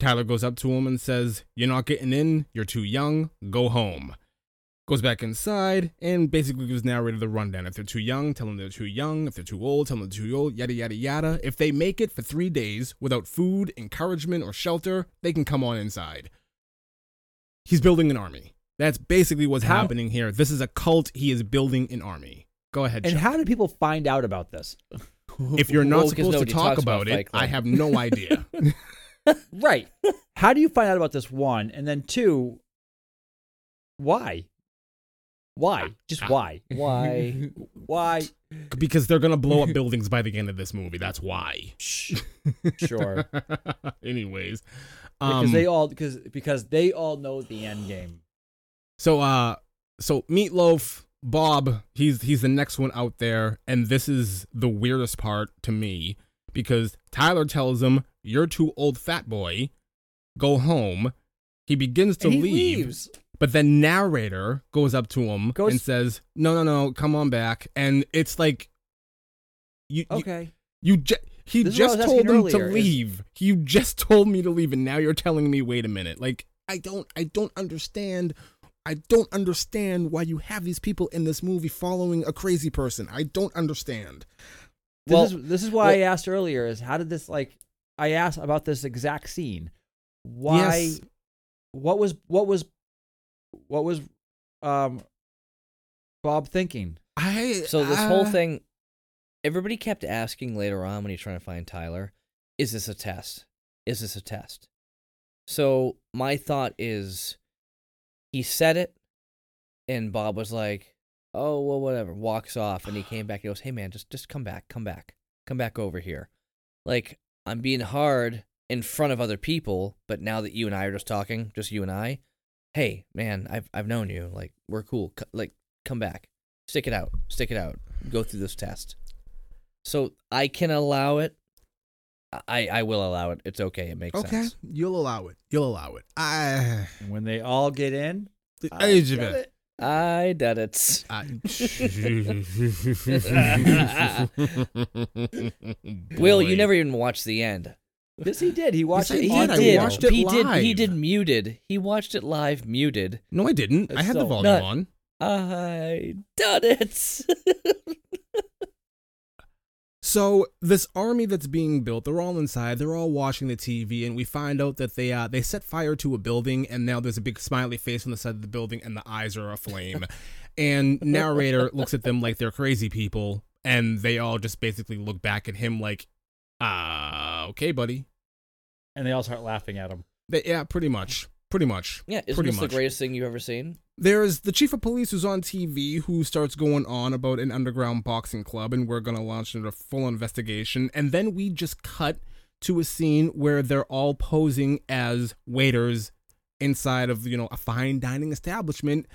Tyler goes up to him and says, You're not getting in, you're too young, go home. Goes back inside and basically gives narrator the rundown. If they're too young, tell them they're too young. If they're too old, tell them they're too old, yada, yada, yada. If they make it for three days without food, encouragement, or shelter, they can come on inside. He's building an army. That's basically what's
How-
happening here. This is a cult. He is building an army. Go ahead.
and
Chuck.
how did people find out about this?
if you're not
Well, 'cause
supposed to
nobody
talk
talks about
about
Fight
it,
Club.
I have no idea.
Right. How do you find out about this one? And then two, why? Why?
Ah.
Just why?
Why?
Why?
because they're gonna blow up buildings by the end of this movie. That's why.
Sure.
Anyways,
because
um,
they all because because they all know the end game.
so uh, so Meatloaf Bob, he's he's the next one out there, and this is the weirdest part to me because Tyler tells him, "You're too old, fat boy. Go home." He begins to
And he
leave,
leaves.
but the narrator goes up to him
Goes-
and says, "No, no, no, come on back." And it's like, you, you
Okay.
You ju- he
This is what I
just
was
told
asking
him to
earlier, is-
leave. You just told me to leave, and now you're telling me, wait a minute. Like I don't, I don't understand. I don't understand why you have these people in this movie following a crazy person. I don't understand.
This
Well-
is this is why I
well-
asked earlier is how did this like I asked about this exact scene. Why
Yes.
what was what was what was um Bob thinking?
I
So this whole
uh,
thing, everybody kept asking later on when he's trying to find Tyler, is this a test? Is this a test? So my thought is, he said it, and Bob was like, "Oh well, whatever." Walks off, and he came back. and goes, "Hey man, just just come back, come back, come back over here." Like I'm being hard in front of other people, but now that you and I are just talking, just you and I, hey man, I've I've known you. Like we're cool. C- like come back stick it out stick it out go through this test so i can allow it i i will allow it it's okay it makes
Okay,
sense
you'll allow it. You'll allow it. I.
And when they all get in,
The
I
age of
get
it.
it.
I did it.
I-
Will, you
Boy.
never even watched the end.
Yes, he did. He watched
Yes, I
it.
He
did.
on
I
video.
watched it
he did. He
live.
did muted. He watched it live muted.
No, I didn't. I
It's
had the
so
volume
nut.
on.
I done it.
So this army that's being built, they're all inside. They're all watching the TV, and we find out that they uh, they set fire to a building, and now there's a big smiley face on the side of the building, and the eyes are aflame. and narrator looks at them like they're crazy people, and they all just basically look back at him like, "Ah, okay, buddy."
And they all start laughing at him.
They, yeah, pretty much, pretty much.
yeah, isn't
Pretty
this
much.
the greatest thing you've ever seen?
There's the chief of police who's on TV who starts going on about an underground boxing club, and we're going to launch into a full investigation. And then we just cut to a scene where they're all posing as waiters inside of, you know, a fine dining establishment.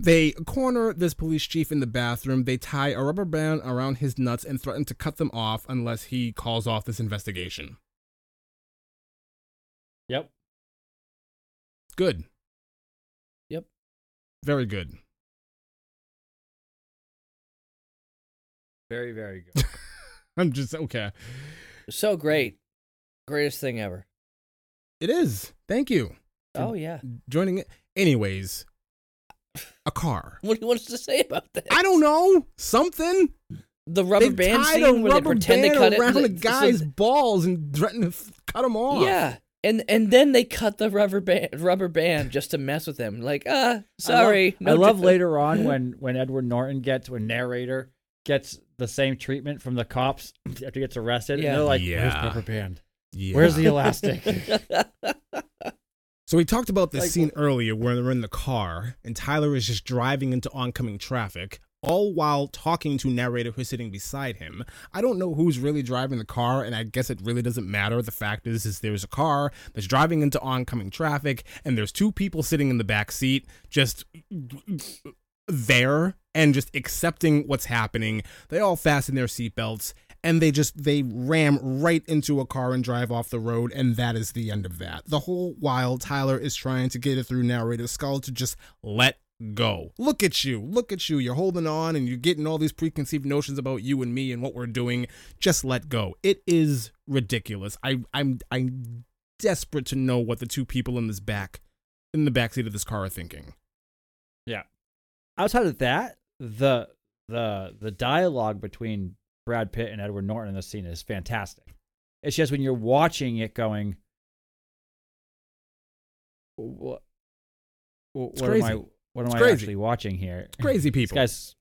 They corner this police chief in the bathroom. They tie a rubber band around his nuts and threaten to cut them off unless he calls off this investigation.
Yep.
Good.
Yep.
Very good.
Very, very good.
I'm just okay.
So great. Greatest thing ever.
It is. Thank you.
Oh yeah.
joining it. Anyways, a car.
What do you want us to say about that?
I don't know. Something.
The rubber
they
band
tied
scene
a
where they
rubber
pretend
band
to cut
around
it.
the
so-
guy's balls and threatened to f- cut him off.
Yeah. And and then they cut the rubber band rubber band just to mess with him. Like, ah, sorry.
I love, I love
different-
later on when when Edward Norton gets when narrator gets the same treatment from the cops after he gets arrested.
Yeah.
And they're like,
Yeah.
"Where's the rubber band?
Yeah.
Where's the elastic?"
So we talked about this
Like-
scene earlier where they're in the car and Tyler is just driving into oncoming traffic, all while talking to narrator who's sitting beside him. I don't know who's really driving the car, and I guess it really doesn't matter. The fact is, is there's a car that's driving into oncoming traffic, and there's two people sitting in the back seat, just there and just accepting what's happening. They all fasten their seatbelts and they just they ram right into a car and drive off the road and that is the end of that. The whole while Tyler is trying to get it through narrator skull to just let go. Look at you. Look at you. You're holding on and you're getting all these preconceived notions about you and me and what we're doing. Just let go. It is ridiculous. I I'm I'm desperate to know what the two people in this back in the backseat of this car are thinking.
Outside of that, the the the dialogue between Brad Pitt and Edward Norton in the scene is fantastic. It's just when you're watching it, going, "What? What,
It's
what am I?
crazy.
What am
It's
I
crazy.
actually watching here?
Crazy people.
This guy's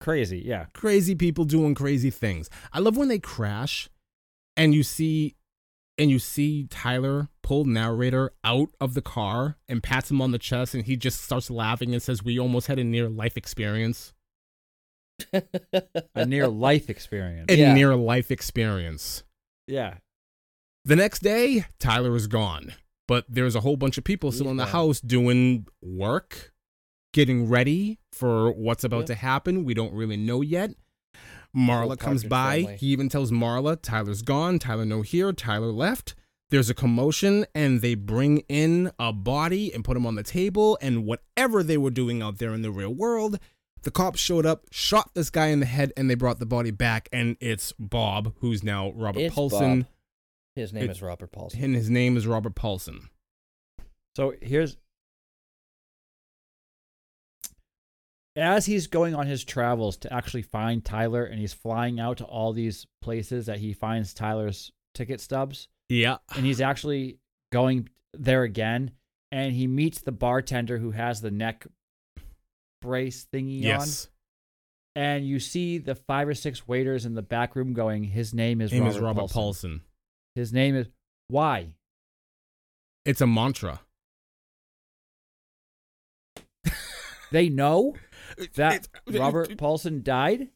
crazy. Yeah.
crazy people doing crazy things. I love when they crash and you see and you see Tyler pull narrator out of the car and pats him on the chest and he just starts laughing and says we almost had a near life experience.
a near life experience.
A
Yeah.
near life experience.
yeah.
The next day, Tyler is gone, but there's a whole bunch of people still
He's
in the
gone.
house doing work, getting ready for what's about
Yep.
to happen. We don't really know yet. Marla comes
Partridge
by.
family.
He even tells Marla, Tyler's gone, Tyler no here, Tyler left. There's a commotion, and they bring in a body and put him on the table. And whatever they were doing out there in the real world, the cops showed up, shot this guy in the head, and they brought the body back. And it's Bob, who's now Robert
It's
Paulson.
Bob. His name
It-
is Robert Paulson.
And his name is Robert Paulson.
So here's as he's going on his travels to actually find Tyler, and he's flying out to all these places that he finds Tyler's ticket stubs,
Yeah.
and he's actually going there again, and he meets the bartender who has the neck brace thingy on.
Yes.
And you see the five or six waiters in the back room going, his name is
His name
Robert,
is Robert Paulson.
Paulson. His name is why?
It's a mantra.
They know that
It's-
Robert Paulson died.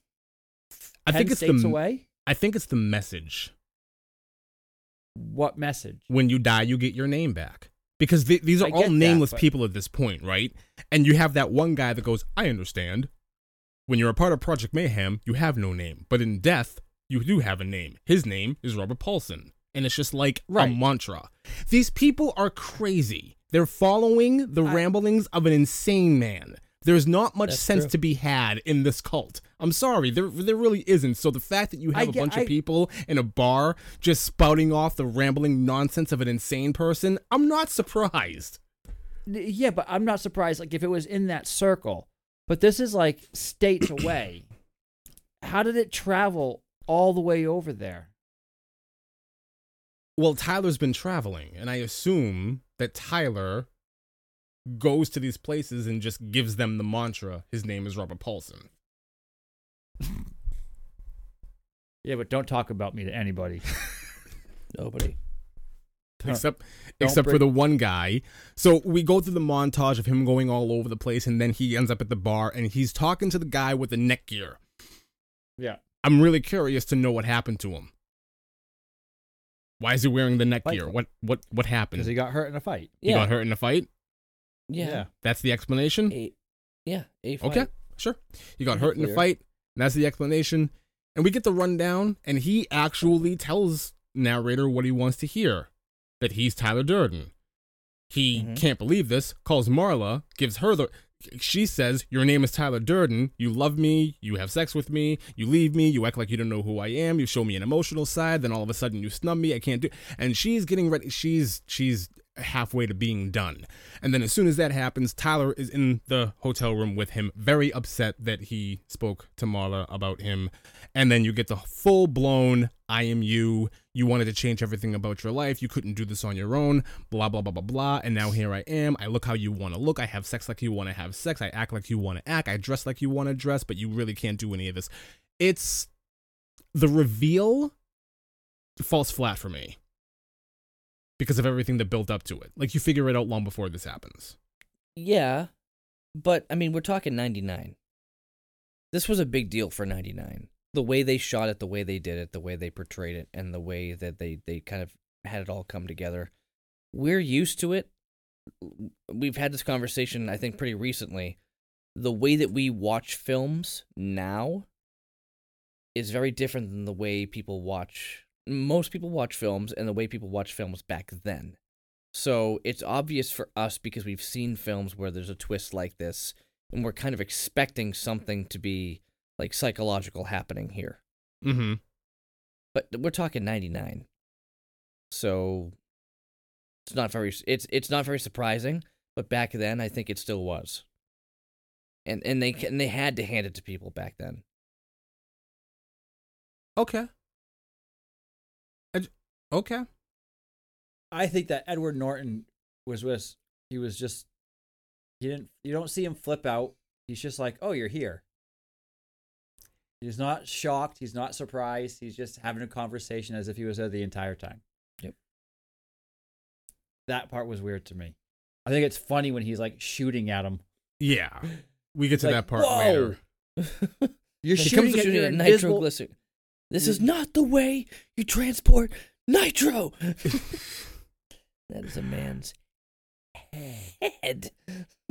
I think
10
it's
states
the
away.
I think it's the message.
What message?
When you die, you get your name back. Because th- these are
I
all
get that,
nameless
but-
people at this point, right? And you have that one guy that goes, "I understand." When you're a part of Project Mayhem, you have no name, but in death, you do have a name. His name is Robert Paulson, and it's just like a
Right.
mantra. These people are crazy. They're following the
I-
ramblings of an insane man. There's not much
That's
sense
true.
to be had in this cult. I'm sorry, there there really isn't. So the fact that you
I
have a
get-
bunch
I-
of people in a bar just spouting off the rambling nonsense of an insane person, I'm not surprised.
N- Yeah, but I'm not surprised. Like if it was in that circle, but this is like states away. How did it travel all the way over there?
Well, Tyler's been traveling, and I assume that Tyler goes to these places and just gives them the mantra. His name is Robert Paulson.
Yeah, but don't talk about me to anybody.
Nobody.
Huh.
except
Don't
except for
bring-
the one guy. So we go through the montage of him going all over the place, and then he ends up at the bar and he's talking to the guy with the neck gear.
Yeah.
I'm really curious to know what happened to him. Why is he wearing the neck
Fight
gear?
club.
What what what happened?
Because he
He,
got hurt in a fight.
Yeah.
got hurt in a fight.
Yeah.
That's the
Yeah.
explanation.
A, yeah. A fight.
Okay, sure. He got hurt in a
Weird.
fight. And that's the explanation. And we get the rundown, and he actually tells narrator what he wants to hear that he's Tyler Durden. He
Mhm.
can't believe this, calls Marla, gives her the. She says, Your name is Tyler Durden. You love me. You have sex with me. You leave me. You act like you don't know who I am. You show me an emotional side. Then all of a sudden you snub me. I can't do. And she's getting ready. She's, she's halfway to being done. And then as soon as that happens, Tyler is in the hotel room with him, very upset that he spoke to Marla about him. And then you get the full blown I am you. You wanted to change everything about your life. You couldn't do this on your own. Blah, blah, blah, blah, blah. And now here I am. I look how you want to look. I have sex like you want to have sex. I act like you want to act. I dress like you want to dress, but you really can't do any of this. It's the reveal falls flat for me because of everything that built up to it. Like you figure it out long before this happens.
Yeah. But I mean, we're talking 99. This was a big deal for 99. The way they shot it, the way they did it, the way they portrayed it, and the way that they, they kind of had it all come together. We're used to it. We've had this conversation, I think, pretty recently. The way that we watch films now is very different than the way people watch. Most people watch films and the way people watch films back then. So it's obvious for us because we've seen films where there's a twist like this, and we're kind of expecting something to be like psychological happening here.
Mm-hmm.
But we're talking 99. So it's not very it's it's not very surprising, but back then I think it still was. And and they and they had to hand it to people back then.
Okay. I j- okay.
I think that Edward Norton was with. He was just. He didn't. You don't see him flip out. He's just like, "Oh, you're here." He's not shocked. He's not surprised. He's just having a conversation as if he was there the entire time.
Yep.
That part was weird to me. I think it's funny when he's like shooting at him.
Yeah. We get to
Like,
that part
whoa!
later.
You're
When it
shooting
comes to
at your
shooting at
invisible- Mm.
nitroglycerin. This is not the way you transport nitro. that is a man's head.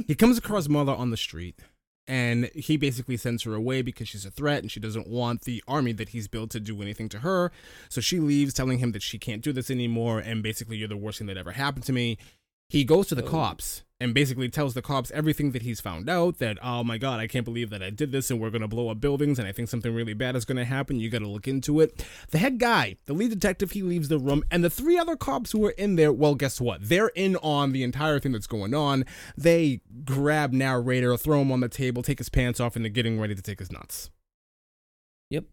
He comes across Marla on the street and he basically sends her away because she's a threat and she doesn't want the army that he's built to do anything to her. So she leaves telling him that she can't do this anymore and basically you're the worst thing that ever happened to me. He goes to the
Oh.
cops and basically tells the cops everything that he's found out that oh my god, I can't believe that I did this and we're going to blow up buildings and I think something really bad is going to happen. You got to look into it. The head guy, the lead detective, he leaves the room and the three other cops who are in there, well guess what? They're in on the entire thing that's going on. They grab narrator, throw him on the table, take his pants off and they're getting ready to take his nuts.
Yep.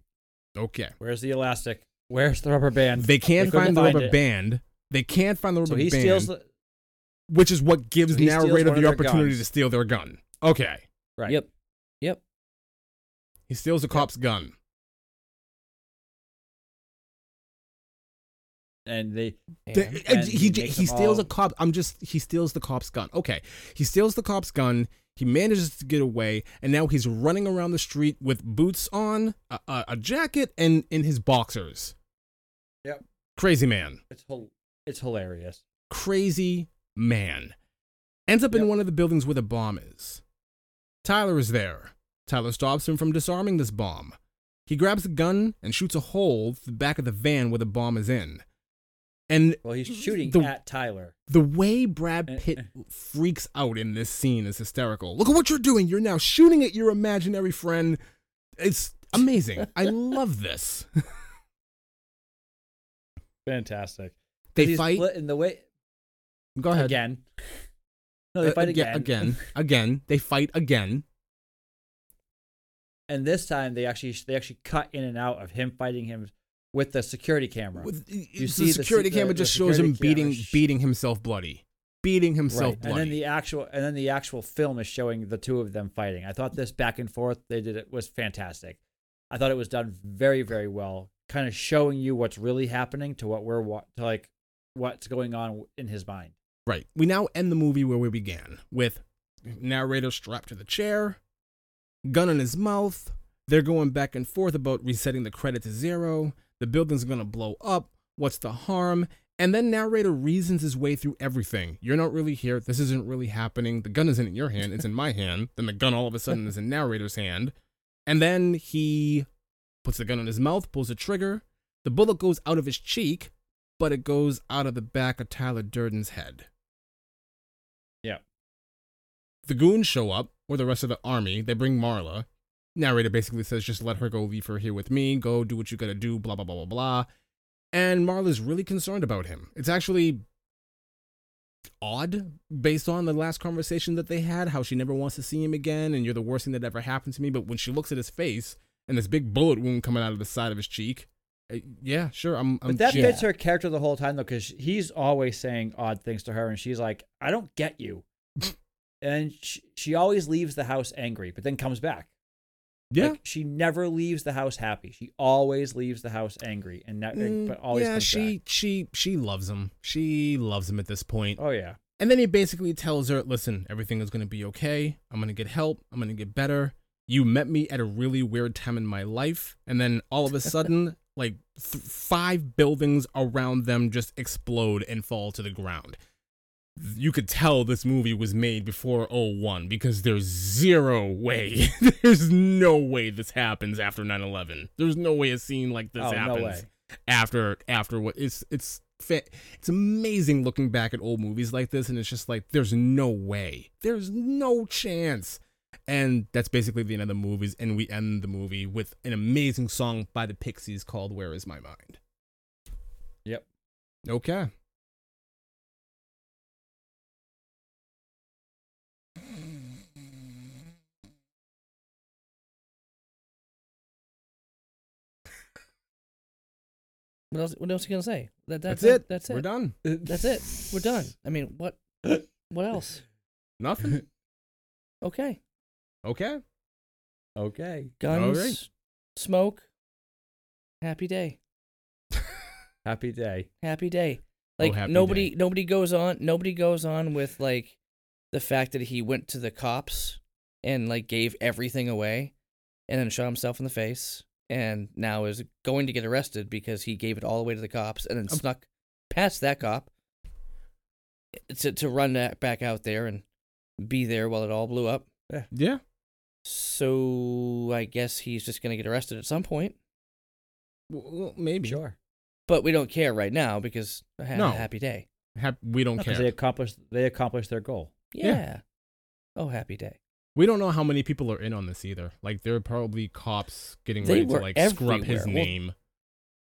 Okay.
Where's the elastic? Where's the rubber band?
They can't
couldn't
find the
find
rubber
it.
band. They can't find the rubber
so he
band.
steals. The,
which is what gives
So he steals
narrator
one of
the
their
opportunity
guns.
to steal their gun. Okay,
right.
Yep. Yep.
he steals a cop's gun.
And they.
And-
Th- and
And
he
he
j-
makes
he
them
steals a
all-
cop. I'm just he steals the cop's gun. Okay, he steals the cop's gun. He manages to get away, and now he's running around the street with boots on, a, a, a jacket, and in his boxers.
Yep.
Crazy man.
It's hol- It's hilarious.
crazy man. Ends up in
Yep.
one of the buildings where the bomb is. Tyler is there. Tyler stops him from disarming this bomb. He grabs a gun and shoots a hole through the back of the van where the bomb is in. And
Well, he's shooting
The-
at Tyler.
the way
Eh,
Brad Pitt freaks out in this scene is hysterical. Look at what you're doing. You're now shooting at your imaginary friend. It's amazing. I love this.
Fantastic.
They
He's
fight.
split in the way
Go ahead.
again. No, they
Uh,
fight
aga-
again.
Again. Again. They fight again.
and this time they actually they actually cut in and out of him fighting him with the security camera.
With-
You
the
see the-
security
the-
camera
the
just shows
security
him beating
camera sh-
beating himself bloody. Beating himself
Right. And
bloody.
then the actual and then the actual film is showing the two of them fighting. I thought this back and forth they did it was fantastic. I thought it was done very very well, kind of showing you what's really happening to what we're wa- to like what's going on in his mind.
Right. We now end the movie where we began with narrator strapped to the chair, gun in his mouth. They're going back and forth about resetting the credit to zero. The building's going to blow up. What's the harm? And then narrator reasons his way through everything. You're not really here. This isn't really happening. The gun isn't in your hand, it's in my hand. Then the gun all of a sudden is in narrator's hand. And then he puts the gun in his mouth, pulls the trigger. The bullet goes out of his cheek, but it goes out of the back of Tyler Durden's head.
Yeah.
The goons show up, or the rest of the army. They bring Marla. Narrator basically says, just let her go, leave her here with me, go do what you gotta do, blah, blah, blah, blah, blah. And Marla's really concerned about him. It's actually odd based on the last conversation that they had, how she never wants to see him again, and you're the worst thing that ever happened to me. But when she looks at his face and this big bullet wound coming out of the side of his cheek, eh, yeah, sure, I'm. I'm
But that
yeah.
fits her character the whole time though, because he's always saying odd things to her, and she's like, "I don't get you," and she, she always leaves the house angry, but then comes back.
Yeah.
Like, she never leaves the house happy. She always leaves the house angry, and that,
Mm,
but always
yeah,
comes
she she she loves him. She loves him at this point.
back. Oh yeah,
And then he basically tells her, "Listen, everything is going to be okay. I'm going to get help. I'm going to get better. You met me at a really weird time in my life." And then all of a sudden, like th- five buildings around them just explode and fall to the ground. You could tell this movie was made before 01 because there's zero way. there's no way this happens after 9/11. There's no way a scene like this
Oh, no
happens
way.
after after what it's it's fa- it's amazing looking back at old movies like this and it's just like there's no way there's no chance and that's basically the end of the movies and we end the movie with an amazing song by the pixies called where is my mind
Yep.
okay
What else? What else you gonna say? That, that-
that's,
that-
it
That's it.
we're done
That's it. We're done. I mean, what? What else?
nothing
Okay.
okay
Okay.
Guns,
right.
smoke. Happy day.
Happy day.
Happy day.
Oh,
Like
happy
nobody,
day.
nobody goes on. Nobody goes on with like the fact that he went to the cops and like gave everything away, and then shot himself in the face, and now is going to get arrested because he gave it all away to the cops and then
Um,
snuck past that cop to to run that back out there and be there while it all blew up.
yeah
So I guess he's just going to get arrested at some point,
well, well, maybe
Sure.
but we don't care right now because I had
No.
a happy day.
Hap- we don't
Because
care
they accomplished they accomplished their goal.
Yeah.
Yeah.
Oh, happy day.
We don't know how many people are in on this either. Like there are probably cops getting
They
ready to
were
like scrub his
everywhere. Well-
name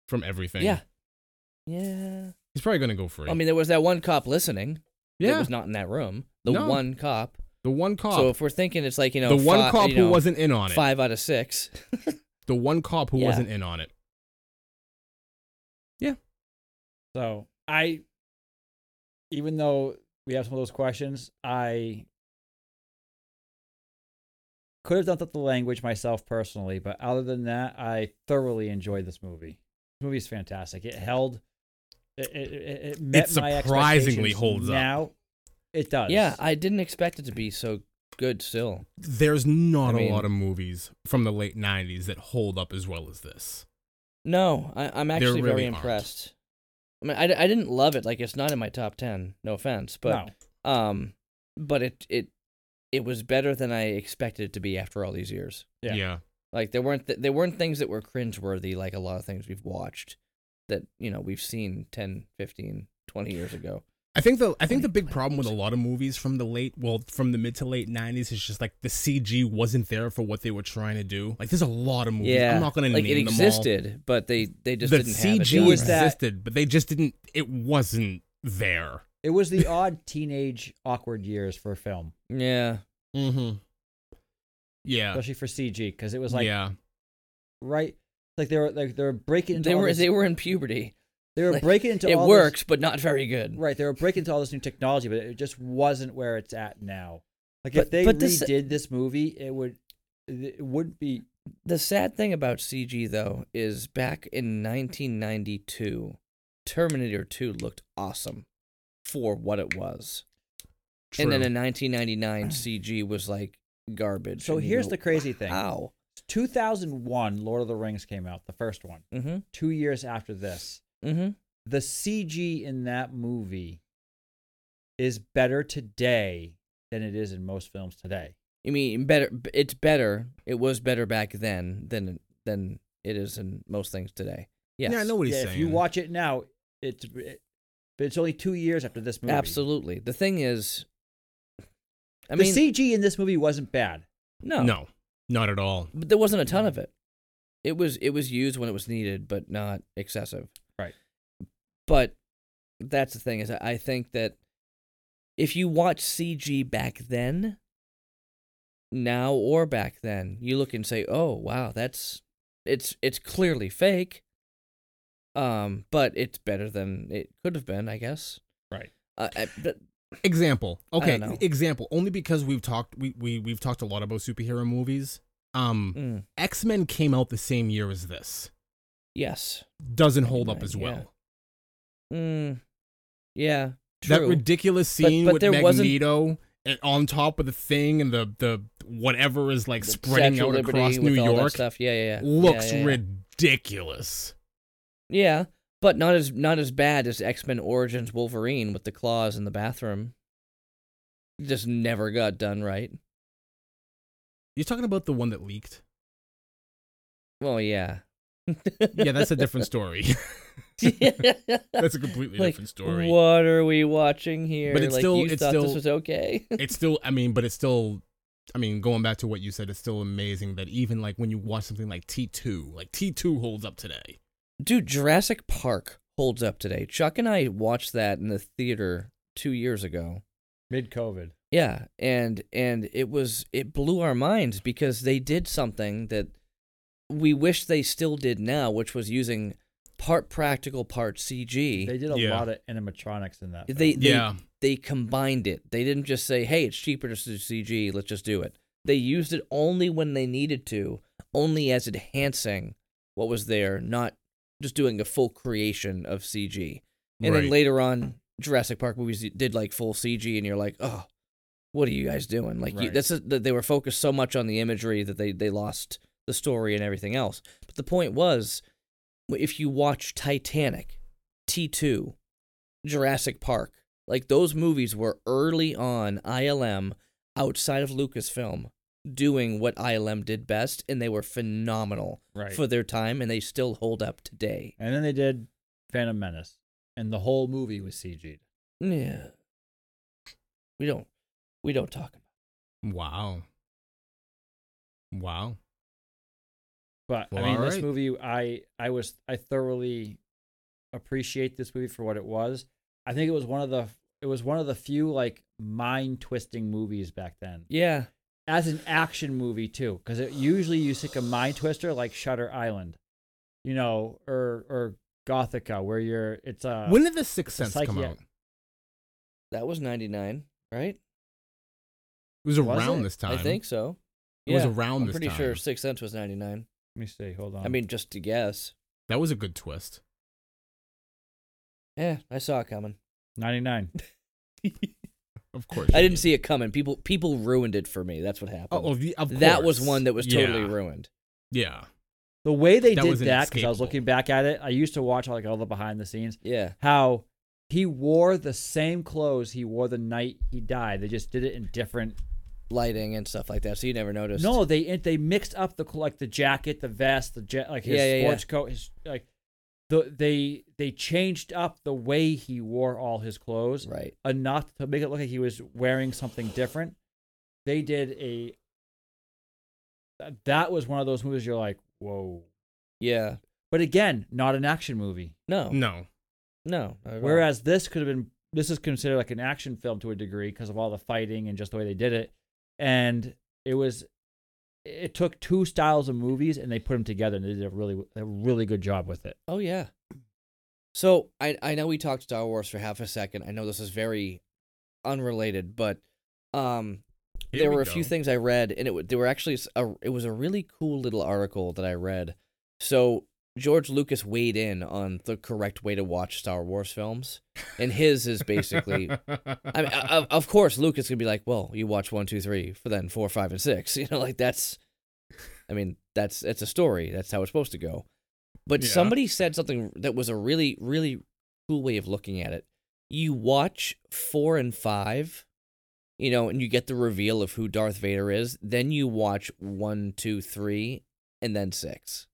from everything.
Yeah. Yeah.
he's probably gonna go free.
I mean, there was that one cop listening. that
yeah,
was not in that room. The
No.
one cop.
the one cop,
So if we're thinking it's like, you know,
the one
fi-
cop
you
who
know,
wasn't in on it,
five out of six.
the one cop who
Yeah.
wasn't in on it.
So I, even though we have some of those questions, I could have done up the language myself personally, but other than that, I thoroughly enjoyed this movie. This movie is fantastic. It held. It it, it, it met my
surprisingly
expectations.
holds up.
Now, it does.
yeah. I didn't expect it to be so good still.
There's not
I
a lot
mean-
of movies from the late '90s that hold up as well as this.
No, I, I'm
There
actually very
really aren't.
impressed. I mean, I, d- I didn't love it. Like, it's not in my top 10. No offense. But
no.
um but it it it was better than i expected it to be after all these years
Yeah.
yeah.
like there weren't th- there weren't things that were cringeworthy like a lot of things we've watched that you know we've seen 10 15 20 years ago
I think the I think the big problem with a lot of movies from the late well from the mid to late nineties is just like the CG wasn't there for what they were trying to do. Like there's a lot of movies.
yeah
I'm not gonna
like
name
it
them
existed but they they
all.
just
the
didn't have it
CG
down,
was
right?
that-
existed, but they just didn't. It wasn't there.
It was the odd teenage awkward years for film,
yeah
Mm-hmm. Yeah.
especially for CG, because it was like
yeah.
right, like they were like they were breaking into
they
all
were
this-
they were in puberty
they were
like,
breaking into
it
all
works but not very good
This, right, they were breaking into all this new technology, but it just wasn't where it's at now. Like
But-
if they
but this-
redid this movie, it would it would be
the sad thing about cg though is back in 1992 terminator 2 looked awesome for what it was and then
True.
in 1999 cg was like garbage
So
and you
here's
go,
the crazy thing.
how
2001. Lord of the Rings came out, the first one.
mm-hmm
Two years after this,
mm-hmm
the CG in that movie is better today than it is in most films today.
I mean, better. b- It's better. It was better back then than than it is in most things today. Yes.
Yeah, I know what he's
yeah,
saying.
if you watch it now, it's it, but it's only two years after this movie.
Absolutely. The thing is, I
the
mean,
CG in this movie wasn't bad.
no,
No, not at all.
but there wasn't a ton of it. It was it was used when it was needed, but not excessive.
Right.
But that's the thing is, I- I think that if you watch CG back then, now or back then, you look and say, "Oh, wow, that's it's it's clearly fake." Um, but it's better than it could have been, I guess.
Right.
Uh, I, but
Example.
don't
Okay.
know.
Example. Only because we've talked we, we we've talked a lot about superhero movies. Um
mm,
X Men came out the same year as this.
yes,
Doesn't hold up as
99,
well.
yeah. mm, yeah, true.
That ridiculous
But-
scene
but there
with
wasn't-
Magneto and on top of the thing and the the whatever is like
the
spreading
Statue
out
of Liberty
across New
with all that
York
stuff. Yeah, yeah, yeah.
looks
yeah, yeah, yeah.
ridiculous.
Yeah, but not as not as bad as X Men Origins Wolverine with the claws in the bathroom. Just never got done right.
You're talking about the one that leaked.
Well, yeah.
Yeah, that's a different story.
that's
that's a completely
like,
different story.
What are we watching here?
But it's
like,
still-
you
it's
thought this
still-
was okay.
it's still i mean but it's still i mean going back to what you said it's still amazing that even like when you watch something like t2 like t2 holds up today
Dude, Jurassic Park holds up today. Chuck and I watched that in the theater two years ago.
Mid COVID,
Yeah, and and it was it blew our minds because they did something that we wish they still did now, which was using part practical, part CG.
they did a
Yeah.
lot of animatronics in that.
They,
film.
they
Yeah.
they combined it. They didn't just say, "Hey, it's cheaper to do CG. Let's just do it." They used it only when they needed to, only as enhancing what was there, not just doing a full creation of CG. And then
Right.
later on, Jurassic Park movies did like full CG, and you're like, "Oh, what are you guys doing?" Like you,
Right.
that's a, that they were focused so much on the imagery that they they lost the story and everything else. But the point was, if you watch Titanic, T2, Jurassic Park. Like those movies were early on ILM outside of Lucasfilm doing what ILM did best and they were phenomenal
Right.
for their time and they still hold up today.
and then they did Phantom Menace, and the whole movie was CG'd.
Yeah. We don't we don't talk about.
wow wow
But
Well,
I mean,
all
this
right.
movie, I I was I thoroughly appreciate this movie for what it was. I think it was one of the it was one of the few like mind twisting movies back then,
Yeah.
as an action movie too, because usually you stick a mind twister like Shutter Island, you know, or or Gothica, where you're it's uh,
Uh,
a
when did the sixth sense come
psychi-
out
That was 99, right?
it was
Was
around
it?
this time
I think so.
It was
Yeah,
around
I'm
this
pretty
time. Um,
sure Sixth Sense was 99.
let me see, hold on.
I mean, just to guess.
that was a good twist
Yeah, I saw it coming.
ninety nine.
of course
I
you
didn't see it coming. People people ruined it for me. That's what happened.
oh well, the- of
that was
course.
one that was totally
yeah.
ruined.
yeah
The way they
That
did
was
that, because I was
inescapable.
looking back at it, I used to watch like all the behind the scenes.
Yeah.
how he wore the same clothes he wore the night he died. They just did it in different.
Lighting and stuff like that. So you never noticed.
No, they they mixed up the cl- like the jacket, the vest, the jet, like his
Yeah, yeah, yeah.
sports coat, his like the, they they changed up the way he wore all his clothes
Right.
enough to make it look like he was wearing something different. They did a. that- That was one of those movies you're like, whoa.
Yeah.
But again, not an action movie.
No. No.
No.
not at all.
Whereas this could have been, this is considered like an action film to a degree because of all the fighting and just the way they did it. And it was, it took two styles of movies and they put them together and they did a really, a really good job with it.
Oh yeah. So I I know we talked Star Wars for half a second. I know this is very unrelated, but um
Here
there
we
were a few
go.
things I read, and it w- there were actually s- a, it was a really cool little article that I read. So George Lucas weighed in on the correct way to watch Star Wars films, and his is basically. I mean, o- of, of course, Lucas could be like, "Well, you watch one, two, three, for then four, five, and six. You know, like that's, I mean, that's it's a story. That's how it's supposed to go. But
Yeah.
somebody said something that was a really, really cool way of looking at it. You watch four and five, you know, and you get the reveal of who Darth Vader is. Then you watch one, two, three, and then six.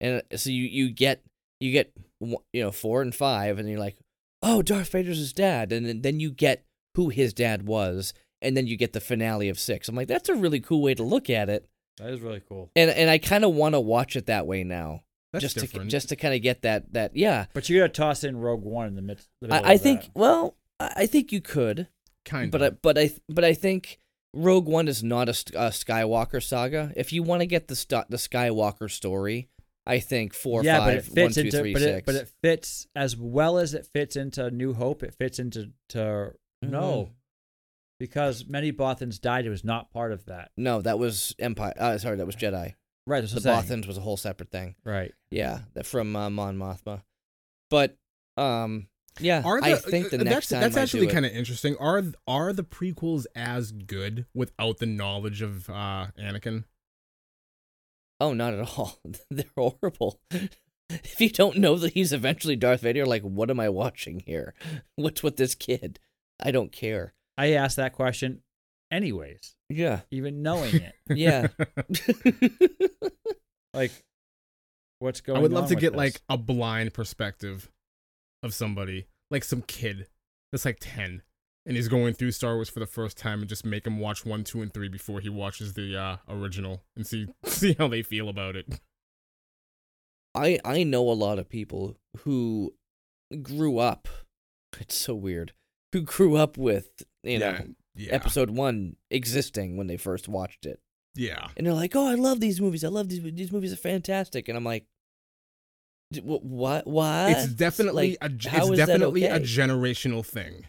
And uh, so you you get you get one- you know four and five, and you're like, oh, Darth Vader's his dad, and then- then you get who his dad was, and then you get the finale of six. I'm like, that's a really cool way to look at it,
That is really cool.
and and I kind of want to watch it that way now,
That's
just
different.
to just to kind of get that that yeah.
But you got to toss in Rogue One in the midst. the middle
I, I
of
think
that.
well, I I think you could,
kind
but I,
of.
but I but I think Rogue One is not a, st- a Skywalker saga. If you want to get the st- the Skywalker story, I think four,
yeah, but it
five,
fits
one, two,
into,
three,
but
six.
It, but it fits as well as it fits into New Hope. It fits into to no, because many Bothans died. It was not part of that.
no, that was Empire. Uh, sorry, that was Jedi.
Right. That's
The
what I'm saying.
Bothans was a whole separate thing.
Right.
Yeah, that from uh, Mon Mothma. But um, yeah,
Are
I
the-
think the
uh, that's,
next time
that's
I
actually
do it-
kind of interesting. Are th- are the prequels as good without the knowledge of uh, Anakin?
oh, not at all. They're horrible. if you don't know that he's eventually Darth Vader, like, what am I watching here? What's with this kid? I don't care.
I asked that question, anyways,
Yeah,
even knowing it.
yeah.
like, what's going?
I would love
on
to
with
get
this?
like a blind perspective of somebody, like some kid that's like ten, and he's going through Star Wars for the first time, and just make him watch one, two, and three before he watches the uh, original and see see how they feel about it.
I I know a lot of people who grew up. It's so weird. Who grew up with you know
yeah,
episode one existing when they first watched it.
yeah.
and they're like, "Oh, I love these movies. I love these. These movies are fantastic." And I'm like, "D- wh- "What? Why?"
It's definitely
Uh, like,
a g-
how
it's
is that
definitely a
okay?
generational thing.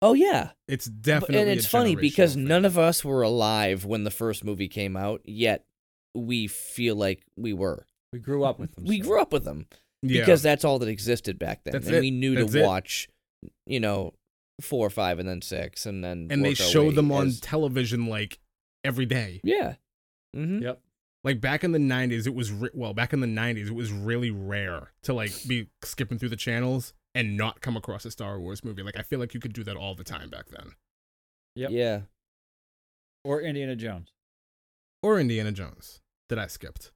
oh yeah,
It's
But-
definitely
and
a
it's funny
generational
because
thing.
none of us were alive when the first movie came out, yet we feel like we were.
we grew up with them.
We
so.
grew up with them
yeah.
because that's all that existed back then,
That's
and
it.
we knew
That's
to
it.
watch, you know, four, five, and then six, and then
and they
work our
show
way
them on
as-
television like every day.
yeah. Mm-hmm.
Yep.
Like back in the '90s, it was re- well back in the '90s it was really rare to like be skipping through the channels and not come across a Star Wars movie. Like I feel like you could do that all the time back then,
Yep.
Yeah.
Or Indiana Jones.
or Indiana Jones that I skipped.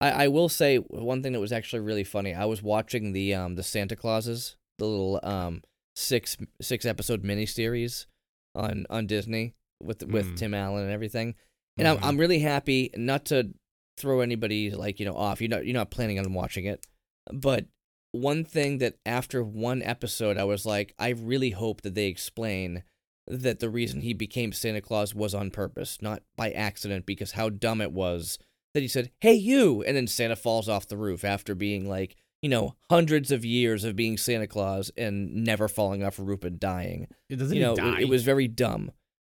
I, I will say one thing that was actually really funny. I was watching the um the Santa Clauses, the little um six six episode miniseries on on Disney with with
Mm.
Tim Allen and everything. And
Mhm.
I'm I'm really happy not to throw anybody like you know off. You're not you're not planning on watching it, but one thing that after one episode I was like, I really hope that they explain that the reason he became Santa Claus was on purpose, not by accident, because how dumb it was that he said, "Hey you," and then Santa falls off the roof after being like, you know, hundreds of years of being Santa Claus and never falling off a roof and dying.
It doesn't
you know, it- it was very dumb.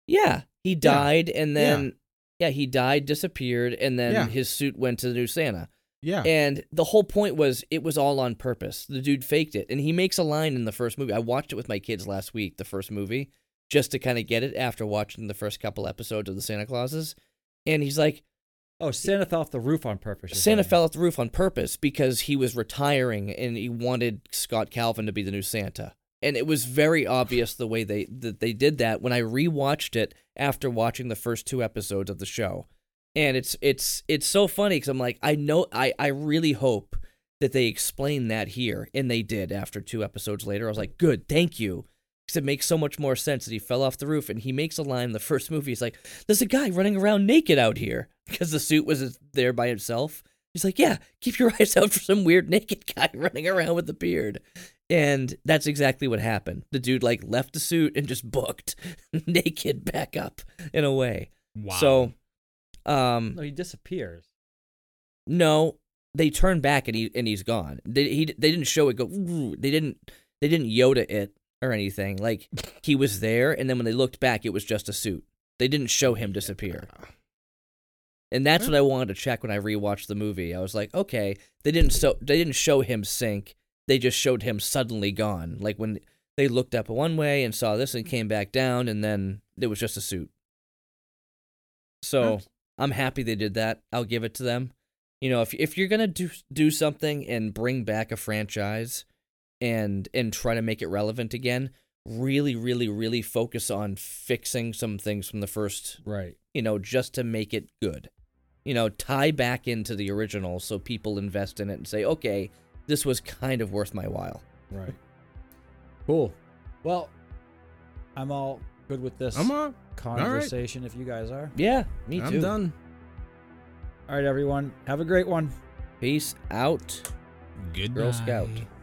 Yeah, he died, and then yeah. he died, disappeared, and then
Yeah.
his suit went to the new Santa.
yeah.
And the whole point was it was all on purpose. The dude faked it. And he makes a line in the first movie. I watched it with my kids last week, the first movie, just to kind of get it after watching the first couple episodes of the Santa Clauses. And he's like,
Oh, Santa fell off the roof on purpose. you're
Santa
saying.
fell off the roof on purpose because he was retiring and he wanted Scott Calvin to be the new Santa. And it was very obvious the way they that they did that when I rewatched it after watching the first two episodes of the show. and it's it's it's so funny because I'm like I know I I really hope that they explain that here, and they did after two episodes later. I was like, good, thank you. Because it makes so much more sense that he fell off the roof, and he makes a line in the first movie. He's like, "There's a guy running around naked out here," because the suit was there by himself. He's like, "Yeah, keep your eyes out for some weird naked guy running around with a beard." And that's exactly what happened. The dude like left the suit and just booked naked back up in a way.
Wow.
So, um,
No, he disappears.
no, they turn back and he and he's gone. They he they didn't show it go. "Ooh," They didn't they didn't Yoda it or anything. Like he was there, and then when they looked back, it was just a suit. They didn't show him disappear. And that's what I wanted to check when I rewatched the movie. I was like, okay, they didn't so they didn't show him sink. They just showed him suddenly gone. Like when they looked up one way and saw this and came back down, and then it was just a suit. So I'm happy they did that. I'll give it to them. You know, if if you're gonna do do something and bring back a franchise, and and try to make it relevant again, really, really, really focus on fixing some things from the first
Right.
you know, just to make it good. You know, tie back into the original so people invest in it and say, okay, this was kind of worth my while.
Right. Cool. Well, I'm all good with this
I'm on.
conversation if you guys are.
Yeah, me
I'm
too.
done.
All right, everyone. Have a great one.
Peace out.
Good
Girl Scout.
night.